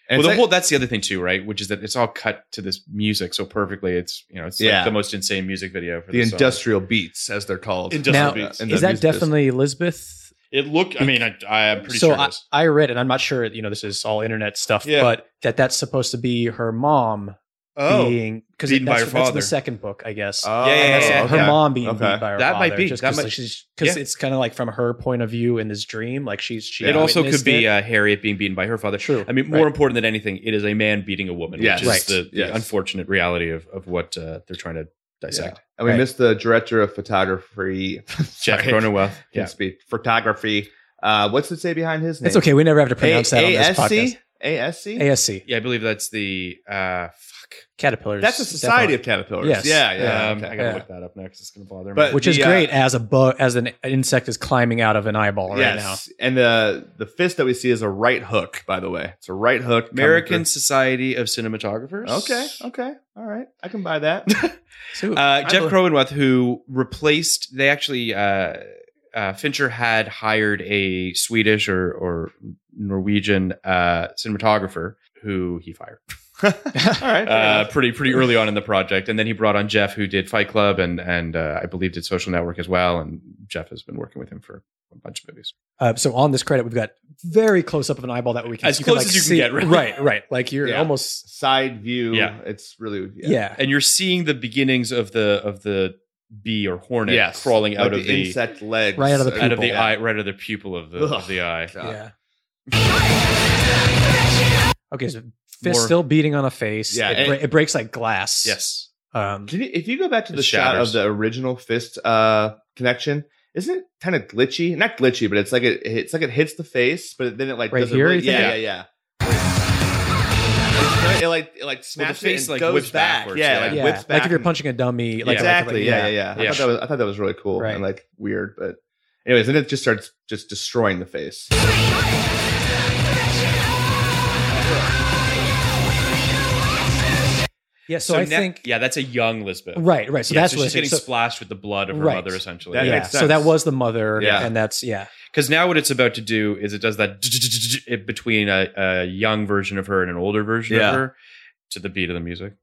Speaker 1: And
Speaker 2: well,
Speaker 1: it's
Speaker 2: the
Speaker 1: like-
Speaker 2: whole, that's the other thing too, right? Which is that it's all cut to this music so perfectly. It's you know, it's
Speaker 1: Yeah.
Speaker 2: like the most insane music video for
Speaker 1: the
Speaker 2: this song.
Speaker 1: industrial beats, as they're called.
Speaker 2: Industrial
Speaker 4: Now,
Speaker 2: beats.
Speaker 1: in the
Speaker 4: is that
Speaker 1: music business.
Speaker 4: definitely Elizabeth?
Speaker 2: It looked. I mean, I, I am pretty
Speaker 4: so
Speaker 2: sure. it
Speaker 4: I,
Speaker 2: is.
Speaker 4: I read, and I'm not sure. You know, this is all internet stuff,
Speaker 2: Yeah.
Speaker 4: but that that's supposed to be her mom being because that's,
Speaker 2: Oh. beaten by her
Speaker 4: that's in
Speaker 2: father.
Speaker 4: the second book, I guess.
Speaker 1: Oh,
Speaker 2: Yeah, yeah,
Speaker 4: That's
Speaker 2: yeah,
Speaker 4: her
Speaker 2: yeah.
Speaker 4: mom being
Speaker 1: Okay.
Speaker 4: beat by her
Speaker 2: That
Speaker 4: father,
Speaker 2: might be.
Speaker 4: just
Speaker 2: That
Speaker 4: because
Speaker 2: might-
Speaker 4: she's because
Speaker 2: yeah.
Speaker 4: it's kind of like from her point of view in this dream, like she's she.
Speaker 2: it also could
Speaker 4: witnessed
Speaker 2: be
Speaker 4: it.
Speaker 2: uh, Harriet being beaten by her father.
Speaker 4: true.
Speaker 2: I mean, more important than anything, it is a man beating a woman,
Speaker 1: Yes.
Speaker 2: which is
Speaker 4: Right.
Speaker 2: the, the
Speaker 1: Yes.
Speaker 2: unfortunate reality of, of what uh, they're trying to dissect.
Speaker 1: And we
Speaker 4: Right.
Speaker 1: missed the director of photography,
Speaker 2: Jeff
Speaker 1: Sorry.
Speaker 2: Cronenweth.
Speaker 1: Can't
Speaker 2: Yeah.
Speaker 1: speak. Photography. Uh, what's it say behind his name?
Speaker 4: It's okay. We never have to pronounce that on this
Speaker 1: ASC?
Speaker 4: podcast.
Speaker 1: ASC?
Speaker 4: ASC
Speaker 2: yeah, I believe that's the uh, fuck.
Speaker 4: caterpillars.
Speaker 1: That's a society
Speaker 4: definitely.
Speaker 1: of caterpillars.
Speaker 4: Yes.
Speaker 1: Yeah, yeah.
Speaker 2: um,
Speaker 1: okay.
Speaker 2: I gotta
Speaker 4: Yeah.
Speaker 2: look that up next. It's gonna bother
Speaker 1: But-
Speaker 2: me.
Speaker 4: which is
Speaker 1: the, uh,
Speaker 4: great as a bug as an insect is climbing out of an eyeball right now.
Speaker 1: yes. And the the fist that we see is a right hook, by the way. It's a right hook. coming
Speaker 2: American Society of Cinematographers.
Speaker 1: through. Okay. Okay. All right. I can buy that.
Speaker 4: So,
Speaker 2: Uh,
Speaker 4: I
Speaker 2: Jeff
Speaker 4: believe-
Speaker 2: Cronenweth, who replaced, they actually, uh, uh, Fincher had hired a Swedish or, or Norwegian uh, cinematographer who he fired.
Speaker 1: All right. fair
Speaker 2: uh,
Speaker 1: enough.
Speaker 2: pretty pretty early on in the project, and then he brought on Jeff, who did Fight Club, and and uh, I believe did Social Network as well. And Jeff has been working with him for a bunch of movies.
Speaker 4: Uh, so on this credit, we've got very close up of an eyeball that we can
Speaker 2: As
Speaker 4: can,
Speaker 2: close
Speaker 4: like,
Speaker 2: as you can
Speaker 4: see-
Speaker 2: get, really.
Speaker 4: Right, right. Like you're
Speaker 1: Yeah.
Speaker 4: almost
Speaker 1: Side view.
Speaker 2: Yeah.
Speaker 1: It's really
Speaker 4: yeah.
Speaker 2: And you're seeing the beginnings of the of the bee or hornet
Speaker 1: Yes.
Speaker 2: crawling out
Speaker 1: Like
Speaker 2: of the,
Speaker 1: insect legs.
Speaker 4: Right out of the
Speaker 2: out of the
Speaker 4: pupil.
Speaker 2: eye, right out of the pupil of the
Speaker 1: Ugh.
Speaker 2: of the eye.
Speaker 1: God.
Speaker 4: yeah. Okay, so fist
Speaker 2: More-
Speaker 4: still beating on a face.
Speaker 1: Yeah,
Speaker 4: it,
Speaker 1: and-
Speaker 4: bra- it breaks like glass.
Speaker 2: Yes,
Speaker 4: Um,
Speaker 1: Can you, if you go back to
Speaker 2: It
Speaker 1: the shot
Speaker 2: shatters.
Speaker 1: of the original fist uh, connection, isn't it kind of glitchy? Not glitchy, but it's like it, it's like it hits the face, but then it like
Speaker 4: Right
Speaker 1: doesn't
Speaker 4: here,
Speaker 1: really-
Speaker 4: you think?
Speaker 1: yeah, yeah, yeah. It's very- It like it like smashes
Speaker 2: face,
Speaker 1: it and
Speaker 2: like,
Speaker 1: goes
Speaker 2: whips
Speaker 1: back.
Speaker 2: backwards,
Speaker 1: Yeah,
Speaker 2: yeah.
Speaker 1: like
Speaker 4: yeah,
Speaker 1: whips back.
Speaker 4: like if you're
Speaker 1: and-
Speaker 4: punching a dummy. Like,
Speaker 1: exactly.
Speaker 4: like- like-
Speaker 1: yeah, yeah, yeah. I
Speaker 2: Yeah.
Speaker 1: thought that was I thought that was really cool
Speaker 4: Right.
Speaker 1: and like weird, but anyways, and it just starts just destroying the face.
Speaker 4: Yeah, so, I
Speaker 2: ne-
Speaker 4: think
Speaker 2: yeah, that's a young Lisbeth.
Speaker 4: right, right. So
Speaker 2: yeah,
Speaker 4: that's
Speaker 2: so
Speaker 4: what I
Speaker 2: she's
Speaker 4: think.
Speaker 2: getting
Speaker 4: So,
Speaker 2: splashed with the blood of her
Speaker 4: Right.
Speaker 2: mother, essentially.
Speaker 1: That
Speaker 4: yeah,
Speaker 1: makes
Speaker 4: so that
Speaker 1: sense.
Speaker 4: was the mother,
Speaker 1: Yeah.
Speaker 4: and that's yeah,
Speaker 2: Because now what it's about to do is it does that it between a, a young version of her and an older version
Speaker 1: Yeah.
Speaker 2: of her to the beat of the music.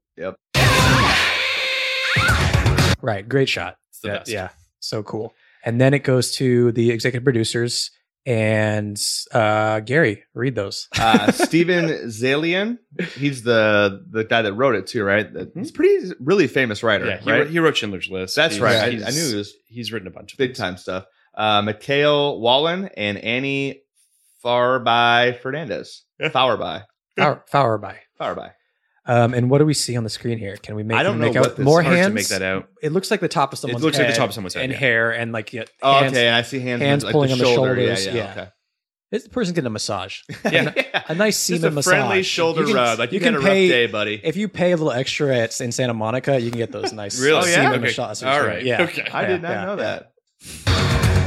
Speaker 4: right. Great shot.
Speaker 2: It's the
Speaker 4: That-
Speaker 2: best.
Speaker 4: Yeah, so cool. And then it goes to the executive producers and uh, Gary. Read those.
Speaker 1: uh, Steven Zalian. He's the the guy that wrote it too, right? That-
Speaker 4: Hmm?
Speaker 1: He's a pretty really famous writer,
Speaker 2: Yeah, he,
Speaker 1: right?
Speaker 2: wrote, he wrote Schindler's List.
Speaker 1: That's
Speaker 2: He's-
Speaker 1: right. I, I
Speaker 2: he's-
Speaker 1: knew he was
Speaker 2: He's written a bunch of
Speaker 1: big
Speaker 2: things.
Speaker 1: time stuff. Uh, Mikhail Wallen and Annie Farby Fernandez. Farby.
Speaker 4: Fower, Fower by.
Speaker 1: Farby.
Speaker 4: Um, and what do we see on the screen here? Can we make?
Speaker 1: I
Speaker 4: can
Speaker 1: don't
Speaker 4: we
Speaker 1: know
Speaker 4: make
Speaker 1: what
Speaker 4: out
Speaker 1: this-
Speaker 4: more
Speaker 2: Hard
Speaker 4: hands.
Speaker 2: to make that out.
Speaker 4: It looks like the top of someone's.
Speaker 2: looks like the
Speaker 4: head
Speaker 2: top of someone's head,
Speaker 4: and
Speaker 2: yeah.
Speaker 4: hair and like yeah,
Speaker 1: Oh,
Speaker 4: hands.
Speaker 1: okay. And I see hands,
Speaker 4: hands
Speaker 1: like
Speaker 4: pulling on the
Speaker 1: shoulder.
Speaker 4: shoulders,
Speaker 1: Yeah,
Speaker 4: yeah.
Speaker 1: yeah,
Speaker 4: This person's getting a massage.
Speaker 1: okay.
Speaker 4: A nice
Speaker 1: Just a
Speaker 4: semen massage.
Speaker 1: friendly shoulder
Speaker 4: You can-
Speaker 1: rub. Like you,
Speaker 4: you
Speaker 1: had
Speaker 4: can
Speaker 1: a rough
Speaker 4: pay-
Speaker 1: day, buddy.
Speaker 4: If you pay a little extra at, in Santa Monica, you can get those nice
Speaker 2: Really?
Speaker 1: Oh, yeah?
Speaker 4: semen
Speaker 2: Okay.
Speaker 4: massages.
Speaker 2: All right.
Speaker 4: Yeah.
Speaker 2: Okay.
Speaker 1: I
Speaker 4: yeah,
Speaker 1: did not
Speaker 4: yeah,
Speaker 1: know
Speaker 4: yeah.
Speaker 1: that.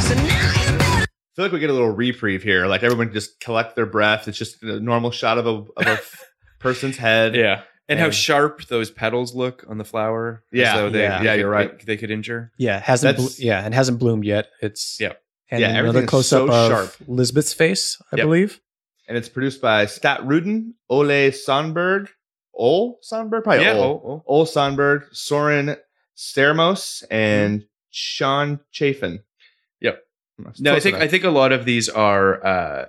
Speaker 5: So now you
Speaker 1: I feel like we get a little reprieve here. Like everyone just collect their breath. It's just a normal shot of a of a f- person's head.
Speaker 2: Yeah. And how
Speaker 1: And-
Speaker 2: sharp those petals look on the flower. as
Speaker 1: Yeah.
Speaker 2: though they,
Speaker 4: Yeah.
Speaker 2: they
Speaker 1: Yeah,
Speaker 2: could-
Speaker 1: you're right.
Speaker 2: They, they could injure.
Speaker 4: Yeah. Hasn't blo-
Speaker 1: That's-
Speaker 4: yeah, and hasn't bloomed yet. It's
Speaker 2: Yep.
Speaker 4: And
Speaker 1: Yeah,
Speaker 4: another
Speaker 1: everything's
Speaker 4: close
Speaker 1: so
Speaker 4: up of
Speaker 1: sharp.
Speaker 4: Lisbeth's face, I
Speaker 2: Yep.
Speaker 4: believe.
Speaker 1: And it's produced by Scott Rudin, Ole Sonberg, Ole Sonberg, probably
Speaker 2: yeah.
Speaker 1: Ole.
Speaker 2: oh, oh.
Speaker 1: Ole Sonberg, Soren Stermos, and Sean Chafin.
Speaker 2: Yep.
Speaker 1: That's
Speaker 2: No, I
Speaker 1: close
Speaker 2: think
Speaker 1: enough.
Speaker 2: I think a lot of these are uh,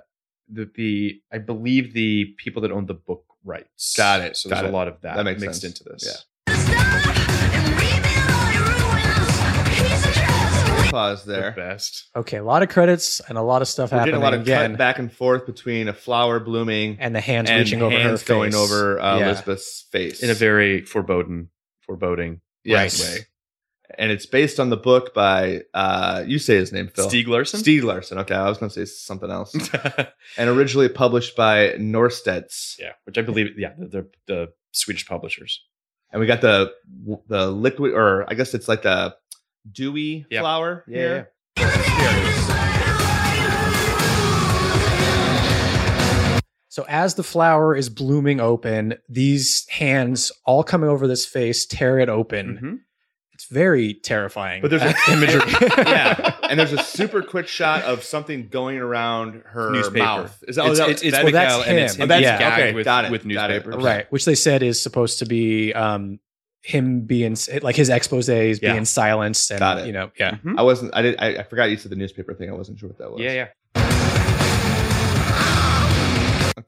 Speaker 2: the the I believe the people that own the book rights.
Speaker 1: Got it,
Speaker 2: So
Speaker 1: got
Speaker 2: there's
Speaker 1: it.
Speaker 2: a lot of that,
Speaker 1: That makes
Speaker 2: mixed
Speaker 1: sense.
Speaker 2: into this.
Speaker 1: Yeah.
Speaker 5: gotta stop and rebuild all your ruins. He's a dress.
Speaker 1: pause
Speaker 2: The
Speaker 1: there.
Speaker 2: best.
Speaker 4: Okay, a lot of credits and a lot of stuff
Speaker 1: We're
Speaker 4: happening
Speaker 1: getting a lot of
Speaker 4: again.
Speaker 1: cut back and forth between a flower blooming
Speaker 4: and the hands
Speaker 1: and
Speaker 4: reaching over her
Speaker 1: hands
Speaker 4: face.
Speaker 1: going over uh,
Speaker 4: Yeah.
Speaker 1: Elizabeth's face
Speaker 2: in a very foreboding, foreboding
Speaker 1: yes.
Speaker 2: way.
Speaker 1: And it's based on the book by uh, you say his name, Phil.
Speaker 2: Stieg Larsson.
Speaker 1: Stieg Larsson. Okay, I was going to say something else.
Speaker 2: yeah,
Speaker 1: and originally published by Norstedts.
Speaker 2: which I believe, yeah, the, the, the Swedish publishers.
Speaker 1: and we got the the liquid or i guess it's like the dewy
Speaker 2: Yeah.
Speaker 1: flower
Speaker 2: Yeah,
Speaker 1: here.
Speaker 2: yeah.
Speaker 4: So as the flower is blooming open, these hands all coming over this face tear it open. It's very terrifying.
Speaker 1: Mm-hmm. But there's an
Speaker 4: imagery.
Speaker 1: yeah and there's a super quick shot of something going around her
Speaker 2: Newspaper.
Speaker 1: mouth is that, oh,
Speaker 2: It's,
Speaker 1: that-
Speaker 2: it's, it's
Speaker 1: that-
Speaker 4: well, that's
Speaker 2: Mikhail, and it's
Speaker 4: him. Oh,
Speaker 2: him.
Speaker 4: that's-
Speaker 2: He's gagged
Speaker 1: okay,
Speaker 2: with,
Speaker 1: got it,
Speaker 2: with
Speaker 1: got it.
Speaker 2: newspapers.
Speaker 4: right, which they said is supposed to be um, him being like his exposés
Speaker 2: Yeah.
Speaker 4: being silenced and
Speaker 1: Got it.
Speaker 4: you know yeah.
Speaker 2: Mhm.
Speaker 1: i wasn't i did I, I forgot you said the newspaper thing i wasn't sure what that was
Speaker 2: Yeah,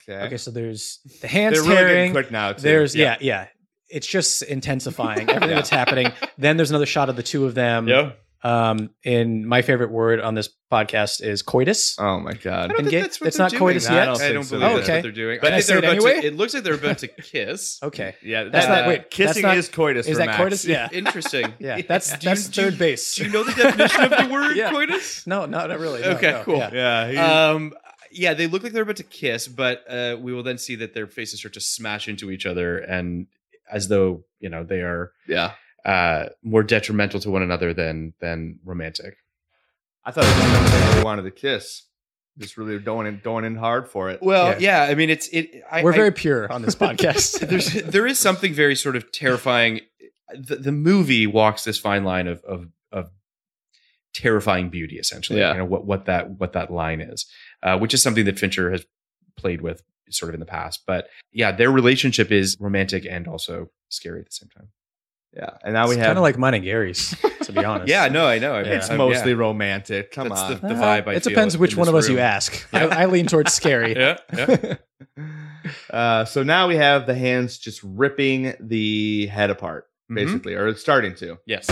Speaker 2: yeah.
Speaker 1: okay,
Speaker 4: Okay, so there's the hands
Speaker 1: they're really getting
Speaker 4: tearing.
Speaker 1: quick now too.
Speaker 4: there's yeah. yeah It's just intensifying everything
Speaker 1: Yeah.
Speaker 4: that's happening. Then there's another shot of the two of them.
Speaker 2: yeah.
Speaker 4: Um, in my favorite word on this podcast is coitus.
Speaker 2: Um,
Speaker 1: oh my god
Speaker 4: don't- And get- it's not coitus
Speaker 1: yet?
Speaker 2: I don't,
Speaker 1: I
Speaker 2: think
Speaker 1: don't
Speaker 2: so.
Speaker 1: believe
Speaker 4: that's what
Speaker 2: that's what they're
Speaker 4: they're
Speaker 2: doing.
Speaker 4: But I say it anyway?
Speaker 2: it looks like they're about to kiss.
Speaker 4: Okay.
Speaker 1: yeah
Speaker 4: That's
Speaker 1: that-
Speaker 4: not- wait, that's
Speaker 1: kissing
Speaker 4: not-
Speaker 1: is coitus
Speaker 4: Is
Speaker 1: for
Speaker 4: that
Speaker 1: Max.
Speaker 4: coitus? Yeah.
Speaker 2: Interesting.
Speaker 4: Yeah. That's
Speaker 2: Do you-
Speaker 4: that's
Speaker 2: do you-
Speaker 4: third base.
Speaker 2: Do you know the definition of the word
Speaker 4: Yeah.
Speaker 2: coitus?
Speaker 4: No, no, not really. No,
Speaker 2: Okay,
Speaker 4: no,
Speaker 2: cool.
Speaker 4: yeah.
Speaker 1: yeah he-
Speaker 2: Um, yeah, they look like they're about to kiss, but uh, we will then see that their faces start to smash into each other, and as though you know they are
Speaker 1: yeah
Speaker 2: uh, more detrimental to one another than than romantic.
Speaker 1: i thought it was something they wanted to kiss just really going in going in hard for it
Speaker 2: Well, yeah, I mean it's it. I,
Speaker 4: We're
Speaker 2: I-
Speaker 4: very pure on this podcast.
Speaker 2: there's there is something very sort of terrifying. The, the movie walks this fine line of of of terrifying beauty, essentially.
Speaker 1: Yeah.
Speaker 2: you know what what that what that line is, uh, which is something that Fincher has played with sort of in the past. But yeah, their relationship is romantic and also scary at the same time.
Speaker 1: Yeah, and now we
Speaker 4: kind
Speaker 1: have
Speaker 4: of like mine and Gary's, to be honest.
Speaker 2: Yeah, no, I know. I
Speaker 4: Yeah.
Speaker 1: it's
Speaker 2: I'm-
Speaker 1: mostly
Speaker 2: yeah.
Speaker 1: romantic. Come
Speaker 2: That's
Speaker 1: on.
Speaker 2: the vibe I
Speaker 4: it
Speaker 2: feel
Speaker 4: depends
Speaker 2: in
Speaker 4: which
Speaker 2: this
Speaker 4: one of us
Speaker 2: room.
Speaker 4: you ask. I, I lean towards scary.
Speaker 2: Yeah, yeah.
Speaker 1: uh, so now we have the hands just ripping the head apart,
Speaker 2: Mhm.
Speaker 1: basically, or it's starting to.
Speaker 2: Yes.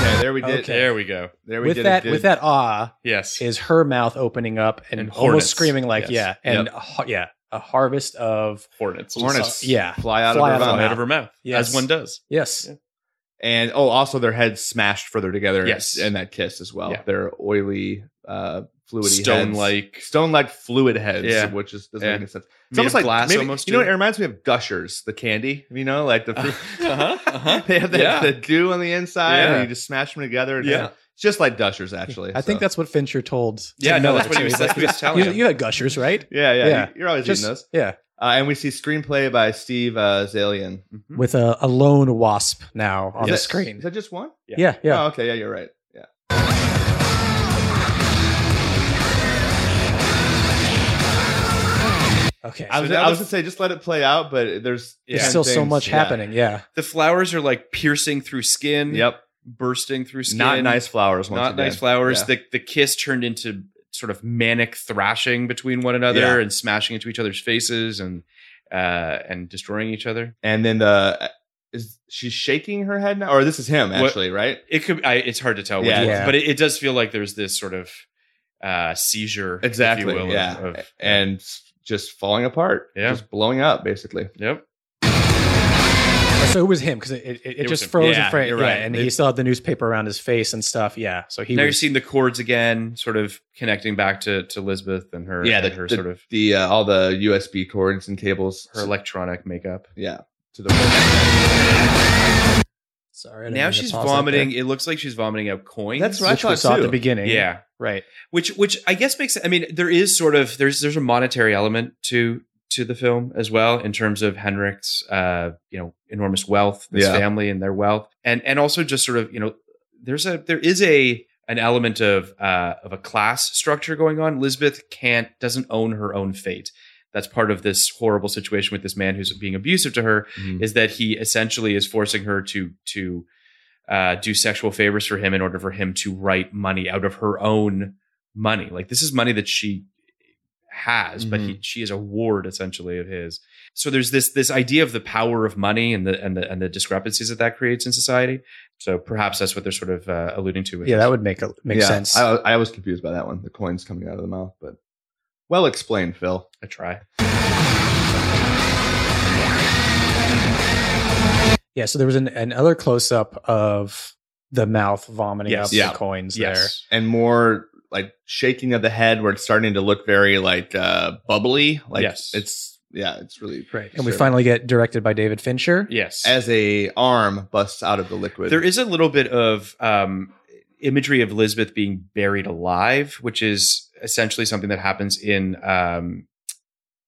Speaker 1: Okay, there we did.
Speaker 4: Okay.
Speaker 2: There we go.
Speaker 1: There we
Speaker 4: With
Speaker 1: did.
Speaker 4: that,
Speaker 1: did.
Speaker 4: with that ah
Speaker 2: Yes.
Speaker 4: is her mouth opening up and,
Speaker 2: And hornets.
Speaker 4: almost screaming like
Speaker 2: Yes.
Speaker 4: yeah, and a har- yeah, a harvest of
Speaker 2: Hornets.
Speaker 1: Hornets.
Speaker 4: yeah,
Speaker 1: fly out
Speaker 4: fly
Speaker 1: of her
Speaker 4: out
Speaker 1: mouth.
Speaker 4: of
Speaker 2: Out of her mouth.
Speaker 4: Yes.
Speaker 2: As one does.
Speaker 4: yes,
Speaker 1: and oh, also their heads smashed further together.
Speaker 2: Yes.
Speaker 1: and that kiss as well.
Speaker 2: Yeah.
Speaker 1: Their oily, uh, fluidy,
Speaker 2: Stone like.
Speaker 1: stone like fluid heads.
Speaker 2: Yeah.
Speaker 1: which just doesn't
Speaker 2: Yeah.
Speaker 1: make any sense. It's
Speaker 2: Made
Speaker 1: almost
Speaker 2: of
Speaker 1: like
Speaker 2: glass
Speaker 1: maybe-
Speaker 2: almost,
Speaker 1: You know,
Speaker 2: too.
Speaker 1: what? it reminds me of Gushers, the candy. You know, like the
Speaker 2: Uh-huh, uh-huh.
Speaker 1: they have that,
Speaker 2: Yeah.
Speaker 1: the dew on the inside,
Speaker 2: Yeah.
Speaker 1: and you just smash them together. And
Speaker 2: Yeah.
Speaker 1: it's just like Gushers, actually.
Speaker 4: I think
Speaker 1: So- Oh,
Speaker 4: that's what Fincher told. to
Speaker 2: Yeah, no,
Speaker 4: Miller,
Speaker 2: that's what he
Speaker 4: too.
Speaker 2: was,
Speaker 4: He's
Speaker 2: that's
Speaker 4: like,
Speaker 2: what he was telling
Speaker 4: you,
Speaker 2: him.
Speaker 4: you had gushers, right?
Speaker 1: yeah, yeah.
Speaker 4: Yeah.
Speaker 1: you- You're always
Speaker 4: Just-
Speaker 1: eating those.
Speaker 4: yeah,
Speaker 1: Uh, and we see screenplay by Steve uh, Zalian
Speaker 2: Mhm.
Speaker 4: with a, a lone wasp now on
Speaker 1: Is
Speaker 4: the
Speaker 1: that- Is
Speaker 4: screen.
Speaker 1: that just one?
Speaker 2: Yeah.
Speaker 4: Yeah, yeah.
Speaker 1: Oh, okay. Yeah, you're right. Yeah.
Speaker 4: okay,
Speaker 1: I was,
Speaker 2: now
Speaker 1: I was
Speaker 2: the-
Speaker 1: gonna say just let it play out, but there's
Speaker 2: There's
Speaker 1: ten
Speaker 4: there's still so
Speaker 1: things-
Speaker 4: much
Speaker 1: yeah.
Speaker 4: happening. Yeah,
Speaker 2: The flowers are like piercing through skin.
Speaker 1: Yep.
Speaker 2: Bursting through skin.
Speaker 1: Not nice flowers. Once
Speaker 2: Not
Speaker 1: again.
Speaker 2: nice flowers.
Speaker 1: Yeah.
Speaker 2: The the kiss turned into sort of manic thrashing between one another
Speaker 1: Yeah.
Speaker 2: and smashing into each other's faces and uh and destroying each other.
Speaker 1: and then the uh, is she's shaking her head now, or this is him
Speaker 2: What-
Speaker 1: actually, right?
Speaker 2: It could. I, it's hard to tell.
Speaker 1: Yeah.
Speaker 2: which one,
Speaker 4: Yeah.
Speaker 2: But it, it does feel like there's this sort of uh seizure,
Speaker 1: Exactly.
Speaker 2: If you will,
Speaker 1: yeah,
Speaker 2: Of, of-
Speaker 1: and just falling apart.
Speaker 2: Yeah.
Speaker 1: just blowing up basically.
Speaker 2: yep.
Speaker 4: so it was him because it, it, it,
Speaker 2: was
Speaker 4: just
Speaker 2: him.
Speaker 4: froze
Speaker 2: Yeah,
Speaker 4: in frame.
Speaker 1: you're
Speaker 4: Yeah,
Speaker 1: right.
Speaker 4: and
Speaker 1: They-
Speaker 4: he still had the newspaper around his face and stuff. Yeah, so he
Speaker 2: now you're
Speaker 4: was
Speaker 2: seeing the chords again, sort of connecting back to to Lisbeth and her.
Speaker 1: Yeah, the-
Speaker 2: and her
Speaker 1: the-
Speaker 2: sort of
Speaker 1: The uh, all the USB cords and cables.
Speaker 2: her electronic makeup.
Speaker 1: yeah, to the
Speaker 4: sorry. I didn't
Speaker 2: Now
Speaker 4: mean to
Speaker 2: she's
Speaker 4: pause that there.
Speaker 2: vomiting. It looks like she's vomiting out coins.
Speaker 1: That's right. I
Speaker 4: which we
Speaker 1: thought
Speaker 4: saw at
Speaker 1: too.
Speaker 4: the beginning.
Speaker 2: Yeah.
Speaker 4: right.
Speaker 2: Which which I guess makes. I mean, there is sort of there's there's a monetary element to to the film as well in terms of Henrik's uh you know enormous wealth, his
Speaker 1: Yeah.
Speaker 2: family and their wealth, and and also just sort of you know there's a there is a an element of uh, of a class structure going on. Lisbeth can't doesn't own her own fate. That's part of this horrible situation with this man who's being abusive to her.
Speaker 4: Mm-hmm.
Speaker 1: Mhm.
Speaker 2: Is that he essentially is forcing her to to uh, do sexual favors for him in order for him to write money out of her own money. Like this is money that she has, but
Speaker 4: Mm-hmm.
Speaker 2: he, she is a ward essentially of his. So there's this this idea of the power of money and the and the and the discrepancies that that creates in society. So perhaps that's what they're sort of uh, alluding to. With
Speaker 4: Yeah,
Speaker 2: this.
Speaker 4: that would make a, make
Speaker 1: Yeah,
Speaker 4: sense.
Speaker 1: I, I was confused by that one. The coins coming out of the mouth, but well explained, Phil.
Speaker 2: a try.
Speaker 4: yeah, so there was an another close up of the mouth vomiting
Speaker 2: Yes.
Speaker 4: up
Speaker 1: Yeah.
Speaker 4: the coins there.
Speaker 2: Yes.
Speaker 1: and more like shaking of the head where it's starting to look very like uh bubbly like
Speaker 2: Yes.
Speaker 1: it's yeah it's really
Speaker 4: Right. And we
Speaker 1: Sure.
Speaker 4: finally get directed by David Fincher.
Speaker 2: Yes.
Speaker 1: as a arm busts out of the liquid
Speaker 2: There is a little bit of um, imagery of Lisbeth being buried alive, which is essentially something that happens in um,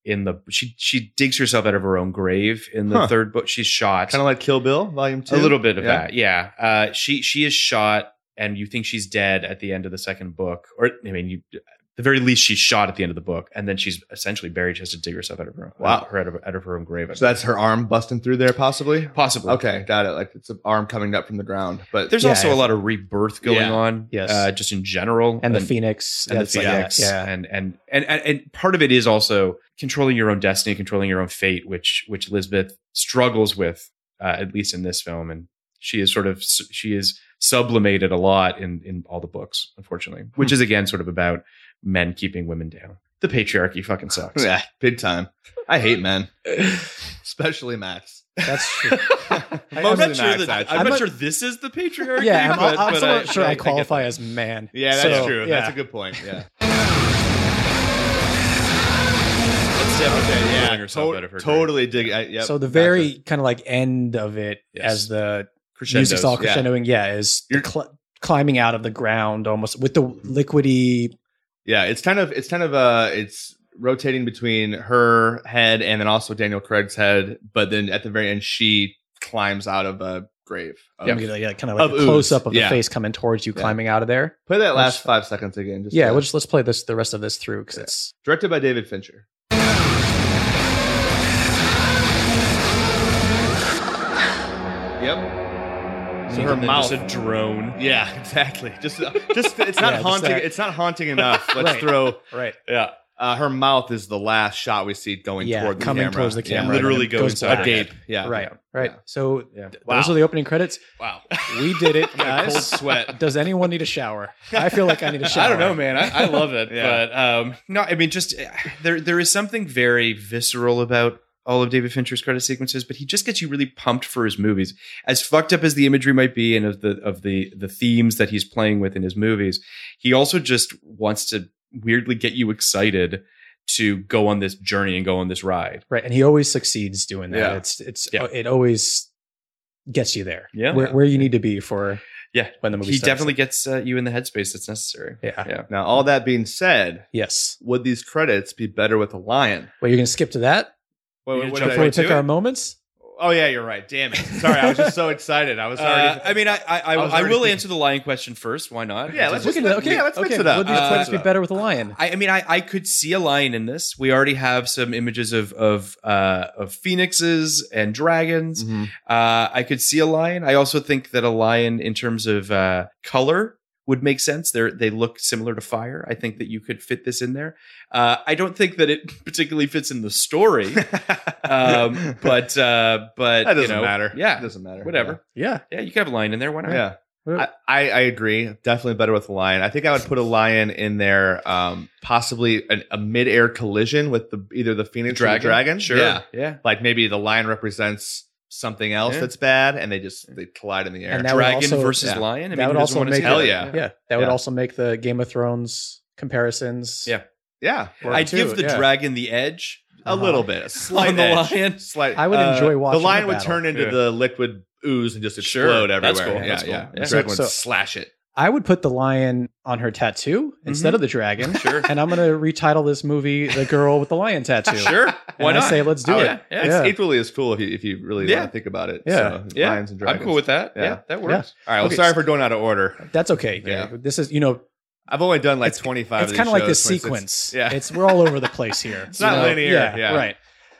Speaker 2: in the she she digs herself out of her own grave in the
Speaker 1: Huh.
Speaker 2: third book. She's shot,
Speaker 1: kind of like kill bill volume two
Speaker 2: a little bit of
Speaker 1: Yeah.
Speaker 2: that, yeah. Uh, she she is shot, and you think she's dead at the end of the second book, or I mean, you at the very least she's shot at the end of the book, and then she's essentially buried. She has to dig herself out of her
Speaker 1: Wow.
Speaker 2: her out of, out of her own grave.
Speaker 1: so that's her arm busting through there possibly
Speaker 2: possibly
Speaker 1: okay got it like it's an arm coming up from the ground but
Speaker 2: There's
Speaker 4: Yeah,
Speaker 2: also
Speaker 4: yeah.
Speaker 2: a lot of rebirth going
Speaker 1: Yeah.
Speaker 2: on,
Speaker 4: Yes.
Speaker 2: uh, just in general,
Speaker 4: And the Phoenix.
Speaker 2: and the
Speaker 4: that's like-
Speaker 2: Phoenix,
Speaker 4: yeah.
Speaker 2: and, and and and and part of it is also controlling your own destiny, controlling your own fate, which which Lisbeth struggles with, uh, at least in this film, and she is sort of she is sublimated a lot in in all the books, unfortunately, which is again sort of about men keeping women down. The patriarchy fucking sucks.
Speaker 1: yeah big time i hate men especially max
Speaker 4: That's true.
Speaker 2: I'm
Speaker 1: Mostly
Speaker 2: not sure
Speaker 1: Max,
Speaker 2: that
Speaker 1: actually.
Speaker 2: I'm,
Speaker 4: I'm
Speaker 2: not
Speaker 4: a-
Speaker 2: sure this is the patriarchy.
Speaker 4: yeah, I'm,
Speaker 2: but,
Speaker 4: I'm
Speaker 2: but
Speaker 4: somewhat sure I,
Speaker 2: get
Speaker 4: qualify
Speaker 2: that.
Speaker 4: as man.
Speaker 1: yeah that's
Speaker 4: So,
Speaker 1: true
Speaker 4: yeah.
Speaker 1: that's a good point yeah
Speaker 2: Let's definitely
Speaker 1: yeah
Speaker 2: bring herself
Speaker 1: to-
Speaker 2: out of her grave.
Speaker 1: totally dig I, yep,
Speaker 4: so the
Speaker 1: gotcha.
Speaker 4: very kind of like end of it
Speaker 2: Yes.
Speaker 4: as the
Speaker 2: Crescendos.
Speaker 4: music's all
Speaker 1: yeah.
Speaker 4: crescendoing, yeah, is
Speaker 1: You're-
Speaker 4: cl- climbing out of the ground almost with the liquidy.
Speaker 1: Yeah, it's kind of it's kind of uh it's rotating between her head and then also Daniel Craig's head, but then at the very end she climbs out of a grave. of-
Speaker 2: Yep.
Speaker 4: You get, like, kind of
Speaker 1: Of
Speaker 4: like
Speaker 1: ooze,
Speaker 4: a close up of
Speaker 1: yeah.
Speaker 4: the face coming towards you,
Speaker 1: Yeah.
Speaker 4: climbing out of there.
Speaker 1: Play that last
Speaker 4: Let's-
Speaker 1: five seconds again. Just
Speaker 4: yeah,
Speaker 1: to-
Speaker 4: we'll just let's play this the rest of this through because
Speaker 1: Yeah.
Speaker 4: it's
Speaker 1: directed by David Fincher. Yep. So her
Speaker 2: And then
Speaker 1: mouth.
Speaker 2: Just a drone.
Speaker 1: yeah, exactly. Just, uh, just it's not
Speaker 4: Yeah, just
Speaker 1: haunting.
Speaker 4: that.
Speaker 1: It's not haunting enough. Let's
Speaker 4: Right.
Speaker 1: throw.
Speaker 4: right.
Speaker 1: Yeah. Uh, her mouth is the last shot we see going
Speaker 4: Yeah,
Speaker 1: toward the
Speaker 4: coming
Speaker 1: camera.
Speaker 4: towards the
Speaker 1: Yeah,
Speaker 4: camera.
Speaker 1: literally
Speaker 4: It goes
Speaker 1: goes
Speaker 4: back.
Speaker 1: agape. Yeah.
Speaker 4: right, right.
Speaker 1: Yeah.
Speaker 4: So
Speaker 2: Yeah.
Speaker 4: th-
Speaker 1: Wow.
Speaker 4: those are the opening credits.
Speaker 1: Wow.
Speaker 4: We did it,
Speaker 1: My cold
Speaker 4: guys.
Speaker 1: sweat.
Speaker 4: Does anyone need a shower? I feel like I need a shower.
Speaker 2: I don't know, man. I, I love it,
Speaker 1: Yeah.
Speaker 2: but um, no, I mean, just uh, there there is something very visceral about all of David Fincher's credit sequences, but he just gets you really pumped for his movies. As fucked up as the imagery might be, and of the of the the themes that he's playing with in his movies, he also just wants to weirdly get you excited to go on this journey and go on this ride.
Speaker 4: Right, and he always succeeds doing that.
Speaker 1: Yeah.
Speaker 4: It's it's
Speaker 2: Yeah.
Speaker 4: it always gets you there.
Speaker 2: Yeah.
Speaker 4: where, where you need to be for
Speaker 2: Yeah.
Speaker 4: when the movie
Speaker 2: he
Speaker 4: starts.
Speaker 2: definitely gets uh, you in the headspace that's necessary.
Speaker 4: yeah.
Speaker 2: Yeah.
Speaker 1: Now, all that being said,
Speaker 4: yes.
Speaker 1: would these credits be better with a lion?
Speaker 4: Well, you're gonna skip to that
Speaker 1: Wait,
Speaker 2: You
Speaker 1: what
Speaker 2: jump
Speaker 1: did
Speaker 4: before
Speaker 1: I
Speaker 4: we
Speaker 1: do
Speaker 4: pick
Speaker 1: to
Speaker 4: our
Speaker 1: it?
Speaker 4: moments.
Speaker 1: Oh yeah, you're right. Damn it. Sorry, I was just so excited. I was
Speaker 2: Uh,
Speaker 1: already.
Speaker 2: I mean, I I, I,
Speaker 1: was
Speaker 2: I
Speaker 1: already
Speaker 2: will
Speaker 1: thinking-
Speaker 2: answer the lion question first. Why not?
Speaker 1: Yeah, let's
Speaker 4: We
Speaker 1: just
Speaker 4: can,
Speaker 1: let-
Speaker 4: okay,
Speaker 1: yeah, let's
Speaker 4: okay,
Speaker 1: mix it up.
Speaker 4: Would these
Speaker 2: Uh,
Speaker 4: credits be better with a lion?
Speaker 2: I, I mean, I, I could see a lion in this. We already have some images of of uh, of phoenixes and dragons.
Speaker 1: Mhm.
Speaker 2: Uh, I could see a lion. I also think that a lion, in terms of uh, color, would make sense. They they look similar to fire. I think that you could fit this in there. Uh, I don't think that it particularly fits in the story, um, but uh, but
Speaker 1: that doesn't
Speaker 2: you know,
Speaker 1: matter. it
Speaker 2: Yeah,
Speaker 1: doesn't matter.
Speaker 2: whatever.
Speaker 4: yeah,
Speaker 2: Yeah, you could have a lion in there. Why not?
Speaker 1: Yeah, I, I I agree. Definitely better with a lion. I think I would put a lion in there, um, possibly an, a mid-air collision with the either the phoenix or the dragon.
Speaker 2: Sure.
Speaker 1: Yeah.
Speaker 2: yeah.
Speaker 1: Like maybe the lion represents something else
Speaker 2: Yeah.
Speaker 1: that's bad, and they just they collide in the air.
Speaker 4: And that would
Speaker 2: Dragon
Speaker 4: also-
Speaker 2: versus
Speaker 1: yeah.
Speaker 2: lion. I
Speaker 4: That
Speaker 2: mean,
Speaker 4: would
Speaker 2: who doesn't
Speaker 4: also
Speaker 2: wanna
Speaker 4: make
Speaker 2: see
Speaker 4: it-
Speaker 1: Hell
Speaker 2: that?
Speaker 1: yeah.
Speaker 4: yeah. That would
Speaker 1: Yeah.
Speaker 4: also make the Game of Thrones comparisons.
Speaker 2: Yeah.
Speaker 1: yeah,
Speaker 4: work
Speaker 2: I
Speaker 4: too,
Speaker 2: give the
Speaker 4: yeah.
Speaker 2: dragon the edge.
Speaker 1: a
Speaker 4: Uh-huh.
Speaker 1: little bit. A slight
Speaker 2: On the
Speaker 1: edge.
Speaker 2: lion?
Speaker 1: Slight.
Speaker 4: I would
Speaker 2: Uh,
Speaker 4: enjoy
Speaker 1: the
Speaker 4: watching.
Speaker 1: lion would
Speaker 4: battle.
Speaker 1: turn into
Speaker 2: Yeah.
Speaker 1: the liquid ooze and just
Speaker 2: Sure.
Speaker 1: explode everywhere.
Speaker 2: That's cool.
Speaker 1: Yeah,
Speaker 2: That's cool.
Speaker 1: yeah.
Speaker 2: Yeah.
Speaker 1: The dragon
Speaker 4: So-
Speaker 1: would slash it.
Speaker 4: I would put the lion on her tattoo
Speaker 1: Mm-hmm.
Speaker 4: instead of the dragon.
Speaker 2: Sure.
Speaker 4: And I'm gonna retitle this movie "The Girl with the Lion Tattoo."
Speaker 2: Sure.
Speaker 4: And
Speaker 2: Why
Speaker 4: I
Speaker 2: not?
Speaker 4: say let's do
Speaker 1: I
Speaker 4: it.
Speaker 1: would-
Speaker 2: yeah.
Speaker 1: It's
Speaker 4: Yeah.
Speaker 1: equally as cool if you if you really
Speaker 2: Yeah.
Speaker 1: want to think about it.
Speaker 4: Yeah.
Speaker 1: So,
Speaker 2: Yeah.
Speaker 1: lions and
Speaker 2: I'm
Speaker 1: dragons.
Speaker 2: cool with that. Yeah,
Speaker 1: Yeah.
Speaker 2: that works.
Speaker 1: All right. Well,
Speaker 4: Okay.
Speaker 1: sorry for going out of order.
Speaker 4: That's okay. Gary.
Speaker 1: Yeah.
Speaker 4: This is you know
Speaker 1: I've only done like
Speaker 4: It's-
Speaker 1: 25.
Speaker 4: it's
Speaker 1: kind of
Speaker 4: like this
Speaker 1: this
Speaker 4: sequence.
Speaker 1: Yeah.
Speaker 4: It's we're all over the place here.
Speaker 1: It's not linear, yeah.
Speaker 4: Right.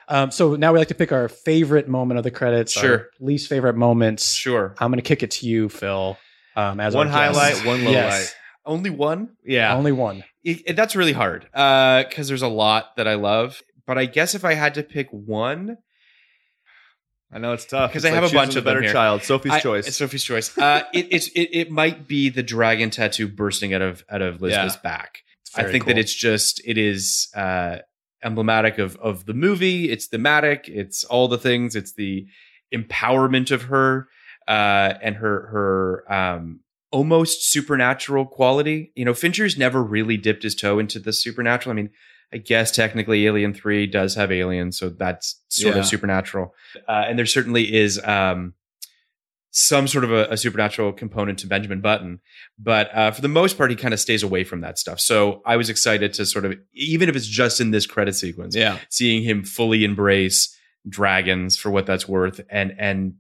Speaker 4: Um, so now we like to pick our favorite moment of the credits. our
Speaker 2: Sure.
Speaker 4: least favorite moments.
Speaker 2: Sure.
Speaker 4: I'm gonna kick it to you, Phil. Um, as
Speaker 1: one
Speaker 4: our guest.
Speaker 1: highlight, one low
Speaker 4: Yes.
Speaker 2: Only one.
Speaker 1: light. Yeah.
Speaker 4: Only one.
Speaker 2: It- it- that's really hard because there's a lot that I love. But I guess if I had to pick one,
Speaker 1: I know it's tough
Speaker 2: 'Cause
Speaker 1: It's
Speaker 2: I have a
Speaker 1: choosing
Speaker 2: bunch
Speaker 1: the
Speaker 2: of them
Speaker 1: better
Speaker 2: here.
Speaker 1: child. Sophie's
Speaker 2: I-
Speaker 1: choice.
Speaker 2: It's Sophie's choice. Uh, it, it's it, it might be the dragon tattoo bursting out of out of Lisbeth's back.
Speaker 4: It's
Speaker 2: I
Speaker 4: very
Speaker 2: think
Speaker 4: cool.
Speaker 2: that it's just it is uh, emblematic of of the movie. It's thematic. It's all the things. It's the empowerment of her uh, and her her um, almost supernatural quality. You know, Fincher's never really dipped his toe into the supernatural. I mean, I guess technically Alien Three does have aliens, so that's sort
Speaker 1: Yeah.
Speaker 2: of supernatural. Uh, and there certainly is. Um, some sort of a, a supernatural component to Benjamin Button, but uh, for the most part, he kind of stays away from that stuff. So I was excited to sort of, even if it's just in this credit sequence,
Speaker 1: yeah.
Speaker 2: seeing him fully embrace dragons for what that's worth, and and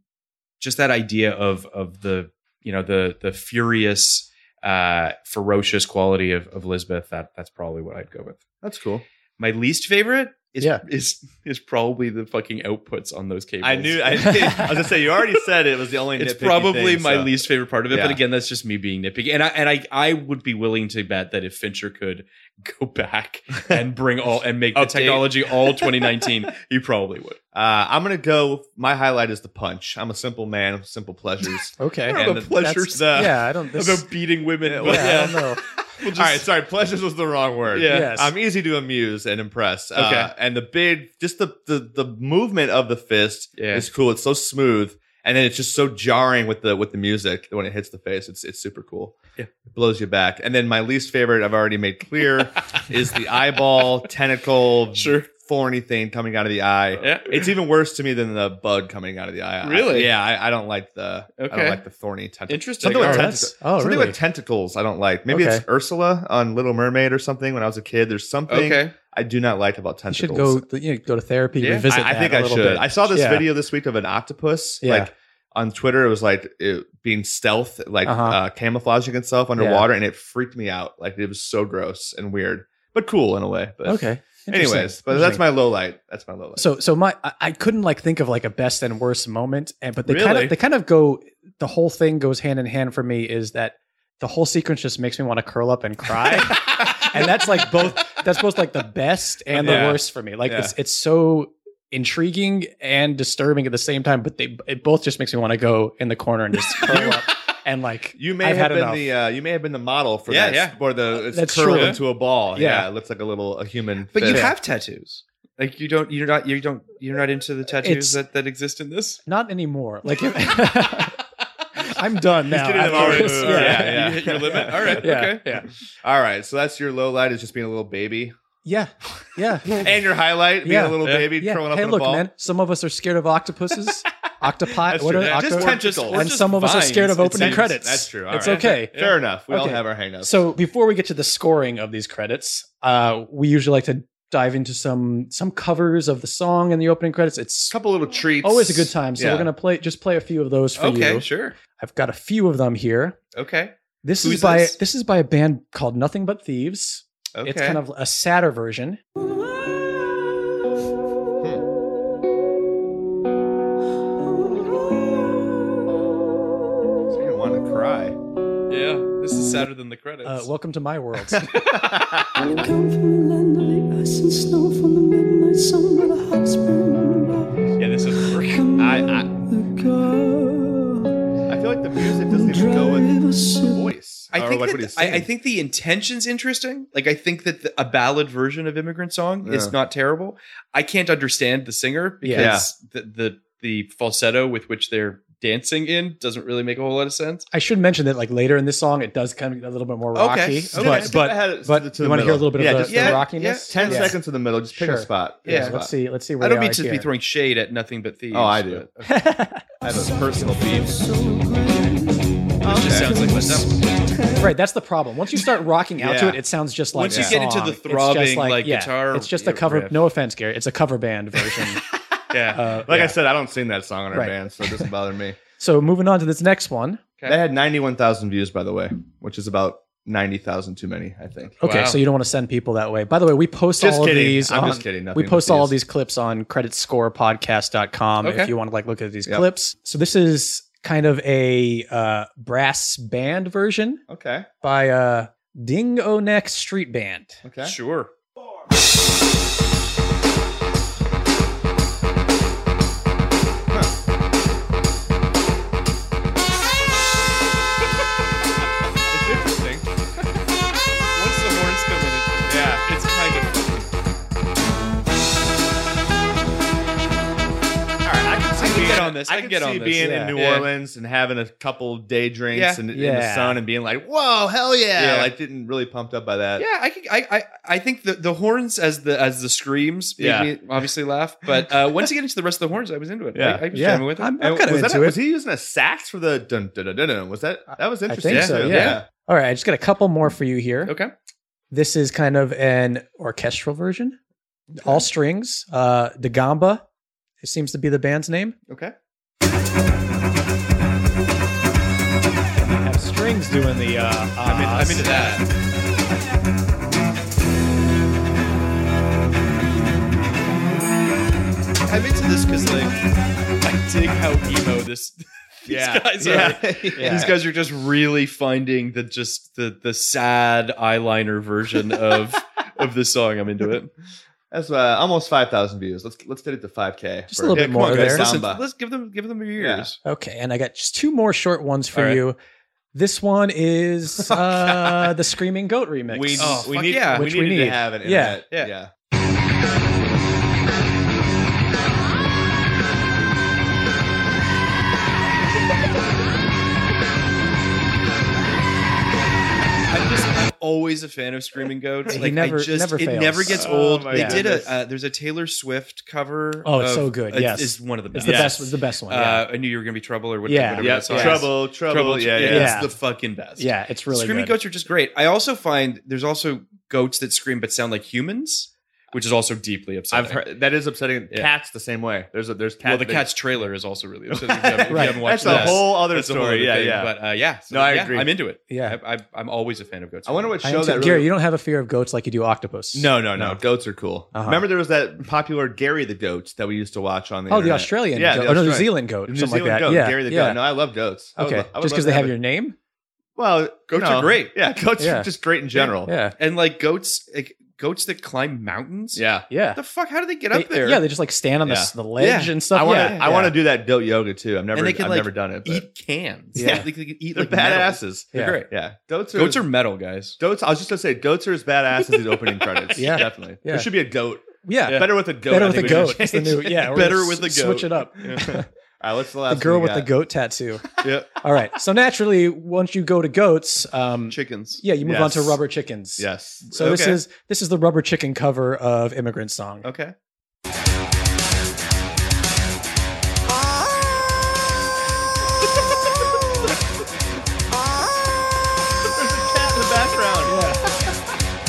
Speaker 2: just that idea of of the you know the the furious, uh, ferocious quality of, of Lisbeth. That that's probably what I'd go with.
Speaker 1: That's cool.
Speaker 2: My least favorite is
Speaker 4: Yeah.
Speaker 2: is is probably the fucking outputs on those cables.
Speaker 1: I knew. I, I was gonna say you already said it was the only.
Speaker 2: it's
Speaker 1: nitpicky
Speaker 2: probably
Speaker 1: thing,
Speaker 2: my
Speaker 1: so.
Speaker 2: least favorite part of it. But
Speaker 1: Yeah.
Speaker 2: again, that's just me being nitpicky. And I and I I would be willing to bet that if Fincher could go back and bring all and make the
Speaker 1: Update.
Speaker 2: technology all 2019, he probably would.
Speaker 1: Uh, I'm gonna go. My highlight is the punch. I'm a simple man. of Simple pleasures.
Speaker 4: Okay.
Speaker 1: And the-
Speaker 2: the pleasures
Speaker 1: that's-
Speaker 4: yeah, I don't. This,
Speaker 2: about beating women.
Speaker 1: Yeah,
Speaker 2: but
Speaker 4: yeah, I
Speaker 2: yeah.
Speaker 4: don't know.
Speaker 2: We'll just-
Speaker 1: All right, sorry. Pleasures was the wrong word.
Speaker 2: Yeah.
Speaker 4: Yes.
Speaker 1: I'm easy to amuse and impress. Uh,
Speaker 2: Okay.
Speaker 1: and the big, just the, the the movement of the fist
Speaker 2: Yeah.
Speaker 1: is cool. It's so smooth, and then it's just so jarring with the with the music when it hits the face. It's it's super cool.
Speaker 2: Yeah.
Speaker 1: It blows you back. And then my least favorite, I've already made clear, is the eyeball tentacle,
Speaker 2: Sure.
Speaker 1: thorny thing coming out of the eye.
Speaker 2: Yeah.
Speaker 1: It's even worse to me than the bug coming out of the eye. I-
Speaker 2: Really?
Speaker 1: yeah, I, I don't like the I
Speaker 2: Okay.
Speaker 1: don't like the thorny tentacle.
Speaker 2: Interesting.
Speaker 1: Something with
Speaker 2: All right.
Speaker 1: tentacles.
Speaker 4: Oh,
Speaker 1: something
Speaker 4: really?
Speaker 1: with tentacles. I don't like. Maybe it's
Speaker 4: Okay.
Speaker 1: Ursula on Little Mermaid or something. When I was a kid, there's something
Speaker 2: Okay.
Speaker 1: I do not like about
Speaker 4: You
Speaker 1: tentacles.
Speaker 4: should go. You know, go to therapy.
Speaker 2: Yeah.
Speaker 4: Revisit.
Speaker 1: I, I
Speaker 4: that
Speaker 1: think
Speaker 4: a
Speaker 1: I
Speaker 4: little
Speaker 1: should.
Speaker 4: Bit.
Speaker 1: I saw this
Speaker 4: Yeah.
Speaker 1: video this week of an octopus.
Speaker 4: Yeah.
Speaker 1: Like on Twitter, it was like it, being stealth, like uh
Speaker 4: Uh-huh.
Speaker 1: camouflaging itself underwater, and it freaked me out. Like it was so gross and weird, but cool in a way. But
Speaker 4: Okay. Interesting.
Speaker 1: anyways, but that's
Speaker 4: Interesting.
Speaker 1: my low light. That's my low light.
Speaker 4: So so my I- I couldn't like think of like a best and worst moment, and but they kind
Speaker 1: Really?
Speaker 4: of they kind of go the whole thing goes hand in hand for me is that the whole sequence just makes me want to curl up and cry, and that's like both that's both like the best and the
Speaker 1: Yeah.
Speaker 4: worst for me. Like
Speaker 1: Yeah.
Speaker 4: it's it's so intriguing and disturbing at the same time, but they it both just makes me want to go in the corner and just curl up and like
Speaker 1: you may
Speaker 4: I've
Speaker 1: have
Speaker 4: had
Speaker 1: been
Speaker 4: enough.
Speaker 1: the uh, you may have been the model for
Speaker 2: Yeah,
Speaker 1: that
Speaker 2: yeah.
Speaker 1: for the it's
Speaker 4: That's
Speaker 1: curled
Speaker 4: true.
Speaker 1: into a ball. Yeah.
Speaker 4: Yeah.
Speaker 1: it looks like a little a human.
Speaker 2: But you
Speaker 1: fist.
Speaker 2: have tattoos. Like you don't, you're not, you don't, you're not into the
Speaker 4: It's-
Speaker 2: tattoos that, that exist in this.
Speaker 4: not anymore. Like if- I'm done now.
Speaker 1: did it
Speaker 4: after
Speaker 1: all right.
Speaker 4: this.
Speaker 1: Yeah, yeah.
Speaker 2: You hit your limit. All right.
Speaker 4: Yeah.
Speaker 2: Okay.
Speaker 4: Yeah.
Speaker 1: All right, so that's your low light is just being a little baby,
Speaker 4: Yeah. Yeah.
Speaker 1: and your highlight being
Speaker 4: Yeah.
Speaker 1: a little
Speaker 2: Yeah.
Speaker 1: baby
Speaker 4: Yeah.
Speaker 1: curling up
Speaker 4: hey,
Speaker 1: in a
Speaker 4: look,
Speaker 1: ball.
Speaker 4: man. Some of us are scared of octopuses, octopi.
Speaker 1: That's
Speaker 4: what
Speaker 1: true.
Speaker 4: are they?
Speaker 1: Yeah, just
Speaker 4: octo-
Speaker 1: tentacles. Or
Speaker 4: and
Speaker 2: just
Speaker 4: some of us are scared of
Speaker 2: vines, it
Speaker 4: opening
Speaker 2: seems.
Speaker 4: credits.
Speaker 1: That's true. All
Speaker 4: it's
Speaker 1: right.
Speaker 4: okay.
Speaker 1: Fair enough. We all
Speaker 4: Okay.
Speaker 1: have our hangups.
Speaker 4: So before we get to the scoring of these credits, uh, we usually like to dive into some some covers of the song and the opening credits. It's
Speaker 1: couple little treats.
Speaker 4: always a good time. So
Speaker 1: Yeah.
Speaker 4: we're gonna play just play a few of those for
Speaker 2: Okay.
Speaker 4: you.
Speaker 2: Sure.
Speaker 4: I've got a few of them here.
Speaker 2: Okay.
Speaker 4: This
Speaker 2: Who's
Speaker 4: is by
Speaker 2: this?
Speaker 4: this? is by a band called Nothing But Thieves.
Speaker 2: Okay.
Speaker 4: It's kind of a sadder version.
Speaker 1: I want to cry.
Speaker 2: yeah. This is sadder than the credits.
Speaker 4: Uh, welcome to my world.
Speaker 3: You come from the land of the ice and snow, from the midnight sun where the hot spring rises.
Speaker 1: Yeah, this is. I, I
Speaker 3: The girl
Speaker 1: I feel like the music doesn't even go with
Speaker 3: drive us
Speaker 1: the
Speaker 3: in
Speaker 1: voice.
Speaker 2: I
Speaker 1: or
Speaker 2: think,
Speaker 1: like
Speaker 2: that
Speaker 1: what he's
Speaker 2: the- I, I
Speaker 1: saying.
Speaker 2: think the intention's interesting. Like, I think that the, a ballad version of Immigrant Song
Speaker 1: Yeah.
Speaker 2: is not terrible. I can't understand the singer because the, the the falsetto with which they're dancing in doesn't really make a whole lot of sense.
Speaker 4: I should mention that like later in this song, it does come a little bit more rocky.
Speaker 2: Okay, okay.
Speaker 1: Yeah,
Speaker 4: But
Speaker 1: skip
Speaker 4: but
Speaker 1: ahead to the-
Speaker 4: but
Speaker 1: to
Speaker 4: you
Speaker 1: the
Speaker 4: want to hear a
Speaker 1: middle.
Speaker 4: little bit
Speaker 1: Yeah,
Speaker 4: of the,
Speaker 1: just-
Speaker 4: the
Speaker 2: yeah,
Speaker 4: rockiness?
Speaker 2: yeah.
Speaker 1: ten
Speaker 4: Yeah.
Speaker 1: seconds in the middle. Just pick
Speaker 4: Sure.
Speaker 1: a spot. Pick
Speaker 4: Yeah,
Speaker 1: a
Speaker 2: Yeah.
Speaker 1: spot.
Speaker 4: let's see. Let's see. Where
Speaker 2: I don't
Speaker 4: we
Speaker 2: mean
Speaker 4: are
Speaker 2: to
Speaker 4: here.
Speaker 2: be throwing shade at nothing but thieves.
Speaker 1: Oh, I do.
Speaker 2: but
Speaker 1: Okay. I have a personal beef.
Speaker 3: so grand.
Speaker 2: This just sounds like Led Zeppelin.
Speaker 4: Right, that's the problem. Once you start rocking out
Speaker 1: Yeah.
Speaker 4: to it, it sounds just like
Speaker 2: Once
Speaker 4: the
Speaker 2: you get into
Speaker 4: song.
Speaker 2: the
Speaker 4: It's just
Speaker 2: throbbing, like,
Speaker 4: yeah,
Speaker 2: guitar
Speaker 4: It's just a
Speaker 2: riff.
Speaker 4: cover. No offense, Gary. It's a cover band version.
Speaker 2: Yeah.
Speaker 4: Uh,
Speaker 1: Like
Speaker 4: yeah.
Speaker 1: I said, I don't sing that song in our
Speaker 4: Right.
Speaker 1: band, so it doesn't bother me.
Speaker 4: so moving on to this next one.
Speaker 2: Okay.
Speaker 1: That had ninety-one thousand views, by the way, which is about ninety thousand too many, I think.
Speaker 4: Okay,
Speaker 2: Wow.
Speaker 4: so you don't want to send people that way. By the way, we post
Speaker 1: Just
Speaker 4: all
Speaker 1: kidding.
Speaker 4: of these.
Speaker 1: I'm
Speaker 4: on-
Speaker 1: just kidding. Nothing
Speaker 4: We
Speaker 1: but
Speaker 4: post all of
Speaker 1: these.
Speaker 4: these clips on creditscorepodcast.com
Speaker 2: Okay.
Speaker 4: if you want to like look at these
Speaker 1: Yep.
Speaker 4: clips. So this is kind of a uh, brass band version
Speaker 1: Okay.
Speaker 4: by uh, Ding O Neck Street Band.
Speaker 1: Okay.
Speaker 2: Sure. It's interesting. Once the horns come in, it, yeah, it's kind of.
Speaker 1: All right, I can see
Speaker 2: I can
Speaker 1: being-
Speaker 2: get on this. I can get
Speaker 1: see
Speaker 2: on this.
Speaker 1: being
Speaker 4: Yeah.
Speaker 1: in New
Speaker 2: Yeah.
Speaker 1: Orleans and having a couple day drinks
Speaker 2: Yeah.
Speaker 1: and in the
Speaker 4: Yeah.
Speaker 1: sun and being like, "Whoa, hell yeah!"
Speaker 2: Yeah.
Speaker 1: Like, didn't really pumped up by that.
Speaker 2: Yeah, I, can, I I I think the, the horns as the as the screams made
Speaker 1: Yeah.
Speaker 2: me obviously laugh, but uh, once you get into the rest of the horns, I was into it.
Speaker 1: Yeah.
Speaker 2: I, I was
Speaker 4: Yeah.
Speaker 2: jamming with it.
Speaker 4: I'm-
Speaker 1: And
Speaker 4: kinda
Speaker 1: was, that
Speaker 4: into
Speaker 1: a-
Speaker 4: it.
Speaker 1: was he using a sax for the dun dun dun dun? dun? Was that that was
Speaker 4: think
Speaker 1: interesting?
Speaker 4: so,
Speaker 1: too.
Speaker 4: yeah. All right, I just got a couple more for you here.
Speaker 2: okay.
Speaker 4: This is kind of an orchestral version, all strings. Uh, the Gamba, it seems to be the band's name.
Speaker 1: Okay.
Speaker 4: They have strings doing the. Uh,
Speaker 2: I'm, in, I'm into that. I'm into this because like I dig how emo this these
Speaker 1: Yeah.
Speaker 2: guys are.
Speaker 1: yeah.
Speaker 2: These guys are just really finding the just the the sad eyeliner version of of this song. I'm into it.
Speaker 1: That's uh, almost five thousand views. Let's let's get it to five k.
Speaker 4: Just a little bit more there.
Speaker 2: Listen,
Speaker 1: Samba.
Speaker 2: let's give them give them your
Speaker 1: Yeah.
Speaker 2: ears.
Speaker 4: Okay, and I got just two more short ones for
Speaker 2: All right.
Speaker 4: you. This one is uh, the Screaming Goat remix.
Speaker 1: Oh, We,
Speaker 2: Oh,
Speaker 1: we
Speaker 2: fuck
Speaker 1: need
Speaker 2: yeah.
Speaker 1: we
Speaker 4: Which
Speaker 1: needed
Speaker 4: we
Speaker 1: to
Speaker 4: need.
Speaker 1: have an
Speaker 4: Yeah.
Speaker 1: internet. Yeah.
Speaker 2: Yeah.
Speaker 1: yeah.
Speaker 2: I'm just I'm always a fan of Screaming Goats.
Speaker 4: He
Speaker 2: Like
Speaker 4: never-
Speaker 2: I just
Speaker 4: never
Speaker 2: it
Speaker 4: fails.
Speaker 2: never gets
Speaker 1: Oh
Speaker 2: old.
Speaker 1: my
Speaker 2: they did
Speaker 1: goodness.
Speaker 2: a uh, there's a Taylor Swift cover.
Speaker 4: Oh, it's
Speaker 2: of-
Speaker 4: so good,
Speaker 2: it's-
Speaker 4: yes.
Speaker 2: it's one of the
Speaker 4: It's
Speaker 2: best.
Speaker 4: the best. It's the best one. Yeah,
Speaker 2: Uh, I knew you were gonna be trouble or what-
Speaker 4: Yeah.
Speaker 2: whatever.
Speaker 1: Yeah,
Speaker 2: that song is.
Speaker 1: trouble, trouble, Yeah, yeah.
Speaker 4: Yeah.
Speaker 2: It's the fucking best.
Speaker 4: yeah it's really
Speaker 2: screaming
Speaker 4: good.
Speaker 2: goats are just great. I also find there's also goats that scream but sound like humans. which is also deeply upsetting.
Speaker 1: I've heard that is upsetting.
Speaker 2: Yeah.
Speaker 1: Cats the same way. There's a there's cats.
Speaker 2: well, the
Speaker 1: that-
Speaker 2: cat's trailer is also really upsetting. if you haven't, if you
Speaker 1: Right.
Speaker 2: haven't watched
Speaker 1: That's
Speaker 2: that.
Speaker 1: a whole other
Speaker 2: That's a
Speaker 1: story.
Speaker 2: other
Speaker 1: yeah,
Speaker 2: thing,
Speaker 1: yeah.
Speaker 2: But uh, yeah, so,
Speaker 1: No, I
Speaker 2: yeah,
Speaker 1: agree.
Speaker 2: I'm into it.
Speaker 4: Yeah.
Speaker 2: I, I, I'm always a fan of goats.
Speaker 1: I wonder what
Speaker 4: I
Speaker 1: show
Speaker 4: am too.
Speaker 1: that. really-
Speaker 4: Gary, you don't have a fear of goats like you do octopus.
Speaker 1: No, no, no. Goats are cool.
Speaker 4: Uh-huh.
Speaker 1: Remember, there was that popular Gary the Goat that we used to watch on the.
Speaker 4: Oh, the
Speaker 1: internet?
Speaker 4: Australian
Speaker 1: Yeah,
Speaker 4: goat.
Speaker 1: the
Speaker 4: oh, no, New
Speaker 1: Australian-
Speaker 4: Zealand goat.
Speaker 1: New
Speaker 4: something
Speaker 1: Zealand
Speaker 4: like that.
Speaker 1: Goat.
Speaker 4: yeah.
Speaker 1: Gary the
Speaker 4: yeah.
Speaker 1: Goat. No, I love goats. I would
Speaker 4: Okay.
Speaker 1: lo- I would
Speaker 4: Just
Speaker 1: love
Speaker 4: because
Speaker 1: to
Speaker 4: they have
Speaker 1: it.
Speaker 4: your name?
Speaker 1: Well,
Speaker 2: Goats
Speaker 1: no.
Speaker 2: are great.
Speaker 1: Yeah, goats
Speaker 4: Yeah.
Speaker 1: are just great in general.
Speaker 4: Yeah.
Speaker 2: And like goats, like goats that climb mountains.
Speaker 1: Yeah.
Speaker 4: Yeah.
Speaker 2: The fuck? How do they get
Speaker 4: They-
Speaker 2: up there?
Speaker 4: Yeah, they just like stand on the,
Speaker 1: Yeah.
Speaker 4: s- the ledge
Speaker 2: Yeah.
Speaker 4: and stuff.
Speaker 1: I want to.
Speaker 4: yeah.
Speaker 1: I want to do that goat yoga too. I've never.
Speaker 2: And they can,
Speaker 1: I've
Speaker 2: like,
Speaker 1: never done it. but-
Speaker 2: eat cans.
Speaker 4: Yeah.
Speaker 2: Like, they can eat
Speaker 1: They're
Speaker 2: like metal.
Speaker 1: badasses.
Speaker 2: They're
Speaker 4: Yeah.
Speaker 2: great.
Speaker 1: Yeah, goats are.
Speaker 2: Goats are metal guys.
Speaker 1: Goats. I was just gonna say, goats are as badass as these opening credits.
Speaker 4: Yeah.
Speaker 1: definitely.
Speaker 4: Yeah.
Speaker 1: There should be a goat.
Speaker 4: Yeah.
Speaker 1: Better with a goat.
Speaker 4: Better
Speaker 1: I
Speaker 4: with a
Speaker 1: think we
Speaker 4: goat.
Speaker 1: should
Speaker 4: It's the
Speaker 1: change
Speaker 4: new.
Speaker 1: it.
Speaker 4: Yeah. we're
Speaker 2: Better
Speaker 4: gonna
Speaker 2: with
Speaker 4: s-
Speaker 2: the
Speaker 4: Switch
Speaker 2: goat.
Speaker 4: it up.
Speaker 2: Yeah.
Speaker 1: All right, what's the
Speaker 4: The
Speaker 1: last?
Speaker 4: girl
Speaker 1: one
Speaker 4: with
Speaker 1: you
Speaker 4: the
Speaker 1: got?
Speaker 4: goat tattoo.
Speaker 1: Yep.
Speaker 4: All right. So naturally, once you go to goats, um,
Speaker 2: Chickens.
Speaker 4: yeah, you move on to
Speaker 1: Yes.
Speaker 4: rubber chickens.
Speaker 1: Yes.
Speaker 4: So this
Speaker 2: Okay.
Speaker 4: is this is the rubber chicken cover of Immigrant Song.
Speaker 2: Okay.
Speaker 1: There's a cat in the background.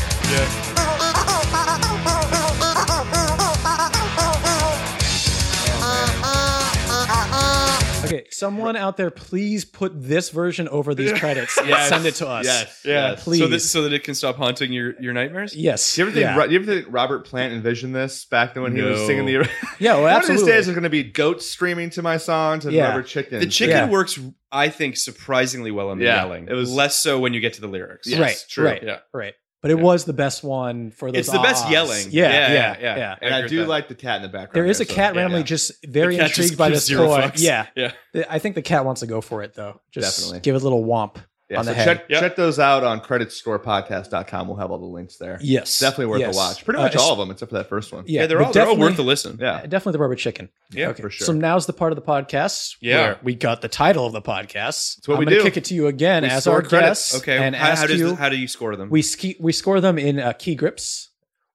Speaker 4: Okay, someone out there, please put this version over these credits and
Speaker 2: Yes.
Speaker 4: send it to us.
Speaker 1: Yes.
Speaker 2: Yeah.
Speaker 1: Yes.
Speaker 2: So
Speaker 4: Please.
Speaker 2: that so that it can stop haunting your your nightmares.
Speaker 4: Yes.
Speaker 1: Do you ever think?
Speaker 4: yeah.
Speaker 1: Ro- Do you ever think Robert Plant envisioned this back then when he was
Speaker 2: No.
Speaker 1: singing the?
Speaker 4: yeah, well,
Speaker 1: One of these
Speaker 4: absolutely.
Speaker 1: days, there's going to be goats screaming to my songs and
Speaker 4: Yeah.
Speaker 1: rubber chicken.
Speaker 2: The chicken
Speaker 4: Yeah.
Speaker 2: works, I think, surprisingly well on the
Speaker 1: Yeah,
Speaker 2: yelling.
Speaker 1: it was-
Speaker 2: less so when you get to the lyrics.
Speaker 1: Yes,
Speaker 4: right,
Speaker 1: true.
Speaker 4: right,
Speaker 2: Yeah.
Speaker 4: right. But it
Speaker 2: Yeah.
Speaker 4: was the best one for those.
Speaker 2: It's the best
Speaker 4: ahs.
Speaker 2: yelling.
Speaker 4: Yeah, yeah,
Speaker 2: Yeah,
Speaker 4: yeah.
Speaker 2: yeah, yeah.
Speaker 1: And I
Speaker 2: agree
Speaker 1: do
Speaker 2: with that.
Speaker 1: like the cat in the background.
Speaker 4: There is a
Speaker 1: so-
Speaker 4: cat
Speaker 1: yeah,
Speaker 4: randomly
Speaker 1: yeah.
Speaker 4: just very
Speaker 2: The cat just
Speaker 4: intrigued by
Speaker 2: gives
Speaker 4: this
Speaker 2: zero
Speaker 4: toy.
Speaker 2: fucks.
Speaker 4: Yeah,
Speaker 2: Yeah.
Speaker 4: The- I think the cat wants to go for it though. Just
Speaker 1: Definitely.
Speaker 4: give it a little womp.
Speaker 1: Yeah,
Speaker 4: on
Speaker 1: so
Speaker 4: the head.
Speaker 1: check
Speaker 2: Yep.
Speaker 1: check those out on creditscorepodcast.com. We'll have all the links there.
Speaker 4: Yes,
Speaker 1: Definitely worth
Speaker 4: yes.
Speaker 1: a watch. Pretty
Speaker 4: Uh,
Speaker 1: much
Speaker 4: it's-
Speaker 1: all of them except for that first one.
Speaker 4: Yeah,
Speaker 2: they're
Speaker 4: but
Speaker 2: all, they're all
Speaker 4: definitely-
Speaker 2: worth a listen.
Speaker 1: Yeah.
Speaker 4: Definitely the rubber chicken.
Speaker 2: Yeah,
Speaker 4: okay.
Speaker 1: for sure.
Speaker 4: So now's the part of the podcast
Speaker 2: Yeah.
Speaker 4: where we got the title of the podcast.
Speaker 1: what
Speaker 4: I'm
Speaker 1: we
Speaker 4: gonna
Speaker 1: do.
Speaker 4: kick it to you again
Speaker 1: We
Speaker 4: as
Speaker 1: score
Speaker 4: our
Speaker 1: credits.
Speaker 4: guest.
Speaker 2: Okay.
Speaker 4: and
Speaker 2: how,
Speaker 4: ask
Speaker 2: how does
Speaker 4: you,
Speaker 2: this- how do you score them?
Speaker 4: we ski, we score them in uh, key grips.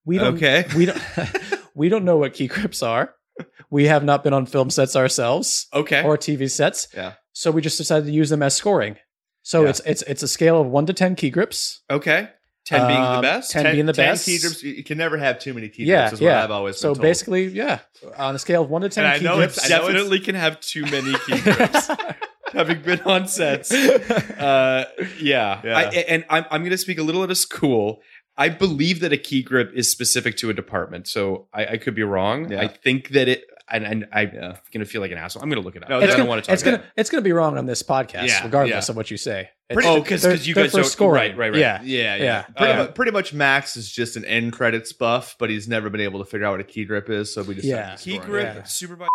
Speaker 4: We don't.
Speaker 2: Okay.
Speaker 4: We don't. we don't know what key grips are. We have not been on film sets ourselves
Speaker 2: okay.
Speaker 4: or TV sets.
Speaker 1: Yeah.
Speaker 4: So we just decided to use them as scoring. So
Speaker 1: Yeah.
Speaker 4: it's it's it's a scale of one to ten key grips.
Speaker 2: okay. Ten being the
Speaker 4: Um,
Speaker 2: best.
Speaker 4: 10 being the best.
Speaker 1: key drips. You you can never have too many key
Speaker 4: Yeah,
Speaker 1: drips, is what
Speaker 4: yeah.
Speaker 1: I've always
Speaker 4: So
Speaker 1: been told.
Speaker 4: basically, yeah, on a scale of one to ten
Speaker 1: And I
Speaker 4: key
Speaker 1: know
Speaker 4: grips.
Speaker 1: it's- I know it's-
Speaker 2: Definitely can have too many key grips. Having been on sets, uh, yeah.
Speaker 1: Yeah.
Speaker 2: I, and I'm I'm going to speak a little out of school. I believe that a key grip is specific to a department, so I, I could be wrong.
Speaker 1: Yeah.
Speaker 2: I think that it, and, and I'm
Speaker 1: Yeah.
Speaker 2: going to feel like an asshole. I'm going to look it up.
Speaker 1: No,
Speaker 2: I
Speaker 1: it's
Speaker 2: don't
Speaker 1: gonna-
Speaker 2: want to talk
Speaker 4: it's
Speaker 2: about
Speaker 4: gonna it's gonna be wrong on this podcast,
Speaker 2: Yeah,
Speaker 4: regardless
Speaker 1: yeah.
Speaker 4: of what you say. It's,
Speaker 2: Pretty- oh, 'cause-
Speaker 4: they're-
Speaker 2: 'cause you
Speaker 4: they're
Speaker 2: guys
Speaker 4: for
Speaker 2: don't-
Speaker 4: scoring.
Speaker 2: right, right, right.
Speaker 4: Yeah,
Speaker 1: yeah, yeah.
Speaker 4: Yeah.
Speaker 1: Pretty,
Speaker 2: Uh,
Speaker 1: mu- pretty much Max is just an end credits buff, but he's never been able to figure out what a key grip is, so we just
Speaker 4: Yeah.
Speaker 2: it. Key grip,
Speaker 1: grip.
Speaker 4: Yeah.
Speaker 2: supervisor.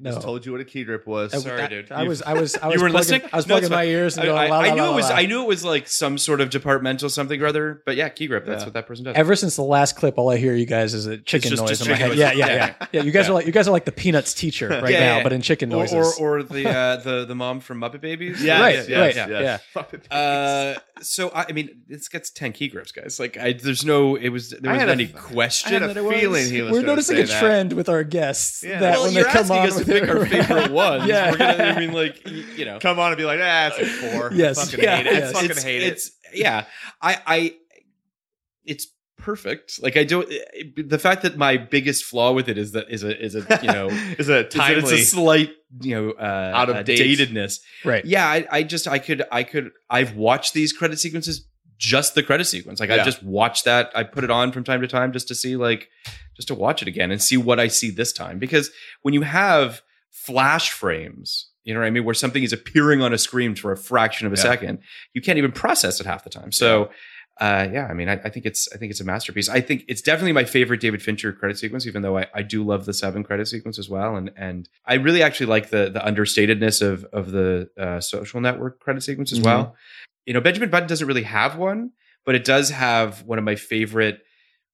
Speaker 1: Just
Speaker 4: no.
Speaker 1: told you what a key grip was.
Speaker 4: I-
Speaker 2: Sorry,
Speaker 4: I,
Speaker 2: dude.
Speaker 4: I
Speaker 2: You-
Speaker 4: was, I was, I
Speaker 2: You
Speaker 4: was.
Speaker 2: weren't
Speaker 4: plugging,
Speaker 2: listening?
Speaker 4: I was
Speaker 2: No, it's
Speaker 4: plugging my ears
Speaker 2: I,
Speaker 4: and going.
Speaker 2: I-
Speaker 4: la, la,
Speaker 2: I knew
Speaker 4: la,
Speaker 2: it was.
Speaker 4: la, la.
Speaker 2: I knew it was like some sort of departmental something or other. But yeah, key grip. That's
Speaker 1: Yeah.
Speaker 2: what that person does.
Speaker 4: Ever since the last clip, all I hear you guys is a chicken
Speaker 2: just-
Speaker 4: noise
Speaker 2: just
Speaker 4: in my
Speaker 2: chicken
Speaker 4: head. Yeah,
Speaker 2: noise.
Speaker 4: yeah,
Speaker 2: Yeah.
Speaker 4: yeah, yeah. You guys are like you guys are like the Peanuts teacher right
Speaker 2: Yeah,
Speaker 4: now,
Speaker 2: yeah, yeah.
Speaker 4: but in chicken
Speaker 2: or,
Speaker 4: noises.
Speaker 2: or or the uh, the the mom from Muppet Babies.
Speaker 1: Yes,
Speaker 4: right,
Speaker 1: yes, yes.
Speaker 4: right, yeah.
Speaker 1: Fucking-
Speaker 2: Uh, so I, I mean, this gets ten key grips, guys. Like, I, there's no, it was there
Speaker 1: I
Speaker 2: was
Speaker 1: had a-
Speaker 2: any
Speaker 1: I
Speaker 2: question
Speaker 1: had a
Speaker 2: that it was.
Speaker 1: feeling he was.
Speaker 4: We're
Speaker 1: gonna
Speaker 4: noticing
Speaker 1: say
Speaker 4: a
Speaker 1: that.
Speaker 4: trend with our guests
Speaker 1: Yeah.
Speaker 4: that
Speaker 2: well,
Speaker 4: when
Speaker 2: you're
Speaker 4: they come
Speaker 2: asking
Speaker 4: on
Speaker 2: us to
Speaker 4: with
Speaker 2: pick
Speaker 4: their-
Speaker 2: our favorite ones.
Speaker 4: Yeah.
Speaker 2: We're gonna, I mean, like, y- you know,
Speaker 1: Come on and be like, ah, it's a four.
Speaker 4: Yes,
Speaker 1: I fucking
Speaker 4: yeah,
Speaker 1: hate it.
Speaker 4: yes.
Speaker 1: I fucking
Speaker 2: it's,
Speaker 1: hate it.
Speaker 2: it's yeah. I I it's perfect. Like I don't. eh, The fact that my biggest flaw with it is that is a is a you know.
Speaker 1: is it
Speaker 2: is that
Speaker 1: timely?
Speaker 2: It's a slight, you know, uh,
Speaker 1: Out of
Speaker 2: uh,
Speaker 1: date.
Speaker 2: datedness.
Speaker 4: Right.
Speaker 2: Yeah, I, I just, I could, I could, I've watched these credit sequences, just the credit sequence. Like I
Speaker 1: Yeah.
Speaker 2: just watched that. I put it on from time to time just to see, like, just to watch it again and see what I see this time. Because when you have flash frames, you know what I mean, where something is appearing on a screen for a fraction of a
Speaker 1: Yeah.
Speaker 2: second, you can't even process it half the time. So. Uh, yeah, I mean, I, I think it's I think it's a masterpiece. I think it's definitely my favorite David Fincher credit sequence, even though I, I do love the seven credit sequence as well. And and I really actually like the the understatedness of of the uh, Social Network credit sequence as well. You know, Benjamin Button doesn't really have one, but it does have one of my favorite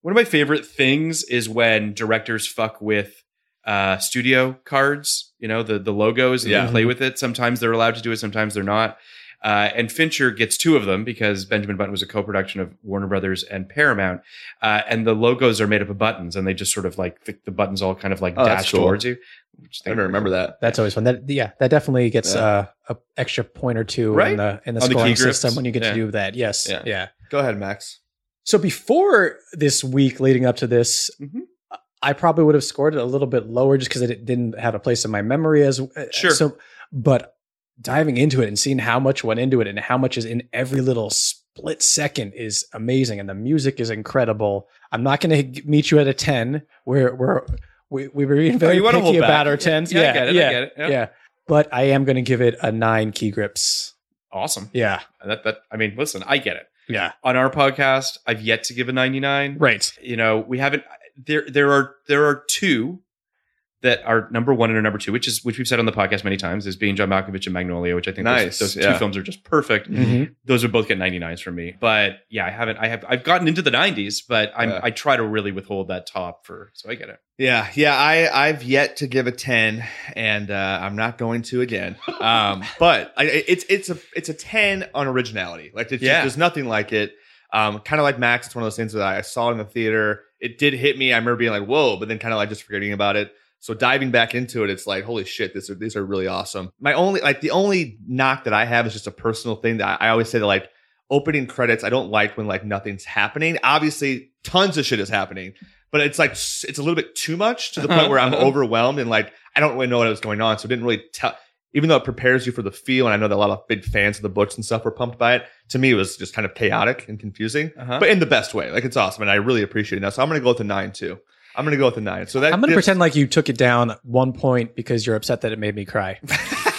Speaker 2: one of my favorite things is when directors fuck with uh, studio cards. You know, the the logos and
Speaker 1: Yeah.
Speaker 2: they play with it. Sometimes they're allowed to do it, sometimes they're not. Uh, and Fincher gets two of them because Benjamin Button was a co-production of Warner Brothers and Paramount, uh, and the logos are made up of buttons, and they just sort of like the, the buttons all kind of like
Speaker 1: Oh, that's
Speaker 2: dash
Speaker 1: cool.
Speaker 2: towards you. Which
Speaker 1: I don't remember that.
Speaker 4: That's always fun. That yeah, that definitely gets
Speaker 1: Yeah.
Speaker 4: uh, a extra point or two in
Speaker 2: Right?
Speaker 4: the in the
Speaker 2: On the key
Speaker 4: scoring
Speaker 2: grips.
Speaker 4: system when you get
Speaker 2: Yeah.
Speaker 4: to do that. Yes,
Speaker 2: Yeah.
Speaker 4: yeah.
Speaker 1: Go ahead, Max.
Speaker 4: So before this week leading up to this,
Speaker 2: Mhm.
Speaker 4: I probably would have scored it a little bit lower just because it didn't have a place in my memory as uh,
Speaker 2: Sure.
Speaker 4: So, but diving into it and seeing how much went into it and how much is in every little split second is amazing, and the music is incredible. I'm not going to meet you at a ten. We're we're we, we were being very
Speaker 2: Oh, you wanna
Speaker 4: picky
Speaker 2: hold back.
Speaker 4: about our tens.
Speaker 2: Yeah,
Speaker 4: yeah,
Speaker 2: I get it.
Speaker 4: yeah,
Speaker 2: I get it. Yeah.
Speaker 4: yeah. But I am going to give it a nine key grips.
Speaker 2: Awesome.
Speaker 4: Yeah,
Speaker 2: That that I mean, listen, I get it.
Speaker 4: yeah,
Speaker 2: On our podcast, I've yet to give a 99.
Speaker 4: right.
Speaker 2: You know, we haven't there there are there are two that are number one and are number two, which is which we've said on the podcast many times, is being John Malkovich and Magnolia, which I think those-
Speaker 1: Nice,
Speaker 2: those,
Speaker 1: yeah. Mm-hmm.
Speaker 2: two films are just perfect. Those would both get 99s from me. But yeah, I haven't I have I've gotten into the 90s, but I'm
Speaker 1: Yeah.
Speaker 2: I try to really withhold that top for so I get it.
Speaker 1: Yeah, yeah. I I've yet to give a ten, and uh, I'm not going to again. Um, but I, I- it's it's a it's a ten on originality. Like it's just,
Speaker 2: Yeah.
Speaker 1: there's nothing like it. Um, kind of like Max. It's one of those things that I saw in the theater. It did hit me. I remember being like, "Whoa!" But then kind of like just forgetting about it. So diving back into it, it's like, "Holy shit! This are, these are really awesome." My only like the only knock that I have is just a personal thing that I, I always say that like opening credits. I don't like when like nothing's happening. Obviously, tons of shit is happening but it's like s- it's a little bit too much to the point where I'm
Speaker 2: Uh-huh.
Speaker 1: overwhelmed and like I don't really know what was going on. So it didn't really tell. Even though it prepares you for the feel, and I know that a lot of big fans of the books and stuff were pumped by it. To me, it was just kind of chaotic and confusing,
Speaker 2: Uh-huh.
Speaker 1: but in the best way. Like it's awesome, and I really appreciate it. Now, so I'm gonna go with a nine too. I'm gonna go with a nine. So that
Speaker 4: I'm going to
Speaker 1: gives-
Speaker 4: pretend like you took it down one point because you're upset that it made me cry.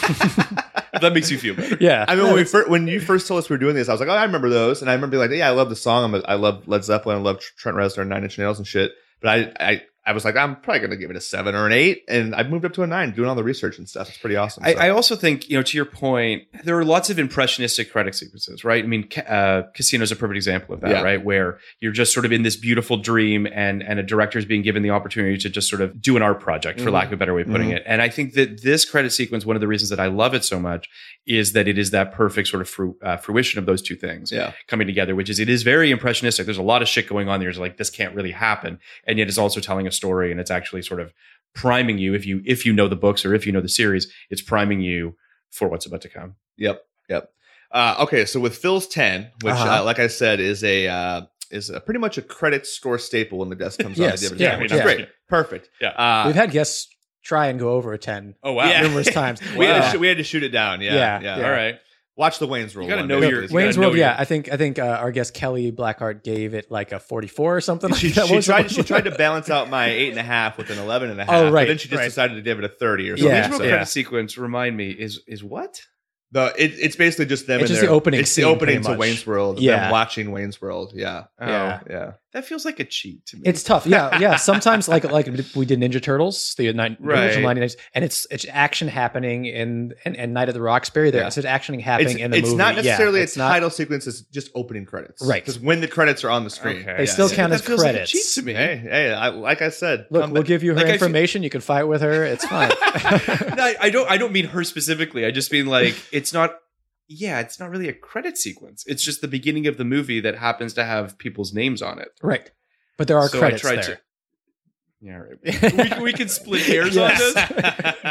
Speaker 2: that makes you feel better.
Speaker 4: Yeah.
Speaker 1: I mean, when, we fir- when you first told us we were doing this, I was like, oh, I remember those. And I remember being like, yeah, I love the song. I'm a, I love Led Zeppelin. I love Tr- Trent Reznor and Nine Inch Nails and shit. But I, I, I was like, I'm probably going to give it a seven or an eight. And I've moved up to a nine doing all the research and stuff. It's pretty awesome.
Speaker 2: I,
Speaker 1: So-
Speaker 2: I also think, you know, to your point, there are lots of impressionistic credit sequences, right? I mean, ca- uh, Casino is a perfect example of that,
Speaker 1: Yeah.
Speaker 2: right? Where you're just sort of in this beautiful dream, and and a director is being given the opportunity to just sort of do an art project, for
Speaker 1: Mhm.
Speaker 2: lack of a better way of putting
Speaker 4: Mm-hmm.
Speaker 1: Mhm.
Speaker 2: it. And I think that this credit sequence, one of the reasons that I love it so much, is that it is that perfect sort of fru- uh, fruition of those two things
Speaker 1: yeah.
Speaker 2: coming together, which is it is very impressionistic. There's a lot of shit going on there. It's like this can't really happen, and yet it's also telling a story, and it's actually sort of priming you if you if you know the books or if you know the series, it's priming you for what's about to come.
Speaker 1: Yep. Yep. Uh, okay. So with Phil's 10, which, uh
Speaker 4: Uh-huh.
Speaker 1: like I said, is a, uh, is a, pretty much a credit score staple when the desk comes
Speaker 4: Yes.
Speaker 1: out.
Speaker 4: Yeah.
Speaker 1: Which
Speaker 4: Yeah.
Speaker 1: is great. Perfect.
Speaker 2: Yeah.
Speaker 1: Uh,
Speaker 4: We've had guests try and go over a 10
Speaker 2: Oh wow!
Speaker 1: Yeah.
Speaker 4: numerous times.
Speaker 1: we, had to
Speaker 4: Uh,
Speaker 1: sh- we had to shoot it down. Yeah.
Speaker 4: Yeah.
Speaker 1: Yeah.
Speaker 4: Yeah.
Speaker 2: All right.
Speaker 1: Watch the Wayne's World.
Speaker 2: gotta
Speaker 1: one,
Speaker 2: know
Speaker 1: basically.
Speaker 2: your-
Speaker 1: You gotta
Speaker 4: Wayne's
Speaker 2: know
Speaker 4: World,
Speaker 2: your-
Speaker 4: yeah, I think I think uh, our guest Kelly Blackheart gave it like a 44 or something.
Speaker 1: she,
Speaker 4: like that. What
Speaker 1: she
Speaker 4: was
Speaker 1: tried
Speaker 4: it?
Speaker 1: she tried to balance out my eight and a half with an eleven and a half.
Speaker 4: Oh, right,
Speaker 1: But then she just
Speaker 4: right.
Speaker 1: decided to give it a thirty or
Speaker 2: So
Speaker 1: something.
Speaker 4: Yeah.
Speaker 2: the original
Speaker 1: So
Speaker 2: credit sequence remind me is is what?
Speaker 1: the, it, it's basically just them.
Speaker 4: It's
Speaker 1: in
Speaker 4: just
Speaker 1: their-
Speaker 4: the opening
Speaker 1: It's
Speaker 4: scene,
Speaker 1: the opening
Speaker 4: pretty
Speaker 1: to
Speaker 4: much.
Speaker 1: Wayne's World. Yeah,
Speaker 4: Yeah.
Speaker 1: watching Wayne's World. Yeah,
Speaker 2: Oh,
Speaker 4: Yeah.
Speaker 1: yeah.
Speaker 2: that feels like a cheat to me.
Speaker 4: It's tough. Yeah, yeah. Sometimes like like we did Ninja Turtles, the nine,
Speaker 2: Right.
Speaker 4: original 99s, and it's it's action happening in and, and Night of the Roxbury. There,
Speaker 1: Yeah.
Speaker 4: it's action
Speaker 1: It's,
Speaker 4: happening in the
Speaker 1: it's
Speaker 4: movie.
Speaker 1: not
Speaker 4: Yeah,
Speaker 1: necessarily
Speaker 4: it's
Speaker 1: a
Speaker 4: not-
Speaker 1: title sequence. It's just opening credits.
Speaker 4: Right.
Speaker 1: Because when the credits are on the screen,
Speaker 2: Okay.
Speaker 4: They
Speaker 2: Yeah,
Speaker 4: still
Speaker 2: yeah.
Speaker 4: count
Speaker 2: That
Speaker 4: as
Speaker 2: feels like a
Speaker 4: credits.
Speaker 2: cheat to me.
Speaker 1: Hey, hey. I, like I said,
Speaker 4: Look,
Speaker 1: come
Speaker 4: we'll
Speaker 1: back-
Speaker 4: give you her
Speaker 2: Like, I feel-
Speaker 4: information. You can fight with her. It's fine.
Speaker 2: no, I- I don't. I don't mean her specifically. I just mean like it's not. Yeah, it's not really a credit sequence. It's just the beginning of the movie that happens to have people's names on it.
Speaker 4: right. But there are
Speaker 2: So I
Speaker 4: credits
Speaker 2: tried
Speaker 4: there.
Speaker 2: Yeah, right. we, we can split hairs on this,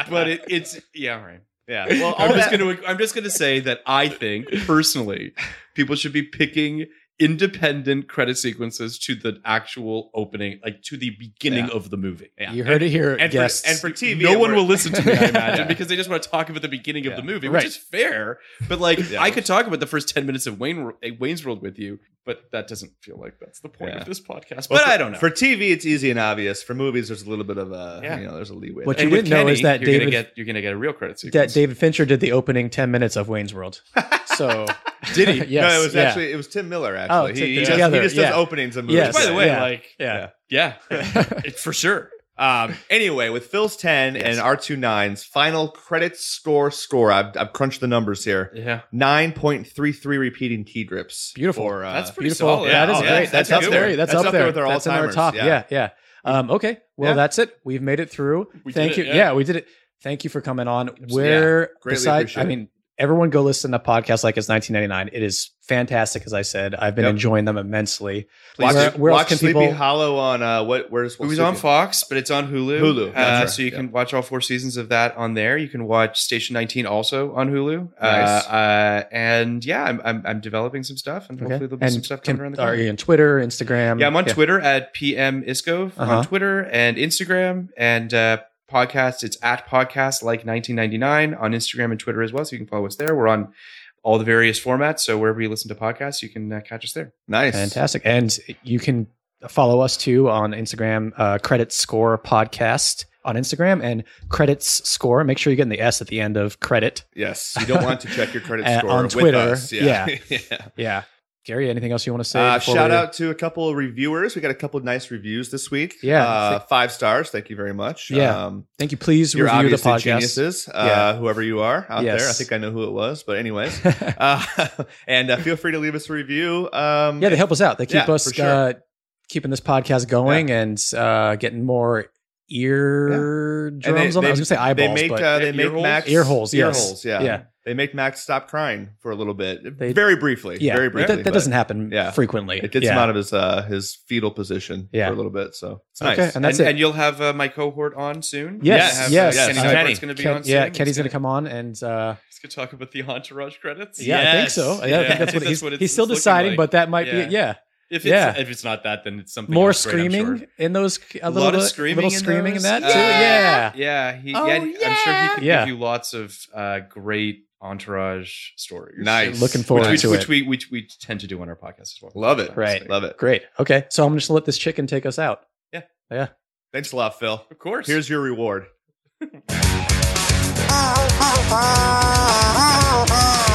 Speaker 2: but it, it's yeah, all right.
Speaker 1: yeah. Well, all
Speaker 2: I'm just
Speaker 1: that,
Speaker 2: gonna I'm just gonna say that I think personally, people should be picking independent credit sequences to the actual opening, like to the beginning
Speaker 1: Yeah.
Speaker 2: of the movie.
Speaker 1: Yeah.
Speaker 4: You heard it here,
Speaker 1: and, for,
Speaker 4: guests.
Speaker 1: and for TV,
Speaker 2: no
Speaker 1: it
Speaker 2: one will
Speaker 1: works.
Speaker 2: listen to me, I imagine,
Speaker 1: Yeah.
Speaker 2: because they just want to talk about the beginning of
Speaker 1: Yeah.
Speaker 2: the movie,
Speaker 4: Right.
Speaker 2: which is fair. But like,
Speaker 1: Yeah.
Speaker 2: I could talk about the first ten minutes of Wayne eh, Wayne's World with you, but that doesn't feel like that's the point
Speaker 1: Yeah.
Speaker 2: of this podcast.
Speaker 1: Well,
Speaker 2: but
Speaker 1: for-
Speaker 2: I don't know.
Speaker 1: For TV, it's easy and obvious. For movies, there's a little bit of a
Speaker 2: Yeah.
Speaker 1: you know, there's a leeway.
Speaker 4: What
Speaker 1: there.
Speaker 4: you
Speaker 2: with
Speaker 4: didn't know is that
Speaker 2: you're gonna
Speaker 4: David-
Speaker 2: get, you're gonna get a real credit
Speaker 4: that
Speaker 2: sequence.
Speaker 4: David Fincher did the opening 10 minutes of Wayne's World. So,
Speaker 2: did he?
Speaker 4: yes.
Speaker 1: no, it was
Speaker 4: yeah.
Speaker 1: actually it was Tim Miller. Actually,
Speaker 4: Oh,
Speaker 1: he,
Speaker 4: Tim-
Speaker 1: he, does,
Speaker 4: together,
Speaker 1: he just
Speaker 4: yeah.
Speaker 1: does openings of movies.
Speaker 4: Yes.
Speaker 2: By the way,
Speaker 4: Yeah.
Speaker 2: like
Speaker 4: Yeah.
Speaker 2: yeah, it's for sure.
Speaker 1: Um, anyway, with Phil's 10 and our two nines, final credit score score. I've, I've crunched the numbers here.
Speaker 2: Yeah,
Speaker 1: 9.33 repeating key grips.
Speaker 4: Beautiful.
Speaker 1: For, uh,
Speaker 2: that's pretty
Speaker 4: Beautiful.
Speaker 2: solid.
Speaker 4: that is
Speaker 1: Oh,
Speaker 4: great.
Speaker 1: yeah,
Speaker 4: That's,
Speaker 1: that's
Speaker 4: up
Speaker 1: a good
Speaker 4: there.
Speaker 1: one.
Speaker 4: That's, up there.
Speaker 1: with our
Speaker 4: that's in our
Speaker 1: all-timers,
Speaker 4: top.
Speaker 1: yeah.
Speaker 4: Yeah, yeah. Um, okay. Well,
Speaker 1: Yeah.
Speaker 4: that's it. We've made it through.
Speaker 2: We
Speaker 4: Thank
Speaker 2: did
Speaker 4: you.
Speaker 2: it,
Speaker 4: yeah.
Speaker 2: yeah.
Speaker 4: we did it. Thank you for coming on. Where
Speaker 1: Greatly
Speaker 4: besides
Speaker 1: appreciate
Speaker 4: I
Speaker 1: it.
Speaker 4: mean, Everyone go listen to podcasts like it's 1999. It is fantastic, as I said. I've been
Speaker 1: Yep.
Speaker 4: enjoying them immensely.
Speaker 1: Watch,
Speaker 4: Where- where else
Speaker 1: watch
Speaker 4: can
Speaker 1: Sleepy
Speaker 4: people-
Speaker 1: Hollow on uh, what? Where's
Speaker 2: It was on
Speaker 1: Sleepy-
Speaker 2: Fox, but it's on Hulu.
Speaker 1: Hulu,
Speaker 2: Uh,
Speaker 1: that's right,
Speaker 2: So you
Speaker 1: yeah.
Speaker 2: can watch all four seasons of that on there. You can watch Station 19 also on Hulu.
Speaker 1: Nice.
Speaker 2: Uh, uh, and yeah, I'm, I'm, I'm developing some stuff, and hopefully there'll be some
Speaker 4: And
Speaker 2: stuff coming
Speaker 4: can,
Speaker 2: around the
Speaker 4: are
Speaker 2: corner.
Speaker 4: you on Twitter, Instagram?
Speaker 2: Yeah, I'm on Twitter at PM Isco
Speaker 4: Uh-huh.
Speaker 2: on Twitter and Instagram and uh, podcast. It's at podcast like 1999 on Instagram and Twitter as well. So you can follow us there. We're on all the various formats. So wherever you listen to podcasts, you can uh, catch us there.
Speaker 1: Nice,
Speaker 4: Fantastic. And you can follow us too on Instagram, uh, Credit Score Podcast on Instagram and Credits Score. Make sure you're getting the S at the end of credit.
Speaker 1: Yes, you don't want to check your credit
Speaker 4: Uh,
Speaker 1: score
Speaker 4: on
Speaker 1: with
Speaker 4: Twitter,
Speaker 1: us. Yeah, yeah.
Speaker 4: Yeah. Gary, anything else you want to say?
Speaker 1: Uh,
Speaker 4: before
Speaker 1: shout
Speaker 4: we-
Speaker 1: out to a couple of reviewers. We got a couple of nice reviews this week.
Speaker 4: Yeah.
Speaker 1: uh, five stars. Thank you very much.
Speaker 4: Yeah.
Speaker 1: um,
Speaker 4: Thank you. Please
Speaker 1: you're
Speaker 4: review the
Speaker 1: obviously
Speaker 4: podcast.
Speaker 1: geniuses. Uh, whoever you are out
Speaker 4: Yes.
Speaker 1: there, I think I know who it was. But anyways, uh, and uh, feel free to leave us a review. Um,
Speaker 4: Yeah, they help us out. They keep
Speaker 1: Yeah,
Speaker 4: us
Speaker 1: for sure.
Speaker 4: uh, keeping this podcast going and uh, getting more ear
Speaker 1: And
Speaker 4: drums on. I was gonna say
Speaker 1: They
Speaker 4: eyeballs,
Speaker 1: make
Speaker 4: but
Speaker 1: uh, they
Speaker 2: Ear
Speaker 1: make
Speaker 2: holes?
Speaker 1: Max
Speaker 4: Ear holes,
Speaker 1: Ear
Speaker 4: yes.
Speaker 1: holes. Yeah.
Speaker 4: Yeah.
Speaker 1: They make Max stop crying for a little bit,
Speaker 4: They-
Speaker 1: very briefly.
Speaker 4: yeah,
Speaker 1: very
Speaker 4: but
Speaker 1: briefly.
Speaker 4: that,
Speaker 1: but
Speaker 4: that doesn't happen
Speaker 1: yeah.
Speaker 4: frequently.
Speaker 1: It gets
Speaker 4: yeah.
Speaker 1: him out of his uh, his fetal position
Speaker 4: Yeah.
Speaker 1: for a little bit. So it's
Speaker 4: Okay,
Speaker 1: nice.
Speaker 4: and that's
Speaker 2: and,
Speaker 4: it.
Speaker 2: and you'll have uh, my cohort on soon.
Speaker 4: Yes,
Speaker 2: I have,
Speaker 4: yes,
Speaker 2: Uh,
Speaker 1: yes.
Speaker 2: Kenny
Speaker 1: Kenny.
Speaker 2: Dalglish gonna be
Speaker 4: Ken-
Speaker 2: on soon.
Speaker 4: yeah,
Speaker 2: He's
Speaker 4: Kenny's going
Speaker 2: gonna-
Speaker 4: to come on and uh,
Speaker 2: He's gonna talk about the entourage credits.
Speaker 4: yeah, I think
Speaker 6: Yes.
Speaker 4: so. Yeah, I think
Speaker 2: Yeah, I
Speaker 4: that's what
Speaker 2: think
Speaker 4: he's,
Speaker 2: that's what it's-
Speaker 4: he's still
Speaker 2: it's looking
Speaker 4: deciding,
Speaker 2: like.
Speaker 4: but that might be
Speaker 2: Yeah.
Speaker 4: it. Yeah,
Speaker 6: If it's,
Speaker 4: Yeah.
Speaker 6: if it's not that, then it's something
Speaker 4: more
Speaker 6: else, right, I'm
Speaker 4: screaming
Speaker 6: sure.
Speaker 4: in those. A,
Speaker 2: A
Speaker 4: little
Speaker 2: lot of
Speaker 4: bit-
Speaker 2: screaming
Speaker 4: little
Speaker 2: in
Speaker 4: screaming in,
Speaker 2: those.
Speaker 4: that
Speaker 2: Yeah.
Speaker 4: too. Yeah,
Speaker 2: Yeah, he,
Speaker 6: Oh,
Speaker 2: yeah, I'm sure he could
Speaker 4: yeah.
Speaker 2: give you lots of uh, great entourage stories.
Speaker 1: Nice.
Speaker 4: Looking forward
Speaker 2: which,
Speaker 4: to
Speaker 2: which,
Speaker 4: it.
Speaker 2: which we which we tend to do on our podcast as well.
Speaker 1: Love it.
Speaker 4: Right.
Speaker 1: Love it.
Speaker 4: Great. Okay, so I'm just gonna let this chicken take us out.
Speaker 1: Thanks a lot, Phil.
Speaker 2: Of course.
Speaker 1: Here's your reward.
Speaker 5: oh, oh, oh, oh.